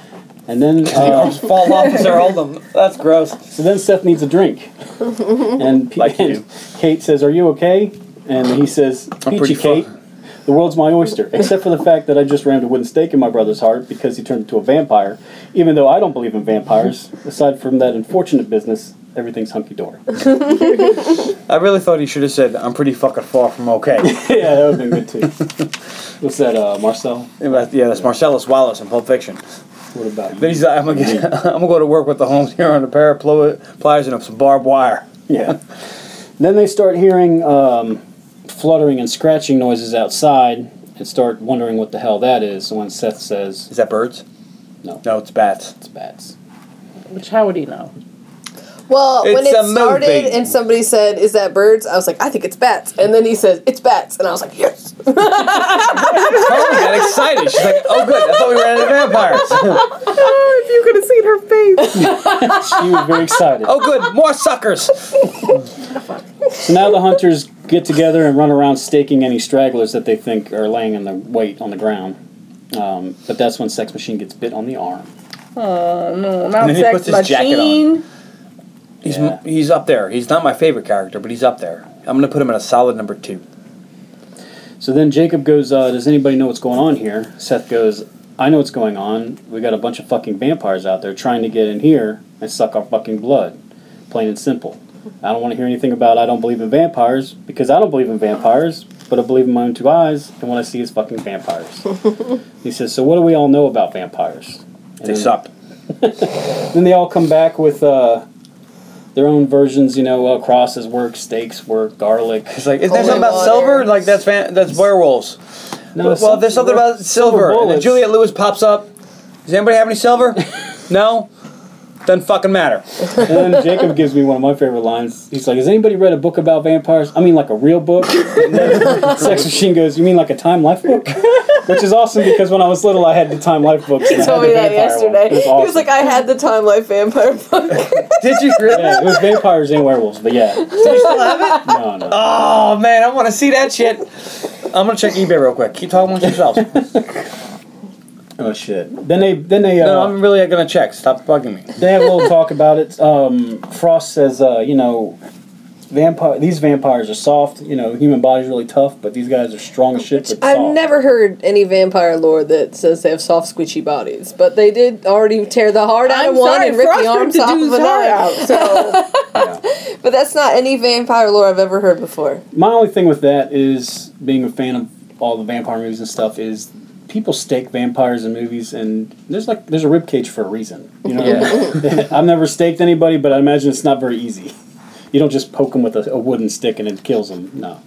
Speaker 4: And then,
Speaker 3: The
Speaker 4: uh,
Speaker 3: arms fall off as they're holding them. That's gross.
Speaker 4: so then Seth needs a drink, and, P-
Speaker 3: Like you.
Speaker 4: and Kate says, "Are you okay?" And he says,
Speaker 3: pretty
Speaker 4: "Peachy
Speaker 3: fu-
Speaker 4: Kate." The world's my oyster, except for the fact that I just rammed a wooden stake in my brother's heart because he turned into a vampire. Even though I don't believe in vampires, aside from that unfortunate business, everything's hunky dory.
Speaker 3: I really thought he should have said, "I'm pretty fucking far from okay."
Speaker 4: yeah, that would have been good too. What's that, uh, Marcel?
Speaker 3: yeah, that's- yeah, that's Marcellus Wallace in Pulp Fiction.
Speaker 4: What about you?
Speaker 3: Then he's like, "I'm gonna, get, I'm gonna go to work with the homes here on a pair of pli- pliers and some barbed wire."
Speaker 4: yeah. Then they start hearing um, fluttering and scratching noises outside and start wondering what the hell that is. So when Seth says,
Speaker 3: Is that birds?
Speaker 4: no,
Speaker 3: No, it's bats.
Speaker 4: it's bats.
Speaker 1: Which how would he know?
Speaker 2: Well, when
Speaker 3: It's
Speaker 2: it
Speaker 3: a
Speaker 2: started
Speaker 3: movie.
Speaker 2: and somebody said, Is that birds? I was like, I think it's bats. And then he says, It's bats. And I was like, Yes.
Speaker 3: Carly got "Oh, excited. She's like, "Oh, good! I thought we ran into vampires.
Speaker 1: Oh, if you could have seen her face.
Speaker 4: She was very excited.
Speaker 3: oh, good! More suckers."
Speaker 4: So now the hunters get together and run around staking any stragglers that they think are laying in the weight on the ground. Um, but that's when Sex Machine gets bit on the arm.
Speaker 1: Oh, not
Speaker 3: then he
Speaker 1: sex
Speaker 3: puts his jacket on.
Speaker 1: machine.
Speaker 3: He's
Speaker 4: Yeah.
Speaker 3: he's up there. He's not my favorite character, but he's up there. I'm gonna put him in a solid number two.
Speaker 4: So then Jacob goes, uh, Does anybody know what's going on here? Seth goes, I know what's going on. We got a bunch of fucking vampires out there trying to get in here and suck our fucking blood. Plain and simple. I don't want to hear anything about I don't believe in vampires because I don't believe in vampires, but I believe in my own two eyes, and what I see is fucking vampires. he says, So what do we all know about vampires? And
Speaker 3: They
Speaker 4: then-
Speaker 3: suck.
Speaker 4: then they all come back with uh, their own versions. You know, uh, crosses work, stakes work, garlic.
Speaker 3: It's like, is there
Speaker 2: Holy
Speaker 3: something about
Speaker 2: water.
Speaker 3: silver? Like that's fan- that's werewolves.
Speaker 4: No,
Speaker 3: Well, there's something about silver. and then
Speaker 4: bullets.
Speaker 3: Juliet Lewis pops up. Does anybody have any silver? no. Doesn't fucking matter.
Speaker 4: And then Jacob gives me one of my favorite lines. He's like, "Has anybody read a book about vampires? I mean, like a real book." And then Sex Machine goes, "You mean like a Time Life book?" Which is awesome because when I was little, I had the Time Life books. and
Speaker 2: He
Speaker 4: I
Speaker 2: told
Speaker 4: had
Speaker 2: me
Speaker 4: the
Speaker 2: that
Speaker 4: vampire one.
Speaker 2: yesterday.
Speaker 4: It was
Speaker 2: He was
Speaker 4: awesome.
Speaker 2: like, I had the Time Life Vampire book.
Speaker 3: Did you really?
Speaker 4: yeah, it was vampires and werewolves, but yeah. No, no.
Speaker 3: Oh man, I want to see that shit. I'm gonna check eBay real quick. Keep talking amongst yourselves.
Speaker 4: Oh shit. Then they, then they. Uh,
Speaker 3: No, I'm really gonna check. Stop bugging me.
Speaker 4: they have a little talk about it. Um, Frost says, uh, you know, vampire. These vampires are soft. You know, human body's really tough, but these guys are strong as shit. But
Speaker 2: I've
Speaker 4: soft.
Speaker 2: never heard any vampire lore that says they have soft, squishy bodies, but they did already tear the heart out
Speaker 5: I'm
Speaker 2: of one
Speaker 5: sorry,
Speaker 2: and rip
Speaker 5: Frost
Speaker 2: the
Speaker 5: ripped
Speaker 2: arms
Speaker 5: the
Speaker 2: off of
Speaker 5: dude's
Speaker 2: another.
Speaker 5: heart out, so
Speaker 2: But that's not any vampire lore I've ever heard before.
Speaker 4: My only thing with that is being a fan of all the vampire movies and stuff is people stake vampires in movies, and there's like there's a rib cage for a reason. You know, I've never staked anybody, but I imagine it's not very easy. You don't just poke them with a, a wooden stick and it kills them. No.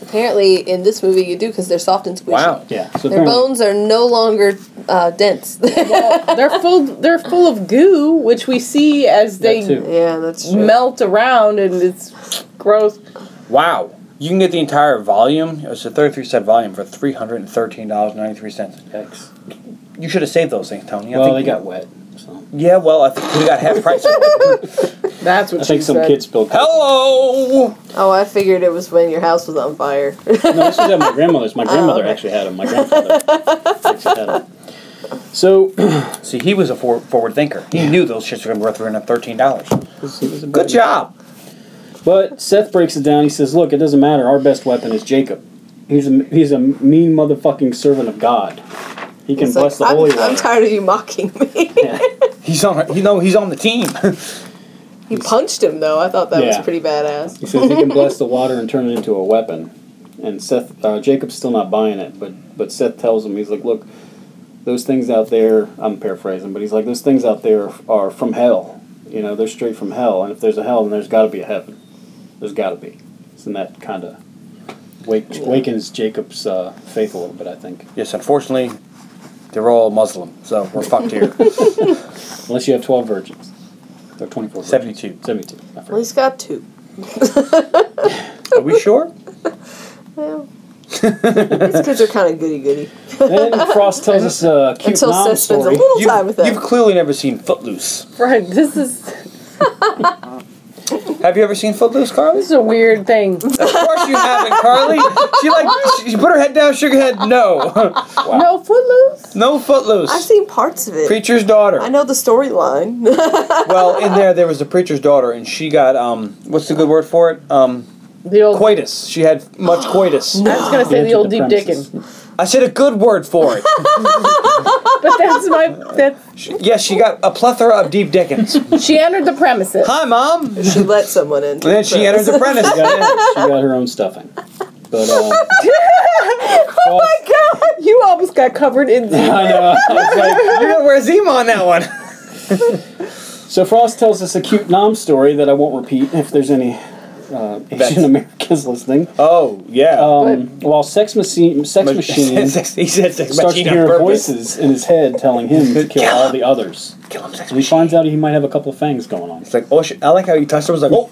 Speaker 2: Apparently, in this movie, you do because they're soft and squishy.
Speaker 3: Wow.
Speaker 4: Yeah. So
Speaker 2: Their
Speaker 4: apparently-
Speaker 2: bones are no longer uh, dense.
Speaker 5: they're full. They're full of goo, which we see as
Speaker 4: That
Speaker 5: they
Speaker 4: too.
Speaker 2: yeah, that's true.
Speaker 5: melt around, and it's gross.
Speaker 3: Wow. You can get the entire volume. It's a 33 cent volume for $313.93.
Speaker 4: Yikes.
Speaker 3: You should have saved those things, Tony. I
Speaker 4: Well,
Speaker 3: think
Speaker 4: they
Speaker 3: you-
Speaker 4: got wet. So.
Speaker 3: Yeah, well, I think we got half price.
Speaker 5: That's what
Speaker 4: I think
Speaker 5: she
Speaker 4: some
Speaker 5: said.
Speaker 4: kids spilled.
Speaker 3: Hello.
Speaker 2: oh, I figured it was when your house was on fire.
Speaker 4: No, this was at my grandmother's. My grandmother
Speaker 2: okay.
Speaker 4: actually had them. My grandfather actually had 'em. So,
Speaker 3: See, he was a for- forward thinker. He knew those shits were going to be worth $313. Good
Speaker 4: good
Speaker 3: job.
Speaker 4: But Seth breaks it down. He says, "Look, it doesn't matter. Our best weapon is Jacob. He's a he's a mean motherfucking servant of God. He can
Speaker 2: It's like,
Speaker 4: bless the
Speaker 2: I'm,
Speaker 4: holy
Speaker 2: I'm
Speaker 4: water."
Speaker 2: tired of you mocking me.
Speaker 4: Yeah.
Speaker 3: He's on. You know, he's on the team.
Speaker 2: he punched him though. I thought that
Speaker 4: Yeah.
Speaker 2: was pretty badass.
Speaker 4: He says he can bless the water and turn it into a weapon. And Seth, uh, Jacob's still not buying it, but but Seth tells him he's like, look, those things out there. I'm paraphrasing, but he's like, those things out there are from hell. You know, they're straight from hell. And if there's a hell, then there's got to be a heaven. There's got to be. So then that kind of wake, wakens Jacob's uh, faith a little bit, I think.
Speaker 3: yes, unfortunately, they're all Muslim, so we're fucked here.
Speaker 4: Unless you have 12 virgins. Or 24 virgins.
Speaker 3: 72.
Speaker 4: 72. I forgot.
Speaker 2: Well, he's got two.
Speaker 3: Are we sure?
Speaker 2: Yeah. These kids are kind of goody goody.
Speaker 4: then Frost tells us a cute
Speaker 2: Until
Speaker 4: mom
Speaker 2: Seth spends a
Speaker 4: story.
Speaker 2: little
Speaker 3: You've,
Speaker 2: time with them.
Speaker 3: you've clearly never seen Footloose.
Speaker 5: Right. This is
Speaker 3: Have you ever seen Footloose, Carly?
Speaker 5: this is a weird thing.
Speaker 3: Of course you haven't, Carly. She like she she put her head down, shook her head. No,
Speaker 5: No footloose.
Speaker 3: no Footloose.
Speaker 2: I've seen parts of it.
Speaker 3: preacher's daughter.
Speaker 2: I know the storyline.
Speaker 3: Well, in there there was a preacher's daughter, and she got um, what's the good word for it? Um,
Speaker 5: The old.
Speaker 3: coitus. She had much coitus.
Speaker 5: I was gonna say the
Speaker 4: Answer
Speaker 5: old
Speaker 4: the
Speaker 5: deep
Speaker 4: premises.
Speaker 5: dickin',
Speaker 3: I said a good word for it.
Speaker 5: but that's my that.
Speaker 3: She- yes, she got a plethora of deep dickens.
Speaker 5: She entered the premises.
Speaker 3: Hi, mom. And
Speaker 2: she let someone in.
Speaker 3: then she enters the apprentice.
Speaker 4: she got, she got her own stuffing. But, um,
Speaker 5: Oh my god! You almost got covered in.
Speaker 4: I know. It's like-
Speaker 3: You're gonna wear Zima on that one.
Speaker 4: so Frost tells us a cute nom story that I won't repeat if there's any uh, Asian Americans listening.
Speaker 3: Oh yeah.
Speaker 4: Um, while Sex Machine, Sex
Speaker 3: Mach-
Speaker 4: Machine
Speaker 3: sex- he said sex
Speaker 4: starts to
Speaker 3: machine on
Speaker 4: hear
Speaker 3: purpose.
Speaker 4: voices in his head telling him to kill all the others.
Speaker 3: Kill him, sex
Speaker 4: So he
Speaker 3: machine.
Speaker 4: finds out he might have a couple fangs going on.
Speaker 3: It's like oh shit. I like how you touched him. I was like oh.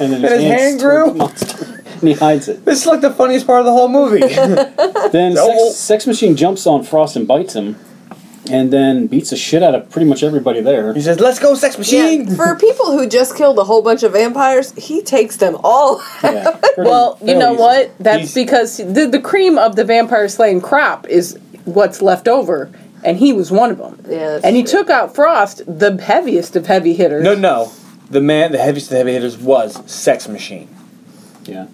Speaker 4: And then
Speaker 3: And his hand
Speaker 4: hands
Speaker 3: grew.
Speaker 4: toward the monster. And he hides it.
Speaker 3: This is like the funniest part of the whole movie.
Speaker 4: Then
Speaker 3: Oh.
Speaker 4: sex, sex Machine jumps on Frost and bites him, and then beats the shit out of pretty much everybody there.
Speaker 3: he says, "Let's go, sex machine."
Speaker 2: Yeah, for people who just killed a whole bunch of vampires, he takes them all.
Speaker 4: Yeah, pretty-
Speaker 5: Well, you
Speaker 4: fairly
Speaker 5: know
Speaker 4: easy.
Speaker 5: what? That's
Speaker 3: He's-
Speaker 5: because the, the cream of the vampire slaying crop is what's left over, and he was one of them.
Speaker 2: Yeah, that's
Speaker 5: and he
Speaker 2: true.
Speaker 5: took out Frost, the heaviest of heavy hitters.
Speaker 3: No, no. The man, the heaviest of the heavy hitters was sex machine.
Speaker 4: Yeah.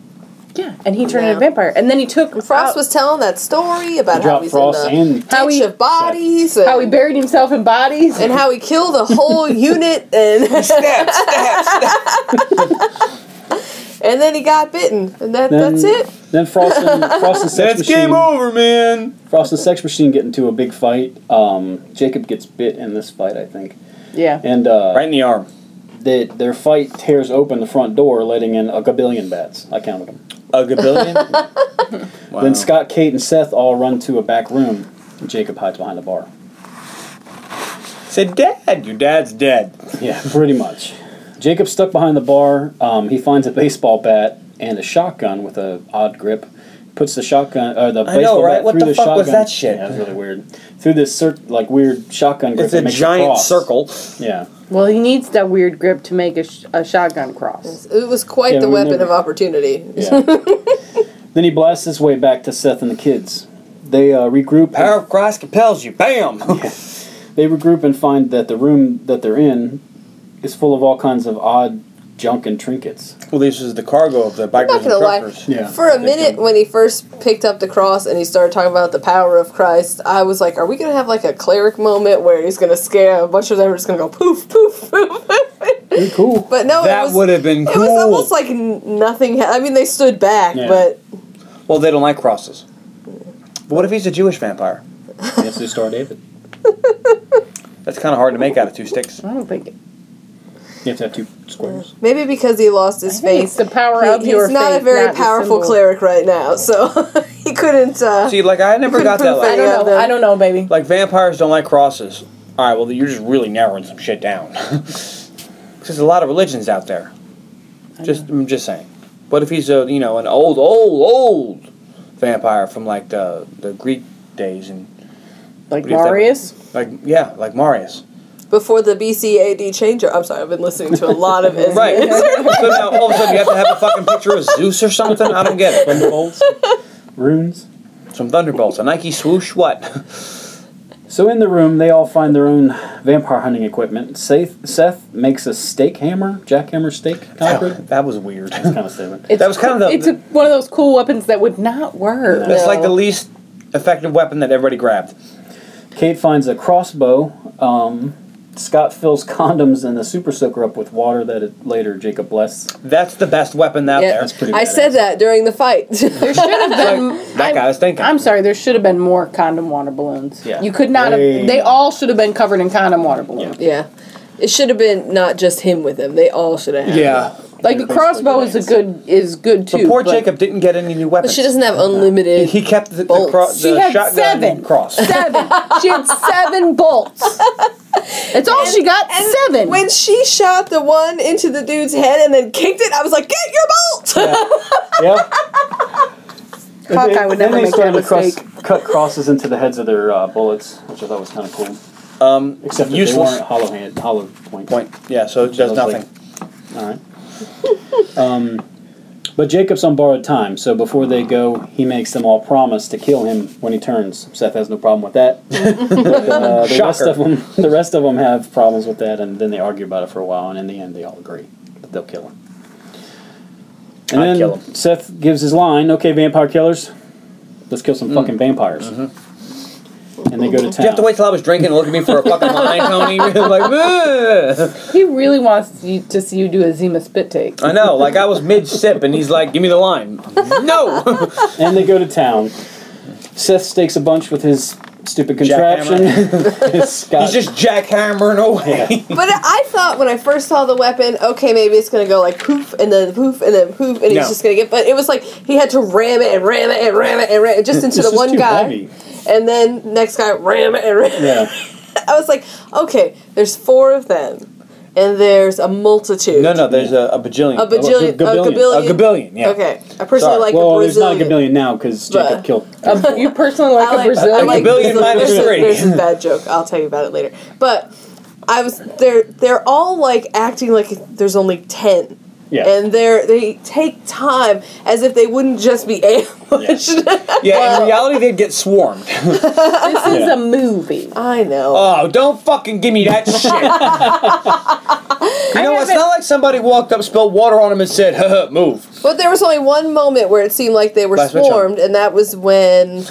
Speaker 5: Yeah, and he turned into a
Speaker 2: Yeah.
Speaker 5: vampire, and then he took
Speaker 2: Frost
Speaker 5: out-
Speaker 2: was telling that story about how
Speaker 4: Drop
Speaker 2: he's
Speaker 4: Frost
Speaker 2: in the
Speaker 4: and
Speaker 5: How
Speaker 2: ditch
Speaker 5: he-
Speaker 2: of bodies and
Speaker 5: how he buried himself in bodies.
Speaker 2: and how he killed a whole unit and and then he got bitten and that,
Speaker 4: Then-
Speaker 2: that's it.
Speaker 4: Then Frost and Frost and Sex
Speaker 3: That's
Speaker 4: Machine.
Speaker 3: game over, man.
Speaker 4: Frost and Sex Machine get into a big fight. Um, Jacob gets bit in this fight, I think,
Speaker 5: yeah,
Speaker 4: and uh,
Speaker 3: Right in the arm.
Speaker 4: they, their fight tears open the front door, letting in a gabillion bats. I counted them.
Speaker 3: A gabillion? wow.
Speaker 4: Then Scott, Kate, and Seth all run to a back room. and Jacob hides behind a bar.
Speaker 3: said, Dad, your dad's dead.
Speaker 4: Yeah, pretty much. Jacob's stuck behind the bar. Um, he finds a baseball bat and a shotgun with a odd grip. Puts the shotgun or the
Speaker 3: I know,
Speaker 4: baseball
Speaker 3: right?
Speaker 4: bat
Speaker 3: What
Speaker 4: through
Speaker 3: the
Speaker 4: the,
Speaker 3: fuck
Speaker 4: shotgun.
Speaker 3: was that shit?
Speaker 4: Yeah, that's really weird. Through this cir- like weird shotgun grip.
Speaker 3: It's
Speaker 4: that
Speaker 3: a
Speaker 4: makes
Speaker 3: giant
Speaker 4: cross.
Speaker 3: circle.
Speaker 4: Yeah.
Speaker 5: well, he needs that weird grip to make a, sh- a shotgun cross.
Speaker 2: It was quite
Speaker 4: Yeah,
Speaker 2: the
Speaker 4: we
Speaker 2: weapon
Speaker 4: never-
Speaker 2: of opportunity.
Speaker 4: Yeah. then he blasts his way back to Seth and the kids. They uh, regroup.
Speaker 3: Power of Christ compels you. Bam!
Speaker 4: They regroup and find that the room that they're in is full of all kinds of odd junk and trinkets.
Speaker 3: well, this is the cargo of the bikers
Speaker 2: not
Speaker 3: and
Speaker 2: gonna lie.
Speaker 3: truckers.
Speaker 4: Yeah.
Speaker 2: For a minute, when he first picked up the cross and he started talking about the power of Christ, I was like, "Are we gonna have like a cleric moment where he's gonna scare a bunch of them? Are just gonna go poof, poof, poof?"
Speaker 4: cool.
Speaker 2: but no, it
Speaker 3: That
Speaker 2: was.
Speaker 3: would have been
Speaker 2: It was
Speaker 3: cool.
Speaker 2: almost like n- nothing. Ha- I mean, they stood back,
Speaker 4: Yeah.
Speaker 2: but
Speaker 3: well, they don't like crosses. But what if he's a Jewish vampire?
Speaker 4: yes, they start David.
Speaker 3: That's kind of hard to make out of two sticks.
Speaker 5: I don't think
Speaker 4: You have to have two squares.
Speaker 2: maybe because he lost his
Speaker 5: I think it's
Speaker 2: faith,
Speaker 5: the power
Speaker 2: he-
Speaker 5: of your
Speaker 2: he's not
Speaker 5: faith,
Speaker 2: a very
Speaker 5: not the
Speaker 2: powerful
Speaker 5: symbol.
Speaker 2: cleric right now, so he couldn't. Uh,
Speaker 3: See, like, I never got that.
Speaker 5: I
Speaker 3: Like,
Speaker 5: don't know.
Speaker 2: Yeah, the-
Speaker 5: I don't know, baby.
Speaker 3: like, vampires don't like crosses. All right, well, you're just really narrowing some shit down. 'Cause there's a lot of religions out there. Just, I'm just saying. What if he's a, you know, an old, old, old vampire from like the the Greek days and What
Speaker 5: Like
Speaker 3: do you think?
Speaker 5: Marius.
Speaker 3: like yeah, like Marius.
Speaker 2: before the BCAD changer. oh, I'm sorry, I've been listening to a lot of Islam.
Speaker 3: Right. so now all of a sudden you have to have a fucking picture of Zeus or something. I don't get it.
Speaker 4: Thunderbolts, runes.
Speaker 3: Some thunderbolts, a Nike swoosh, what?
Speaker 4: So in the room, they all find their own vampire hunting equipment. Seth, Seth makes a steak hammer, jackhammer steak. Kind
Speaker 3: that was weird.
Speaker 4: That's kind of stupid.
Speaker 5: It's,
Speaker 3: That was kind of the-
Speaker 5: It's a, one of those cool weapons that would not work.
Speaker 3: That's like the least effective weapon that everybody grabbed.
Speaker 4: Kate finds a crossbow. Um, Scott fills condoms and the super soaker up with water that it, later Jacob bless.
Speaker 3: That's the best weapon out
Speaker 2: Yeah.
Speaker 3: there.
Speaker 4: That's pretty
Speaker 2: I
Speaker 4: badass.
Speaker 2: said that during the fight.
Speaker 5: There should have been.
Speaker 3: That guy was thinking.
Speaker 5: I'm sorry. There should have been more condom water balloons.
Speaker 4: Yeah.
Speaker 5: You could not have.
Speaker 4: Way
Speaker 5: They
Speaker 4: more.
Speaker 5: all should have been covered in condom water balloons.
Speaker 2: yeah. It should have been not just him with him. They all should have had.
Speaker 3: yeah.
Speaker 5: Like the crossbow is a good is good too.
Speaker 3: But poor
Speaker 5: but
Speaker 3: Jacob didn't get any new weapons.
Speaker 2: But she doesn't have unlimited.
Speaker 3: He kept the, the,
Speaker 2: Bolts.
Speaker 3: cro- the
Speaker 5: She had
Speaker 3: shotgun
Speaker 5: seven.
Speaker 3: cross.
Speaker 5: Seven. she had seven bolts. That's all she got. seven.
Speaker 2: when she shot the one into the dude's head and then kicked it, I was like, "Get your bolt!"
Speaker 4: Yep.
Speaker 5: Hawkeye would
Speaker 4: then
Speaker 5: never
Speaker 4: they
Speaker 5: make that
Speaker 4: started to cross,
Speaker 5: mistake.
Speaker 4: cut crosses into the heads of their uh, bullets, which I thought was kind of cool.
Speaker 3: Um,
Speaker 4: Except that they
Speaker 3: useless
Speaker 4: weren't hollow hand, hollow point.
Speaker 3: point. Yeah, so it does
Speaker 4: Sounds like-
Speaker 3: nothing.
Speaker 4: All right. um, but Jacob's on borrowed time, so before they go, he makes them all promise to kill him when he turns. Seth has no problem with that. Uh, the rest
Speaker 3: Shocker.
Speaker 4: of them, the rest of them have problems with that, and then they argue about it for a while, and in the end, they all agree that they'll kill him. And
Speaker 3: I'd
Speaker 4: then
Speaker 3: kill him.
Speaker 4: Seth gives his line, "Okay, vampire killers, let's kill some
Speaker 3: Mm.
Speaker 4: fucking vampires."
Speaker 3: Mm-hmm.
Speaker 4: And they go to town.
Speaker 3: Did you have to wait till I was drinking and look at me for a fucking line, Tony? like, "Ugh."
Speaker 5: He really wants you, to see you do a Zima spit take.
Speaker 3: I know. Like I was mid sip, and he's like, "Give me the line." No.
Speaker 4: and they go to town. Seth stakes a bunch with his stupid contraption. His Scott-
Speaker 3: He's just jackhammering away.
Speaker 2: but I thought when I first saw the weapon, okay, maybe it's gonna go like poof and then poof and then poof, and he's
Speaker 3: No.
Speaker 2: just gonna get. But it was like he had to ram it and ram it and ram it and ram it just into
Speaker 4: This
Speaker 2: the
Speaker 4: is
Speaker 2: one
Speaker 4: too
Speaker 2: guy,
Speaker 4: heavy.
Speaker 2: and then next guy ram it and ram it.
Speaker 4: Yeah.
Speaker 2: I was like, okay, there's four of them, and there's a multitude.
Speaker 3: No, no. There's a, a bajillion.
Speaker 2: A bajillion. A
Speaker 4: A gabillion.
Speaker 3: A
Speaker 2: gabillion.
Speaker 3: gabillion. Yeah.
Speaker 2: Okay. I personally
Speaker 3: Sorry.
Speaker 2: like
Speaker 4: well,
Speaker 2: a
Speaker 4: there's not
Speaker 2: Brazilian.
Speaker 4: a billion now because Jacob
Speaker 2: But-
Speaker 4: killed.
Speaker 5: Um, you personally like,
Speaker 2: I
Speaker 5: a
Speaker 2: like, I
Speaker 5: Brazilian.
Speaker 2: like
Speaker 3: Gabillion
Speaker 2: Brazilian.
Speaker 3: minus
Speaker 2: there's
Speaker 3: three.
Speaker 2: A, there's a bad joke. I'll tell you about it later. But I was they're they're all like acting like there's only ten.
Speaker 4: Yeah.
Speaker 2: and they're they take time as if they wouldn't just be ambushed.
Speaker 3: Yeah, in reality, they'd get swarmed.
Speaker 5: This is a movie.
Speaker 2: I know.
Speaker 3: Oh, don't fucking give me that shit. you know, it's
Speaker 5: haven't-
Speaker 3: not like somebody walked up, spilled water on him, and said, "Huh, huh, move."
Speaker 2: But there was only one moment where it seemed like they were
Speaker 3: Last switch
Speaker 2: swarmed, and that was when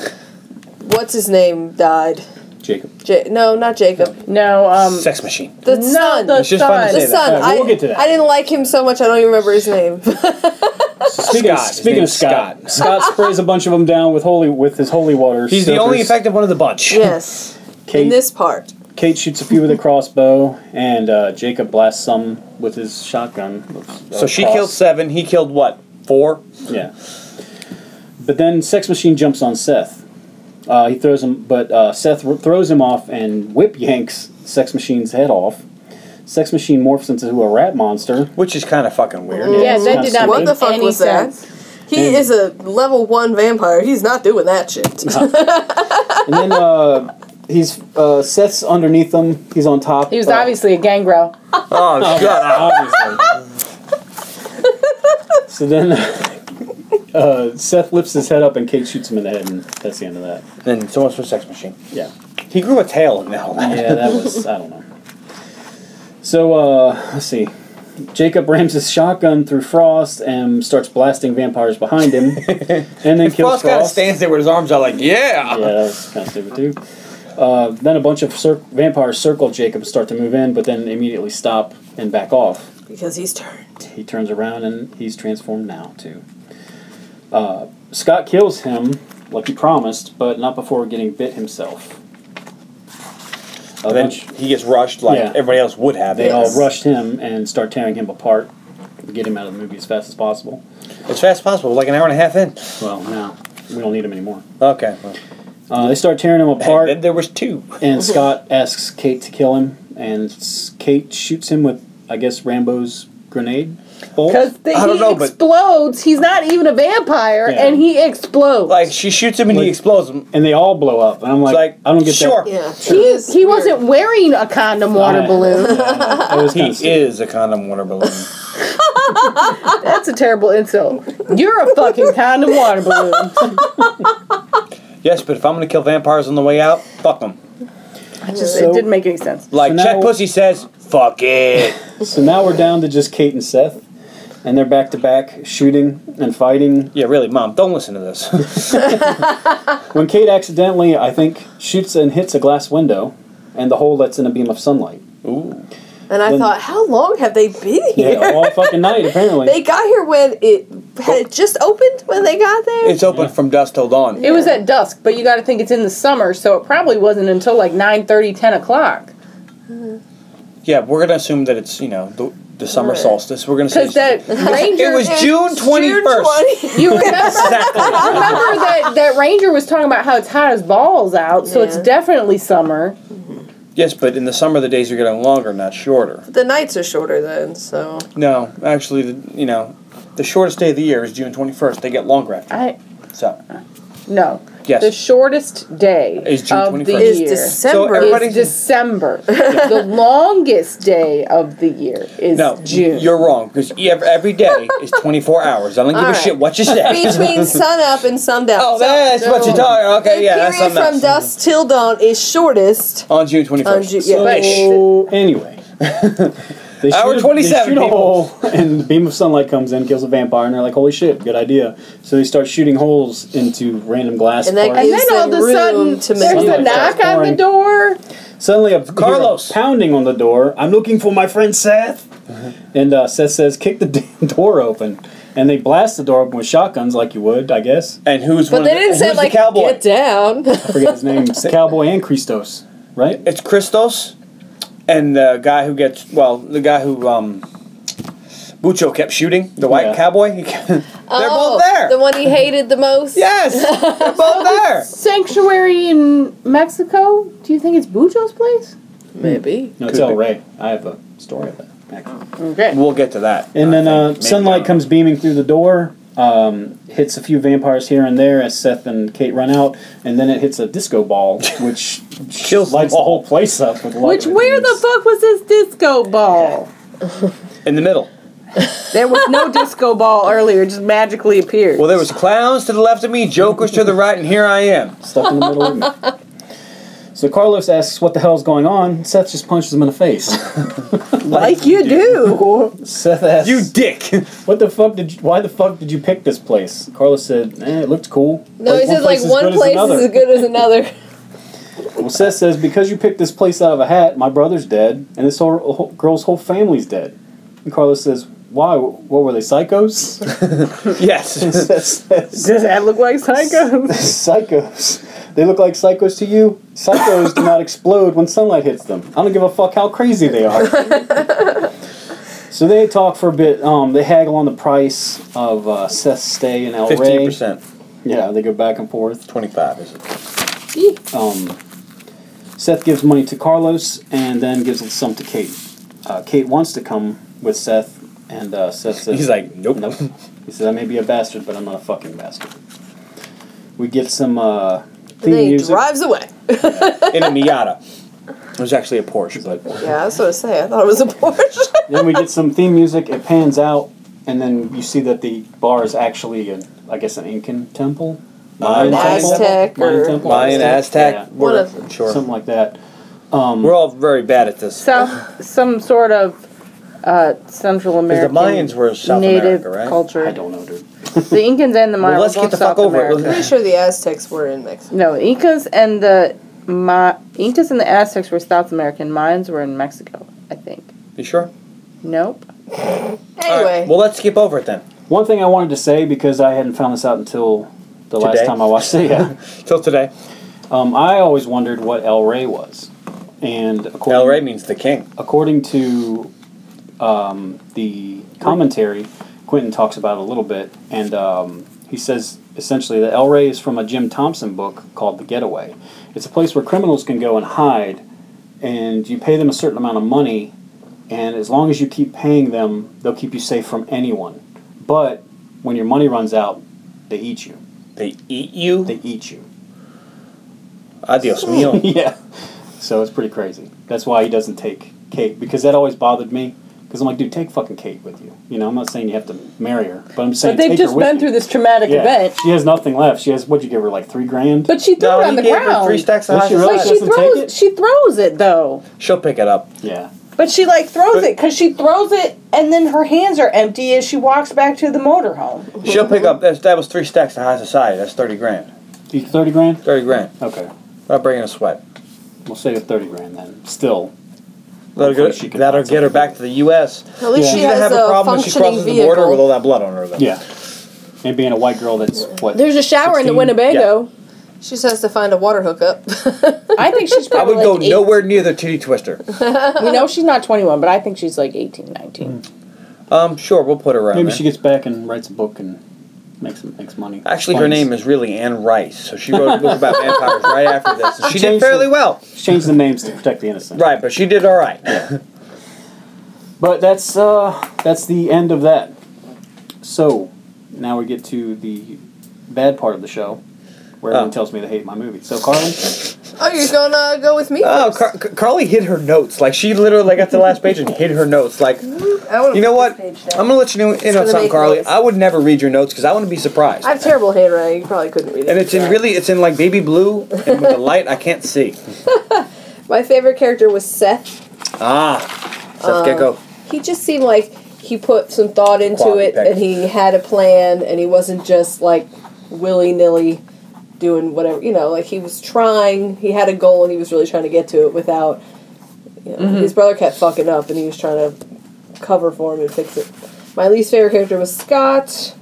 Speaker 2: what's his name died.
Speaker 3: Jacob,
Speaker 2: Ja- no, not Jacob.
Speaker 5: No, um,
Speaker 3: sex machine.
Speaker 2: The
Speaker 5: no,
Speaker 2: son.
Speaker 5: the
Speaker 3: It's just fun to
Speaker 5: son.
Speaker 2: the
Speaker 3: say that.
Speaker 2: son.
Speaker 4: Yeah, we'll
Speaker 2: I,
Speaker 4: get to that.
Speaker 2: I didn't like him so much. I don't even remember his name.
Speaker 4: Speaking
Speaker 3: Scott.
Speaker 4: of,
Speaker 3: His
Speaker 4: speaking of
Speaker 3: name's
Speaker 4: Scott, Scott, sprays a bunch of them down with holy with his holy water.
Speaker 3: He's the only
Speaker 4: Soakers.
Speaker 3: effective one of the bunch.
Speaker 2: yes,
Speaker 4: Kate,
Speaker 2: in this part.
Speaker 4: Kate shoots a few with a crossbow, and uh, Jacob blasts some with his shotgun.
Speaker 3: So she killed seven. He killed what? Four.
Speaker 4: Yeah. But then Sex Machine jumps on Seth. Uh, he throws him, but uh, Seth r- throws him off and whip yanks Sex Machine's head off. Sex Machine morphs into a rat monster.
Speaker 3: Which is kind of fucking weird.
Speaker 5: Yeah, that
Speaker 4: Mhm.
Speaker 5: did not
Speaker 4: What
Speaker 5: make
Speaker 2: the fuck
Speaker 5: any
Speaker 2: was that?
Speaker 5: sense.
Speaker 2: He is a level one vampire. He's not doing that shit.
Speaker 4: And then uh, he's uh, Seth's underneath him. He's on top.
Speaker 5: He was
Speaker 4: uh,
Speaker 5: obviously a gangrel.
Speaker 3: Oh, shut up.
Speaker 4: Obviously. so then uh, Seth lifts his head up and Kate shoots him in the head, and that's the end of that.
Speaker 3: And so much for sex machine.
Speaker 4: Yeah.
Speaker 3: He grew a tail in that whole
Speaker 4: Yeah, that was I don't know. So uh, let's see. Jacob rams his shotgun through Frost and starts blasting vampires behind him, and then kills
Speaker 3: Frost kind of
Speaker 4: Frost.
Speaker 3: stands there with his arms out, like,
Speaker 4: Yeah,
Speaker 3: yeah.
Speaker 4: that was kind of stupid too. Uh, then a bunch of cir- vampires circle Jacob and start to move in, but then immediately stop and back off.
Speaker 2: because he's turned.
Speaker 4: He turns around and he's transformed now too. Uh, Scott kills him like he promised, but not before getting bit himself. A
Speaker 3: And then
Speaker 4: bunch-
Speaker 3: he gets rushed, like
Speaker 4: Yeah.
Speaker 3: everybody else would have.
Speaker 4: they
Speaker 2: Yes.
Speaker 4: all rushed him and start tearing him apart, and get him out of the movie as fast as possible.
Speaker 3: As fast as possible, like an hour and a half in.
Speaker 4: Well, now we don't need him anymore.
Speaker 3: Okay.
Speaker 4: Uh, they start tearing him
Speaker 3: Well,
Speaker 4: apart,
Speaker 3: then there was two.
Speaker 4: and Scott asks Kate to kill him, and s- Kate shoots him with, I guess, Rambo's grenade bolt.
Speaker 5: Because
Speaker 3: I don't
Speaker 5: he
Speaker 3: know, but-
Speaker 5: explodes. He's not even a vampire,
Speaker 4: Yeah.
Speaker 5: and he explodes.
Speaker 3: Like she shoots him and
Speaker 4: Like-
Speaker 3: he explodes him.
Speaker 4: And they all blow up, and I'm like,
Speaker 3: like,
Speaker 4: I don't get
Speaker 3: sure.
Speaker 4: that.
Speaker 2: Yeah,
Speaker 5: he he wasn't wearing a condom water
Speaker 4: I-
Speaker 5: balloon.
Speaker 4: That was
Speaker 3: He
Speaker 4: kinda stupid.
Speaker 3: is a condom water balloon.
Speaker 5: That's a terrible insult. You're a fucking condom water balloon.
Speaker 3: yes, but if I'm gonna kill vampires on the way out, fuck them.
Speaker 5: It just
Speaker 4: So-
Speaker 5: it didn't make any sense.
Speaker 3: Like
Speaker 4: So now-
Speaker 3: Czech pussy says, fuck it.
Speaker 4: So now we're down to just Kate and Seth, and they're back to back shooting and fighting.
Speaker 3: yeah, really, mom, don't listen to this.
Speaker 4: When Kate accidentally, I think, shoots and hits a glass window, and the hole lets in a beam of sunlight.
Speaker 3: Ooh.
Speaker 2: And I
Speaker 4: Then-
Speaker 2: thought, how long have they been here?
Speaker 4: Yeah, all fucking night apparently.
Speaker 2: They got here when it had it just opened when they got there.
Speaker 3: Oh. It's open from dusk till dawn.
Speaker 5: It was at dusk, but you got to think it's in the summer, so it probably wasn't until like 9 10 o'clock.
Speaker 3: Yeah, we're gonna assume that it's you know the, the summer
Speaker 2: Right.
Speaker 3: solstice. We're gonna say
Speaker 5: Because that ranger.
Speaker 3: it was
Speaker 2: It's
Speaker 3: June twenty first.
Speaker 2: 20.
Speaker 5: you remember, remember that, that ranger was talking about how it's hot as balls out, so it's
Speaker 2: Yeah.
Speaker 5: definitely summer.
Speaker 3: Yes, but in the summer the days are getting longer, not shorter.
Speaker 2: The nights are shorter then, so
Speaker 3: No, actually, the, you know, the shortest day of the year is June twenty first. They get longer after.
Speaker 5: I
Speaker 3: So
Speaker 5: No.
Speaker 3: Yes.
Speaker 5: The shortest day
Speaker 3: Is June
Speaker 5: of the
Speaker 3: 21st.
Speaker 2: is
Speaker 5: year
Speaker 3: So
Speaker 2: December.
Speaker 3: everybody-
Speaker 5: is December. the longest day of the year is
Speaker 3: no,
Speaker 5: June.
Speaker 3: you're wrong because every day is twenty four hours. I don't give
Speaker 2: All
Speaker 3: a
Speaker 2: right.
Speaker 3: shit what you say.
Speaker 2: between sunup and sundown.
Speaker 3: Oh,
Speaker 2: So
Speaker 3: that's what you're talking.
Speaker 2: the
Speaker 3: Okay, yeah, that's
Speaker 2: period
Speaker 3: something
Speaker 2: from
Speaker 3: else.
Speaker 2: dusk till dawn is shortest.
Speaker 3: on June twenty
Speaker 2: On
Speaker 3: first.
Speaker 2: Ju- yeah.
Speaker 5: But-
Speaker 4: So anyway, they
Speaker 3: Hour
Speaker 4: shoot a- They
Speaker 3: 27,
Speaker 4: shoot a
Speaker 3: people.
Speaker 4: hole, and the beam of sunlight comes in, kills a vampire, and they're like, "Holy shit, good idea!" So they start shooting holes into random glass.
Speaker 2: And that
Speaker 4: parts.
Speaker 5: and
Speaker 2: gives
Speaker 5: then all of a
Speaker 2: room
Speaker 5: sudden,
Speaker 2: to
Speaker 5: there's
Speaker 4: make
Speaker 5: a
Speaker 4: it.
Speaker 5: knock on the
Speaker 4: Boring.
Speaker 5: door.
Speaker 4: Suddenly, a
Speaker 3: Carlos. Uh-huh.
Speaker 4: hear a pounding on the door. I'm looking for my friend Seth. And uh, Seth says, "Kick the damn door open." And they blast the door open with shotguns, like you would, I guess.
Speaker 3: And who's
Speaker 2: But
Speaker 3: one
Speaker 2: they
Speaker 3: of the,
Speaker 2: didn't
Speaker 3: who's
Speaker 2: say
Speaker 3: the
Speaker 2: like
Speaker 3: cowboy?
Speaker 2: get down.
Speaker 4: I forget his name. Cowboy and Christos, right?
Speaker 3: It's Christos, and the guy who gets well, the guy who um, Bucho kept shooting the white
Speaker 4: Yeah.
Speaker 3: cowboy. he kept- They're
Speaker 2: Oh,
Speaker 3: both there.
Speaker 2: The one he hated the most.
Speaker 3: yes, they're both there.
Speaker 5: Sanctuary in Mexico? Do you think it's Bujo's place?
Speaker 2: Maybe.
Speaker 4: No, it's
Speaker 3: Could be.
Speaker 4: El Rey. I have a story of that. Actually.
Speaker 5: Okay.
Speaker 3: We'll get to that.
Speaker 4: And then
Speaker 3: I
Speaker 4: uh,
Speaker 3: think. Maybe
Speaker 4: sunlight
Speaker 3: not.
Speaker 4: comes beaming through the door, um, hits a few vampires here and there as Seth and Kate run out, and then it hits a disco ball, which
Speaker 3: Kills
Speaker 4: lights the
Speaker 3: them all.
Speaker 4: whole place up with light.
Speaker 5: Which, where the
Speaker 4: beams.
Speaker 5: fuck was this disco ball?
Speaker 3: in the middle.
Speaker 5: There was no disco ball earlier; it just magically appeared.
Speaker 3: Well, there was clowns to the left of me, jokers to the right, and here I am.
Speaker 4: Stuck in the middle of me. So Carlos asks, "What the hell's going on?" Seth just punches him in the face.
Speaker 5: like you do.
Speaker 4: Seth asks,
Speaker 3: You dick!
Speaker 4: "What the fuck did? You, why the fuck did you pick this place?" Carlos said, "Eh, it looked cool."
Speaker 2: No, he says like one place is as good as another.
Speaker 4: Well, Seth says, "Because you picked this place out of a hat, my brother's dead, and this whole, whole girl's whole family's dead." And Carlos says, "Why? What were they psychos?"
Speaker 3: yes.
Speaker 4: Seth says,
Speaker 5: Does that look like psycho?
Speaker 4: Psychos. They look like psychos to you. Psychos do not explode when sunlight hits them. I don't give a fuck how crazy they are. so they talk for a bit. Um, they haggle on the price of uh, Seth's stay in El Rey.
Speaker 3: 15%.
Speaker 4: Yeah, they go back and forth.
Speaker 3: 25, is it?
Speaker 4: Um, Seth gives money to Carlos and then gives some to Kate. Uh, Kate wants to come with Seth, and uh, Seth says,
Speaker 3: He's like, nope.
Speaker 4: Nope. He said, I may be a bastard, but I'm not a fucking bastard. We get some uh,
Speaker 2: And
Speaker 4: theme
Speaker 2: then he
Speaker 4: music.
Speaker 2: drives away.
Speaker 3: In a Miata. It was actually a Porsche, but
Speaker 2: Yeah, that's what I was saying. I thought it was a Porsche.
Speaker 4: then we get some theme music. It pans out, and then you see that the bar is actually, a, I guess, an Incan temple.
Speaker 3: Mayan
Speaker 4: temple?
Speaker 2: Aztec
Speaker 4: Mayan
Speaker 2: or-
Speaker 4: temple?
Speaker 3: Mayan Aztec.
Speaker 4: Yeah.
Speaker 2: One of
Speaker 3: word,
Speaker 2: them.
Speaker 3: Sure.
Speaker 4: Something like that.
Speaker 3: We're all very bad at this.
Speaker 5: South, some sort of uh, Central
Speaker 3: Because
Speaker 5: American.
Speaker 3: the Mayans were South
Speaker 5: native
Speaker 3: America, right?
Speaker 5: culture.
Speaker 4: I don't know, dude.
Speaker 5: The Incans and the Mayans.
Speaker 3: let's
Speaker 5: were
Speaker 3: get
Speaker 5: both
Speaker 3: the fuck
Speaker 5: South
Speaker 3: over it.
Speaker 5: America.
Speaker 2: Pretty sure the Aztecs were in Mexico.
Speaker 5: No, Incas and the Ma- Incas and the Aztecs were South American. Mayans were in Mexico, I think.
Speaker 3: You sure?
Speaker 5: Nope.
Speaker 3: All
Speaker 2: Anyway,
Speaker 3: right, Well, let's skip over it then.
Speaker 4: One thing I wanted to say because I hadn't found this out until the last
Speaker 3: Today?
Speaker 4: time I watched it. Yeah.
Speaker 3: Till today.
Speaker 4: um, I always wondered what El Rey was, and according
Speaker 3: El Rey means the king.
Speaker 4: according to um, the commentary, Quentin talks about it a little bit, and um, he says essentially that El Rey is from a Jim Thompson book called The Getaway. It's a place where criminals can go and hide, and you pay them a certain amount of money, and as long as you keep paying them, they'll keep you safe from anyone. But when your money runs out, they eat you.
Speaker 3: They eat you.
Speaker 4: They eat you.
Speaker 3: Adios mio.
Speaker 4: yeah. So it's pretty crazy. That's why he doesn't take Kate because that always bothered me. Because I'm like, dude, take fucking Kate with you. You know, I'm not saying you have to marry her, but I'm saying
Speaker 5: But they've
Speaker 4: take
Speaker 5: just
Speaker 4: her with
Speaker 5: been
Speaker 4: you.
Speaker 5: through this traumatic
Speaker 4: yeah.
Speaker 5: event.
Speaker 4: She has nothing left. She has what'd you give her like three grand?
Speaker 5: But she threw
Speaker 3: No,
Speaker 5: it
Speaker 3: he
Speaker 5: on the
Speaker 3: gave her
Speaker 5: ground.
Speaker 3: three stacks of
Speaker 4: Was
Speaker 3: high
Speaker 4: she
Speaker 5: Like
Speaker 4: She
Speaker 3: society.
Speaker 5: she
Speaker 4: doesn't take
Speaker 5: throws,
Speaker 4: it?
Speaker 5: she throws it though.
Speaker 3: She'll pick it up.
Speaker 4: yeah,
Speaker 5: But she like throws it because she throws it, and then her hands are empty as she walks back to the motorhome.
Speaker 3: She'll pick up. That's, that was three stacks of high society. That's thirty grand.
Speaker 4: You- thirty grand.
Speaker 3: Thirty grand.
Speaker 4: Okay,
Speaker 3: Without breaking a sweat.
Speaker 4: we'll say the thirty grand then. Still,
Speaker 3: That'll,
Speaker 4: Hopefully
Speaker 3: get,
Speaker 4: she can
Speaker 3: that'll
Speaker 4: find
Speaker 3: get her
Speaker 4: something.
Speaker 3: back to the U.S.
Speaker 2: at least she
Speaker 4: Yeah.
Speaker 3: She's gonna
Speaker 2: has
Speaker 3: have
Speaker 2: a,
Speaker 3: a problem when she
Speaker 2: functioning
Speaker 3: crosses the border with
Speaker 2: vehicle.
Speaker 3: all that blood on her. Though.
Speaker 4: yeah. And being a white girl, that's what.
Speaker 2: There's a shower in the
Speaker 4: 16?
Speaker 2: Winnebago. She just has to find a water hookup.
Speaker 5: I think she's
Speaker 3: I
Speaker 5: probably
Speaker 3: would go
Speaker 5: like eight-
Speaker 3: nowhere near the titty twister.
Speaker 5: We know she's not 21, but I think she's like 18, 19.
Speaker 3: Um, sure, we'll put her around.
Speaker 4: Maybe
Speaker 3: there.
Speaker 4: she gets back and writes a book and makes makes money.
Speaker 3: Actually, her name is really Anne Rice, so she wrote a book about vampires right after this. and she did
Speaker 4: Changed
Speaker 3: fairly
Speaker 4: the-
Speaker 3: well.
Speaker 4: Change the names to protect the innocent.
Speaker 3: Right, but she did all right.
Speaker 4: But that's uh, that's the end of that. So now we get to the bad part of the show, where everyone
Speaker 3: Oh.
Speaker 4: tells me they hate my movie. So Carly,
Speaker 2: oh, you're gonna go with me?
Speaker 3: Oh, Car- Car- Carly hid her notes. Like she literally like, got to the last page and hid her notes. Like, you
Speaker 2: I wanna
Speaker 3: know
Speaker 2: put
Speaker 3: what? I'm
Speaker 2: this page down.
Speaker 3: gonna let you know, in on
Speaker 2: gonna
Speaker 3: something,
Speaker 2: make
Speaker 3: Carly.
Speaker 2: noise.
Speaker 3: I would never read your notes because I want to be surprised.
Speaker 2: I have terrible handwriting. You probably couldn't read it.
Speaker 3: and it's in really, it's in like baby blue and with the light I can't see.
Speaker 2: My favorite character was Seth.
Speaker 3: Ah, Seth
Speaker 1: Oh.
Speaker 3: Gecko.
Speaker 2: He just seemed like he put some thought into
Speaker 3: Quality
Speaker 2: it
Speaker 3: pick.
Speaker 2: and he had a plan and he wasn't just like willy nilly doing whatever, you know, like he was trying, he had a goal and he was really trying to get to it without, you know, his brother kept fucking up and he was trying to cover for him and fix it. My least favorite character was Scott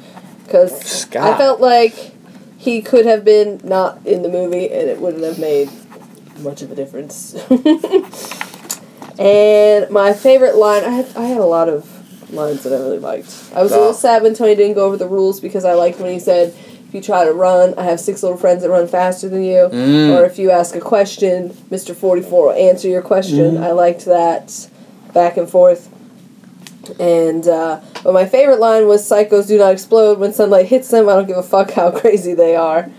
Speaker 2: because I
Speaker 3: Scott.
Speaker 2: felt like he could have been not in the movie and it wouldn't have made much of a difference. and my favorite line, I had, I had a lot of lines that I really liked. I was a
Speaker 3: Ah.
Speaker 2: little sad when Tony didn't go over the rules because I liked when he said, if you try to run, I have six little friends that run faster than you. Or if you ask a question, Mr. 44 will answer your question. I liked that back and forth. And uh, but my favorite line was psychos do not explode when sunlight hits them. I don't give a fuck how crazy they are.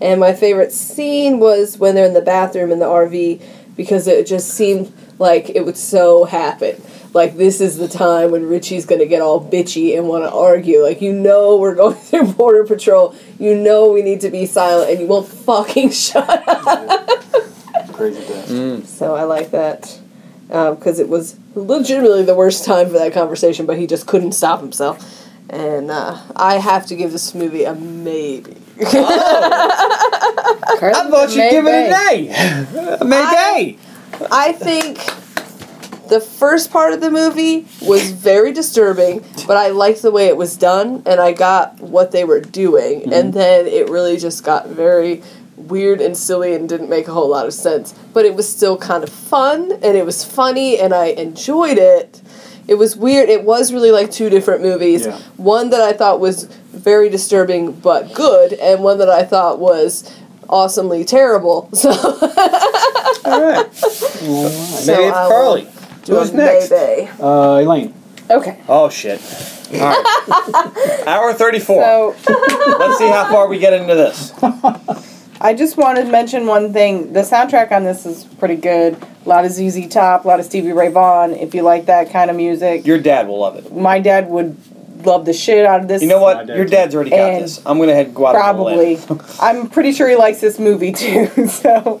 Speaker 2: And my favorite scene was when they're in the bathroom in the RV because it just seemed like it would so happen. Like this is the time when Richie's gonna get all bitchy and want to argue. Like you know we're going through border patrol. You know we need to be silent, and you won't fucking shut up.
Speaker 4: Crazy death.
Speaker 2: So I like that because it was legitimately the worst time for that conversation, but he just couldn't stop himself. And uh, I have to give this movie a maybe.
Speaker 5: I thought you'd give it an A. A Mayday.
Speaker 2: I think the first part of the movie was very disturbing, but I liked the way it was done, and I got what they were doing.
Speaker 5: Mm-hmm.
Speaker 2: And then it really just got very weird and silly and didn't make a whole lot of sense. But it was still kind of fun, and it was funny, and I enjoyed it. It was weird. It was really like two different movies.
Speaker 4: Yeah.
Speaker 2: One that I thought was very disturbing but good, and one that I thought was awesomely terrible. So
Speaker 5: All right. Maybe it's
Speaker 2: I will
Speaker 5: Carly.
Speaker 2: do a
Speaker 5: Who's next?
Speaker 2: maybe.
Speaker 4: Uh, Elaine.
Speaker 1: Okay.
Speaker 5: Oh shit. All right. Hour 34.
Speaker 1: So
Speaker 5: Let's see how far we get into this.
Speaker 1: I just wanted to mention one thing. The soundtrack on this is pretty good. A lot of ZZ Top, a lot of Stevie Ray Vaughan. If you like that kind of music,
Speaker 5: Your dad will love it.
Speaker 1: my dad would love the shit out of this.
Speaker 5: You know
Speaker 4: My
Speaker 5: what?
Speaker 4: dad
Speaker 5: Your
Speaker 4: too.
Speaker 5: dad's already got
Speaker 1: And
Speaker 5: this. I'm gonna head go out on a
Speaker 1: Probably.
Speaker 5: limb.
Speaker 1: I'm pretty sure he likes this movie too. So,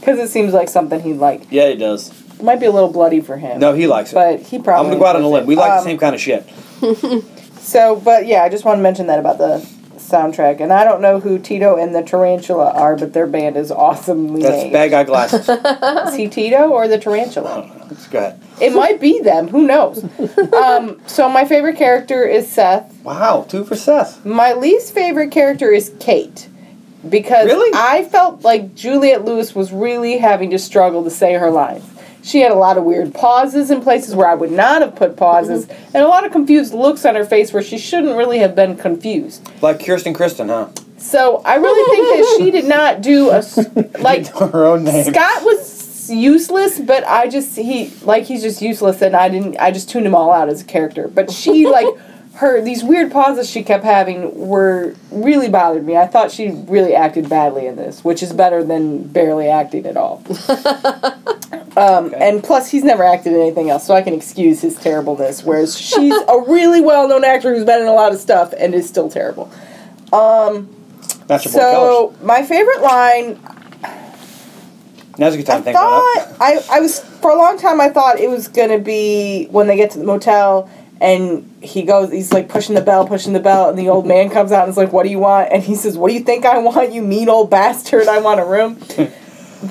Speaker 1: because it seems like something he'd like.
Speaker 5: Yeah, he does.
Speaker 1: Might be a little bloody for him.
Speaker 5: No, he likes it.
Speaker 1: But he
Speaker 5: I'm
Speaker 1: probably.
Speaker 5: gonna go out on a
Speaker 1: enjoys
Speaker 5: limb.
Speaker 1: it.
Speaker 5: We like the
Speaker 1: Um,
Speaker 5: same kind of shit.
Speaker 1: So, but yeah, I just want to mention that about the soundtrack. And I don't know who Tito and the Tarantula are, but their band is awesomely
Speaker 5: That's
Speaker 1: named.
Speaker 5: bad guy glasses. Go
Speaker 1: Is he Tito or the Tarantula?
Speaker 5: ahead.
Speaker 1: It might be them. Who knows? Um, so my favorite character is Seth.
Speaker 5: Wow, two for Seth.
Speaker 1: My least favorite character is Kate. Because
Speaker 5: Really?
Speaker 1: I felt like Juliet Lewis was really having to struggle to say her lines. She had a lot of weird pauses in places where I would not have put pauses, and a lot of confused looks on her face where she shouldn't really have been confused.
Speaker 5: Like Kirsten Kristen, huh?
Speaker 1: So I really think that she did not do a s- like
Speaker 5: Her own name.
Speaker 1: Scott was useless, but I just he like he's just useless, and I didn't. I just tuned him all out as a character. But she like her these weird pauses she kept having were really bothered me. I thought she really acted badly in this, which is better than barely acting at all. Um, And plus, he's never acted in anything else, so I can excuse his terribleness. Whereas she's a really well-known actor who's been in a lot of stuff and is still terrible.
Speaker 5: That's your boy
Speaker 1: So my favorite line
Speaker 5: Kellish. Now's a good time to think about it.
Speaker 1: thought I, I was for a long time I thought it was gonna be when they get to the motel and he goes he's like pushing the bell, pushing the bell, and the old man comes out and is like, What do you want? And he says, What do you think I want, you mean old bastard? I want a room.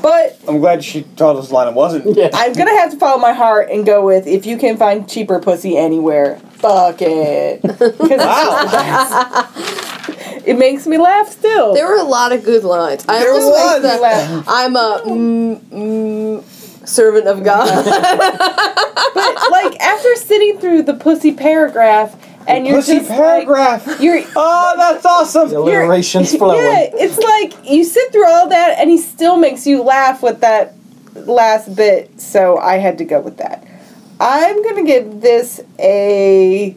Speaker 1: but
Speaker 5: I'm glad she told us line it wasn't.
Speaker 1: I'm gonna have to follow my heart and go with if you can find cheaper pussy anywhere, fuck it. 'Cause Oh,
Speaker 5: Wow.
Speaker 1: it makes me laugh still.
Speaker 2: There were a lot of good lines. I
Speaker 5: There
Speaker 2: almost
Speaker 5: was.
Speaker 2: think that I'm a mm, mm, servant of God.
Speaker 1: but like after sitting through the pussy paragraph and you're
Speaker 5: Pussy
Speaker 1: just
Speaker 5: paragraph.
Speaker 1: like you're
Speaker 5: oh, that's awesome.
Speaker 4: The alliteration's
Speaker 1: Yeah,
Speaker 4: flowing.
Speaker 1: it's like you sit through all that and he still makes you laugh with that last bit, so I had to go with that. I'm gonna give this a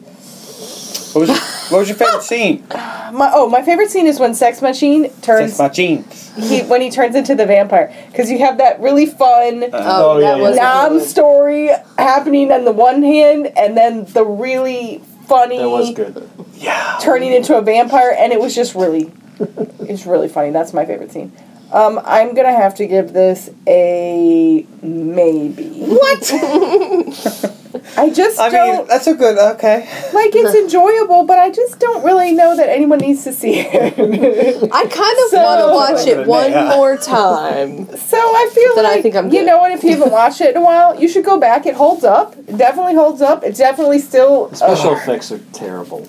Speaker 5: What was, your, what was your favorite scene?
Speaker 1: my oh my favorite scene is when Sex Machine turns
Speaker 5: That's my gene.
Speaker 1: he when he turns into the vampire because you have that really fun
Speaker 2: Oh,
Speaker 4: Oh, yeah,
Speaker 2: that
Speaker 4: yeah.
Speaker 2: was
Speaker 1: nom story happening on the one hand and then the really funny
Speaker 4: That was good.
Speaker 5: Yeah.
Speaker 1: turning into a vampire, and it was just really, it's really funny. That's my favorite scene. Um, I'm gonna have to give this a maybe. What? I just
Speaker 5: I
Speaker 1: don't
Speaker 5: mean, that's a good. uh, Okay.
Speaker 1: like. It's enjoyable, but I just don't really know that anyone needs to see it.
Speaker 2: I kind of
Speaker 1: So-
Speaker 2: want to watch
Speaker 5: Yeah.
Speaker 2: it one more time.
Speaker 1: so I feel
Speaker 2: Then I
Speaker 1: like
Speaker 2: think I'm
Speaker 1: you
Speaker 2: good.
Speaker 1: know what? If you haven't watched it in a while, you should go back. It holds up. It definitely holds up. It's definitely still. uh,
Speaker 4: Special effects are terrible.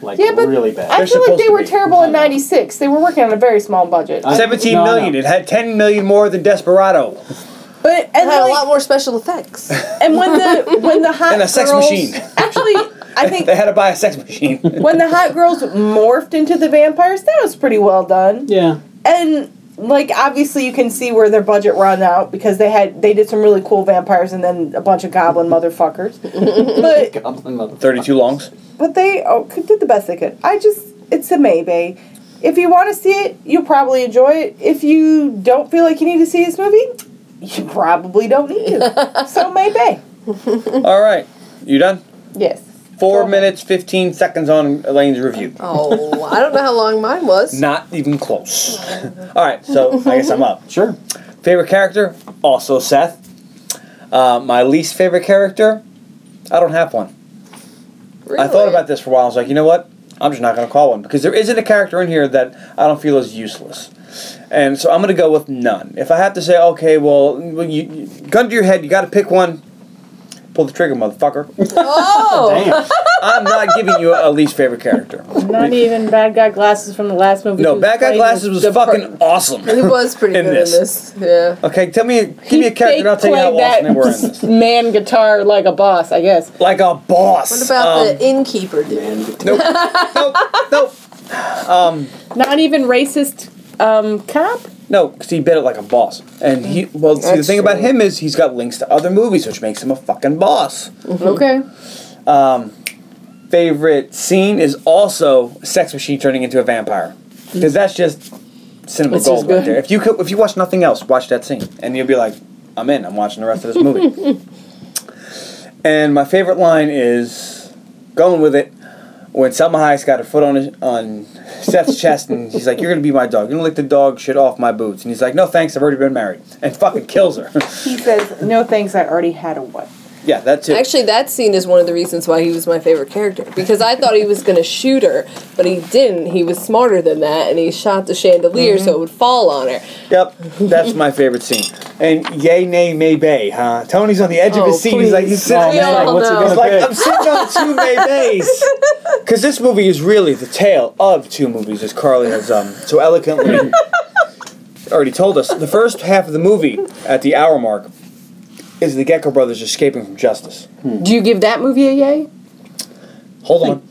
Speaker 4: Like,
Speaker 1: Yeah, but
Speaker 4: really bad.
Speaker 1: I
Speaker 5: They're
Speaker 1: feel like
Speaker 5: supposed
Speaker 1: they
Speaker 5: to
Speaker 1: were
Speaker 5: be.
Speaker 1: terrible in '96. They were working on a very small budget.
Speaker 4: I-
Speaker 5: Seventeen
Speaker 4: no,
Speaker 5: million.
Speaker 4: no.
Speaker 5: It had 10 million more than Desperado
Speaker 1: but and
Speaker 2: It had a
Speaker 1: like-
Speaker 2: lot more special effects.
Speaker 1: And when the when the hot
Speaker 5: and a sex
Speaker 1: girls-
Speaker 5: machine.
Speaker 1: actually, I think
Speaker 5: They had to buy a sex machine.
Speaker 1: when the hot girls morphed into the vampires, that was pretty well done.
Speaker 4: yeah.
Speaker 1: And like obviously, you can see where their budget ran out because they had they did some really cool vampires and then a bunch of goblin motherfuckers. but
Speaker 4: Goblin mother.
Speaker 5: 32 longs.
Speaker 1: but they oh, could, did the best they could. I just it's a maybe. If you want to see it, you'll probably enjoy it. If you don't feel like you need to see this movie,
Speaker 5: you probably don't need to. so maybe.
Speaker 1: Mm-hmm.
Speaker 3: All right. You done?
Speaker 5: Yes.
Speaker 3: Four minutes, 15 seconds on Elaine's review.
Speaker 2: Oh, I don't know how long mine was.
Speaker 3: Not even close. All right, so I guess I'm up.
Speaker 4: Sure.
Speaker 3: Favorite character? Also Seth. Uh, my least favorite character? I don't have one. I thought
Speaker 2: Really?
Speaker 3: about this for a while. I was like, you know what? I'm just not going to call one because there isn't a character in here that I don't feel is useless. And so I'm going to go with none. If I have to say, okay, well, well, you, you gun to your head, you got to pick one. Pull the trigger, motherfucker.
Speaker 2: Oh,
Speaker 4: Damn.
Speaker 3: I'm not giving you a least favorite character.
Speaker 5: Not even bad guy glasses from the last movie.
Speaker 3: No,
Speaker 5: who's
Speaker 3: Bad Guy
Speaker 5: playing
Speaker 3: Glasses
Speaker 5: the-
Speaker 3: was
Speaker 5: the per-
Speaker 3: fucking awesome.
Speaker 2: it was pretty
Speaker 3: In
Speaker 2: good
Speaker 3: this.
Speaker 2: in this. Yeah.
Speaker 3: Okay, tell me, give me a character, and I'll tell you how awesome they were in this.
Speaker 5: man guitar like a boss, I guess.
Speaker 3: Like a boss.
Speaker 2: What about
Speaker 3: Um,
Speaker 2: the innkeeper dude?
Speaker 4: And
Speaker 3: Nope, nope, nope,
Speaker 5: Not even racist um, cop.
Speaker 3: no, because he bit it like a boss. And he, well, see, the
Speaker 2: That's
Speaker 3: thing about
Speaker 2: true.
Speaker 3: him is he's got links to other movies, which makes him a fucking boss.
Speaker 5: Okay.
Speaker 3: Favorite scene is also Sex Machine turning into a vampire, because that's just cinema
Speaker 5: It's
Speaker 3: gold
Speaker 5: Mm. just
Speaker 3: right
Speaker 5: good.
Speaker 3: there. If you could, if you watch nothing else, watch that scene, and you'll be like, I'm in. I'm watching the rest of this movie. and my favorite line is going with it when Selma Hayek's got her foot on his, on Seth's chest, and he's like, "You're gonna be my dog. You're gonna lick the dog shit off my boots." And he's like, "No thanks. I've already been married," and fucking kills her.
Speaker 5: He says, "No thanks. I already had a what."
Speaker 3: yeah, that's it.
Speaker 2: Actually, that scene is one of the reasons why he was my favorite character because I thought he was going to shoot her, but he didn't. He was smarter than that, and he shot the chandelier so it would fall on her.
Speaker 3: Yep, that's my favorite scene. And yay, nay, may, bay, huh? Tony's on the edge of
Speaker 2: Oh,
Speaker 3: his seat. He's like, he's
Speaker 2: please.
Speaker 3: sitting
Speaker 4: Oh,
Speaker 3: he's
Speaker 2: man,
Speaker 3: like,
Speaker 2: what's it
Speaker 3: he's
Speaker 4: gonna
Speaker 3: like,
Speaker 4: be?
Speaker 3: I'm sitting on two may, bays. Because this movie is really the tale of two movies, as Carly has um, so eloquently already told us. The first half of the movie, at the hour mark, is the Gecko brothers escaping from justice.
Speaker 5: Do you give that movie a yay?
Speaker 3: Hold on.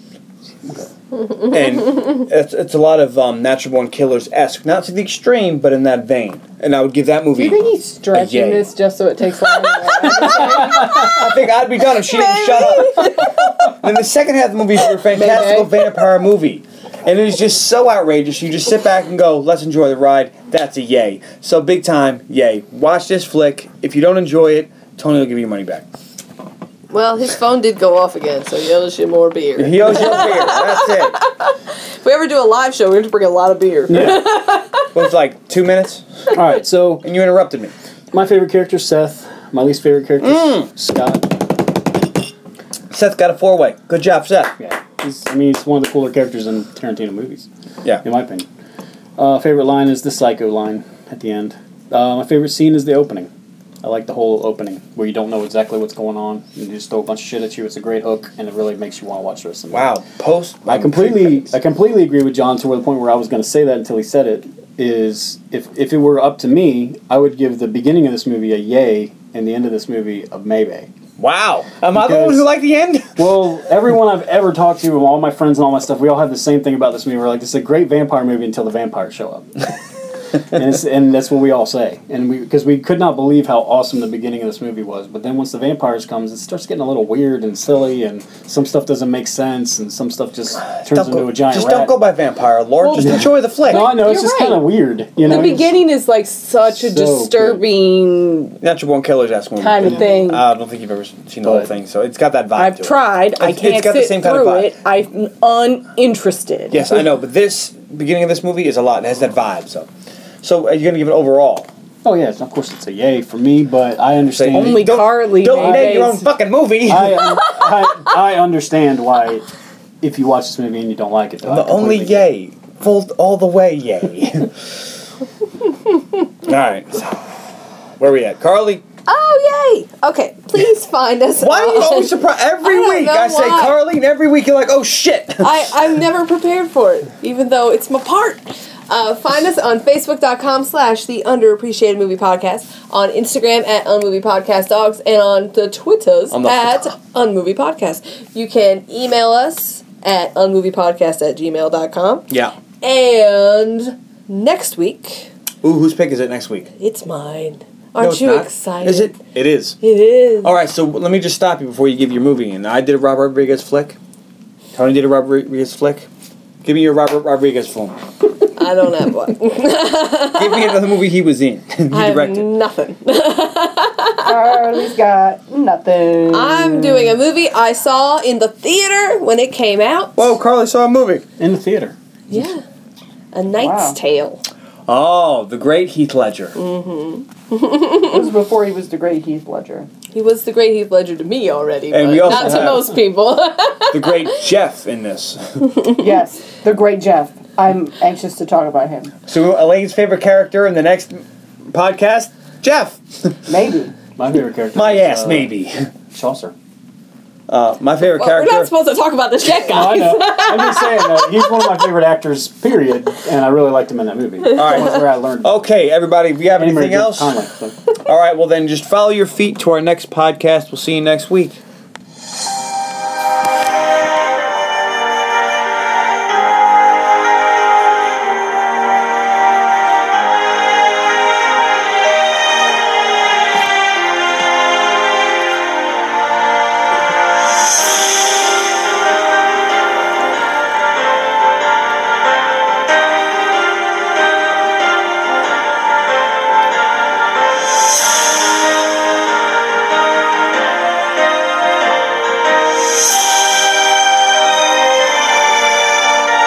Speaker 3: and it's, it's a lot of um, natural born killers esque, not to the extreme, but in that vein. And I would give that movie.
Speaker 5: Do you think he's
Speaker 3: A
Speaker 5: stretching
Speaker 3: yay.
Speaker 5: this just so it takes longer?
Speaker 3: I think I'd be done if she didn't shut up. and the second half of the movie is your fantastical vampire movie. And it is just so outrageous. You just sit back and go, let's enjoy the ride. That's a yay. So big time, yay. Watch this flick. If you don't enjoy it, Tony will give you your money back.
Speaker 2: Well, his phone did go off again, so he owes you more beer.
Speaker 3: He owes you a beer. That's it.
Speaker 2: If we ever do a live show, we're going to bring a lot of beer.
Speaker 3: It was like two minutes,
Speaker 4: all right, so
Speaker 3: and you interrupted me.
Speaker 4: my favorite character Seth. My least favorite character Scott.
Speaker 3: Seth got a four way. Good job, Seth.
Speaker 4: Yeah, he's, I mean he's one of the cooler characters in Tarantino movies,
Speaker 3: Yeah.
Speaker 4: in my opinion. Uh, favorite line is the psycho line at the end. Uh, my favorite scene is the opening. I like the whole opening where you don't know exactly what's going on. And they just throw a bunch of shit at you. It's a great hook, and it really makes you want to watch the rest of the movie.
Speaker 3: Wow. Post.
Speaker 4: I completely, I completely agree with John to where the point where I was going to say that until he said it is if if it were up to me, I would give the beginning of this movie a yay and the end of this movie a maybe.
Speaker 3: Wow. Am I the one
Speaker 4: Because-
Speaker 3: who liked the end?
Speaker 4: Well, everyone I've ever talked to, all my friends and all my stuff, we all have the same thing about this movie. We're like, this is a great vampire movie until the vampires show up. and, it's, and that's what we all say, and we because we could not believe how awesome the beginning of this movie was. But then once the vampires comes, it starts getting a little weird and silly, and some stuff doesn't make sense, and some stuff just turns
Speaker 3: Don't
Speaker 4: into
Speaker 3: go,
Speaker 4: a giant
Speaker 3: just
Speaker 4: rat.
Speaker 3: don't go by vampire, Lord. just enjoy the flick.
Speaker 4: No, I know it's
Speaker 5: You're
Speaker 4: just
Speaker 5: right.
Speaker 4: kind of weird. You know,
Speaker 5: the
Speaker 4: It's-
Speaker 5: beginning is like such a
Speaker 4: So
Speaker 5: disturbing
Speaker 3: Natural Born Killers ass movie. Uh,
Speaker 5: kind of thing.
Speaker 3: I don't think you've ever seen the whole
Speaker 4: But-
Speaker 3: thing, so it's got that vibe.
Speaker 5: I've
Speaker 3: to it.
Speaker 5: tried. I
Speaker 3: It's- it's
Speaker 5: can't
Speaker 3: got the
Speaker 5: sit
Speaker 3: same kind of
Speaker 5: through
Speaker 3: vibe.
Speaker 5: it. I'm uninterested.
Speaker 3: Yes, I know, but this beginning of this movie is a lot. It has that vibe. So, so are you gonna give it overall?
Speaker 4: Oh yeah, of course it's a yay for me, but I understand.
Speaker 5: Only Carly
Speaker 3: Don't name your own
Speaker 5: nowadays.
Speaker 3: fucking movie.
Speaker 4: I, I I understand why if you watch this movie and you don't like it. though, I
Speaker 3: the only
Speaker 4: completely-
Speaker 3: yay, full all the way yay. all right, so where we at, Carly?
Speaker 2: Oh, yay! Okay, please find us.
Speaker 3: Why are you
Speaker 2: on-
Speaker 3: always surprised? Every
Speaker 2: I don't
Speaker 3: week
Speaker 2: know
Speaker 3: I say
Speaker 2: why.
Speaker 3: Carly, and every week you're like, oh shit.
Speaker 2: I, I'm never prepared for it, even though it's my part. Uh, find us on facebook.com slash the underappreciated movie podcast, on Instagram at unmoviepodcastdogs, and on the Twitters
Speaker 3: On the-
Speaker 2: at unmoviepodcast. You can email us at unmoviepodcast at gmail.com.
Speaker 3: yeah.
Speaker 2: And next week,
Speaker 3: Ooh, whose pick is it next week?
Speaker 2: it's mine.
Speaker 3: No,
Speaker 2: Aren't
Speaker 3: it's
Speaker 2: you
Speaker 3: not.
Speaker 2: excited?
Speaker 3: Is it? It is.
Speaker 2: It is.
Speaker 3: All right, so let me just stop you before you give your movie. And I did a Robert Rodriguez flick. Tony did a Robert Rodriguez flick. Give me your Robert Rodriguez film.
Speaker 2: I don't have one.
Speaker 3: Give me another movie he was in. he
Speaker 2: I have
Speaker 3: directed.
Speaker 2: nothing.
Speaker 1: Charlie's got nothing.
Speaker 2: I'm doing a movie I saw in the theater when it came out.
Speaker 3: Whoa, Carly saw a movie.
Speaker 4: in the theater.
Speaker 2: Yeah. A Knight's
Speaker 1: Wow.
Speaker 2: Tale.
Speaker 3: Oh, the great Heath Ledger.
Speaker 1: It was before he was the great Heath Ledger.
Speaker 2: He was the great Heath Ledger to me already,
Speaker 3: And
Speaker 2: but
Speaker 3: we also
Speaker 2: not to
Speaker 3: have-
Speaker 2: most people.
Speaker 3: The great Jeff in this.
Speaker 1: yes, the great Jeff. I'm anxious to talk about him.
Speaker 3: So Elaine's favorite character in the next podcast, Jeff.
Speaker 1: Maybe.
Speaker 4: My favorite character.
Speaker 3: My
Speaker 4: was,
Speaker 3: ass,
Speaker 4: uh,
Speaker 3: maybe.
Speaker 4: Chaucer.
Speaker 3: Uh, my favorite
Speaker 2: Well, we're
Speaker 3: character. Oh,
Speaker 2: not supposed to talk about this yet,
Speaker 4: I
Speaker 2: guys.
Speaker 4: know. I'm just saying that he's one of my favorite actors. Period. And I really liked him in that movie. All
Speaker 3: right.
Speaker 4: where I learned.
Speaker 3: okay, everybody. If you have anything else,
Speaker 4: Conley, so.
Speaker 3: all right. Well, then just follow your feet to our next podcast. We'll see you next week.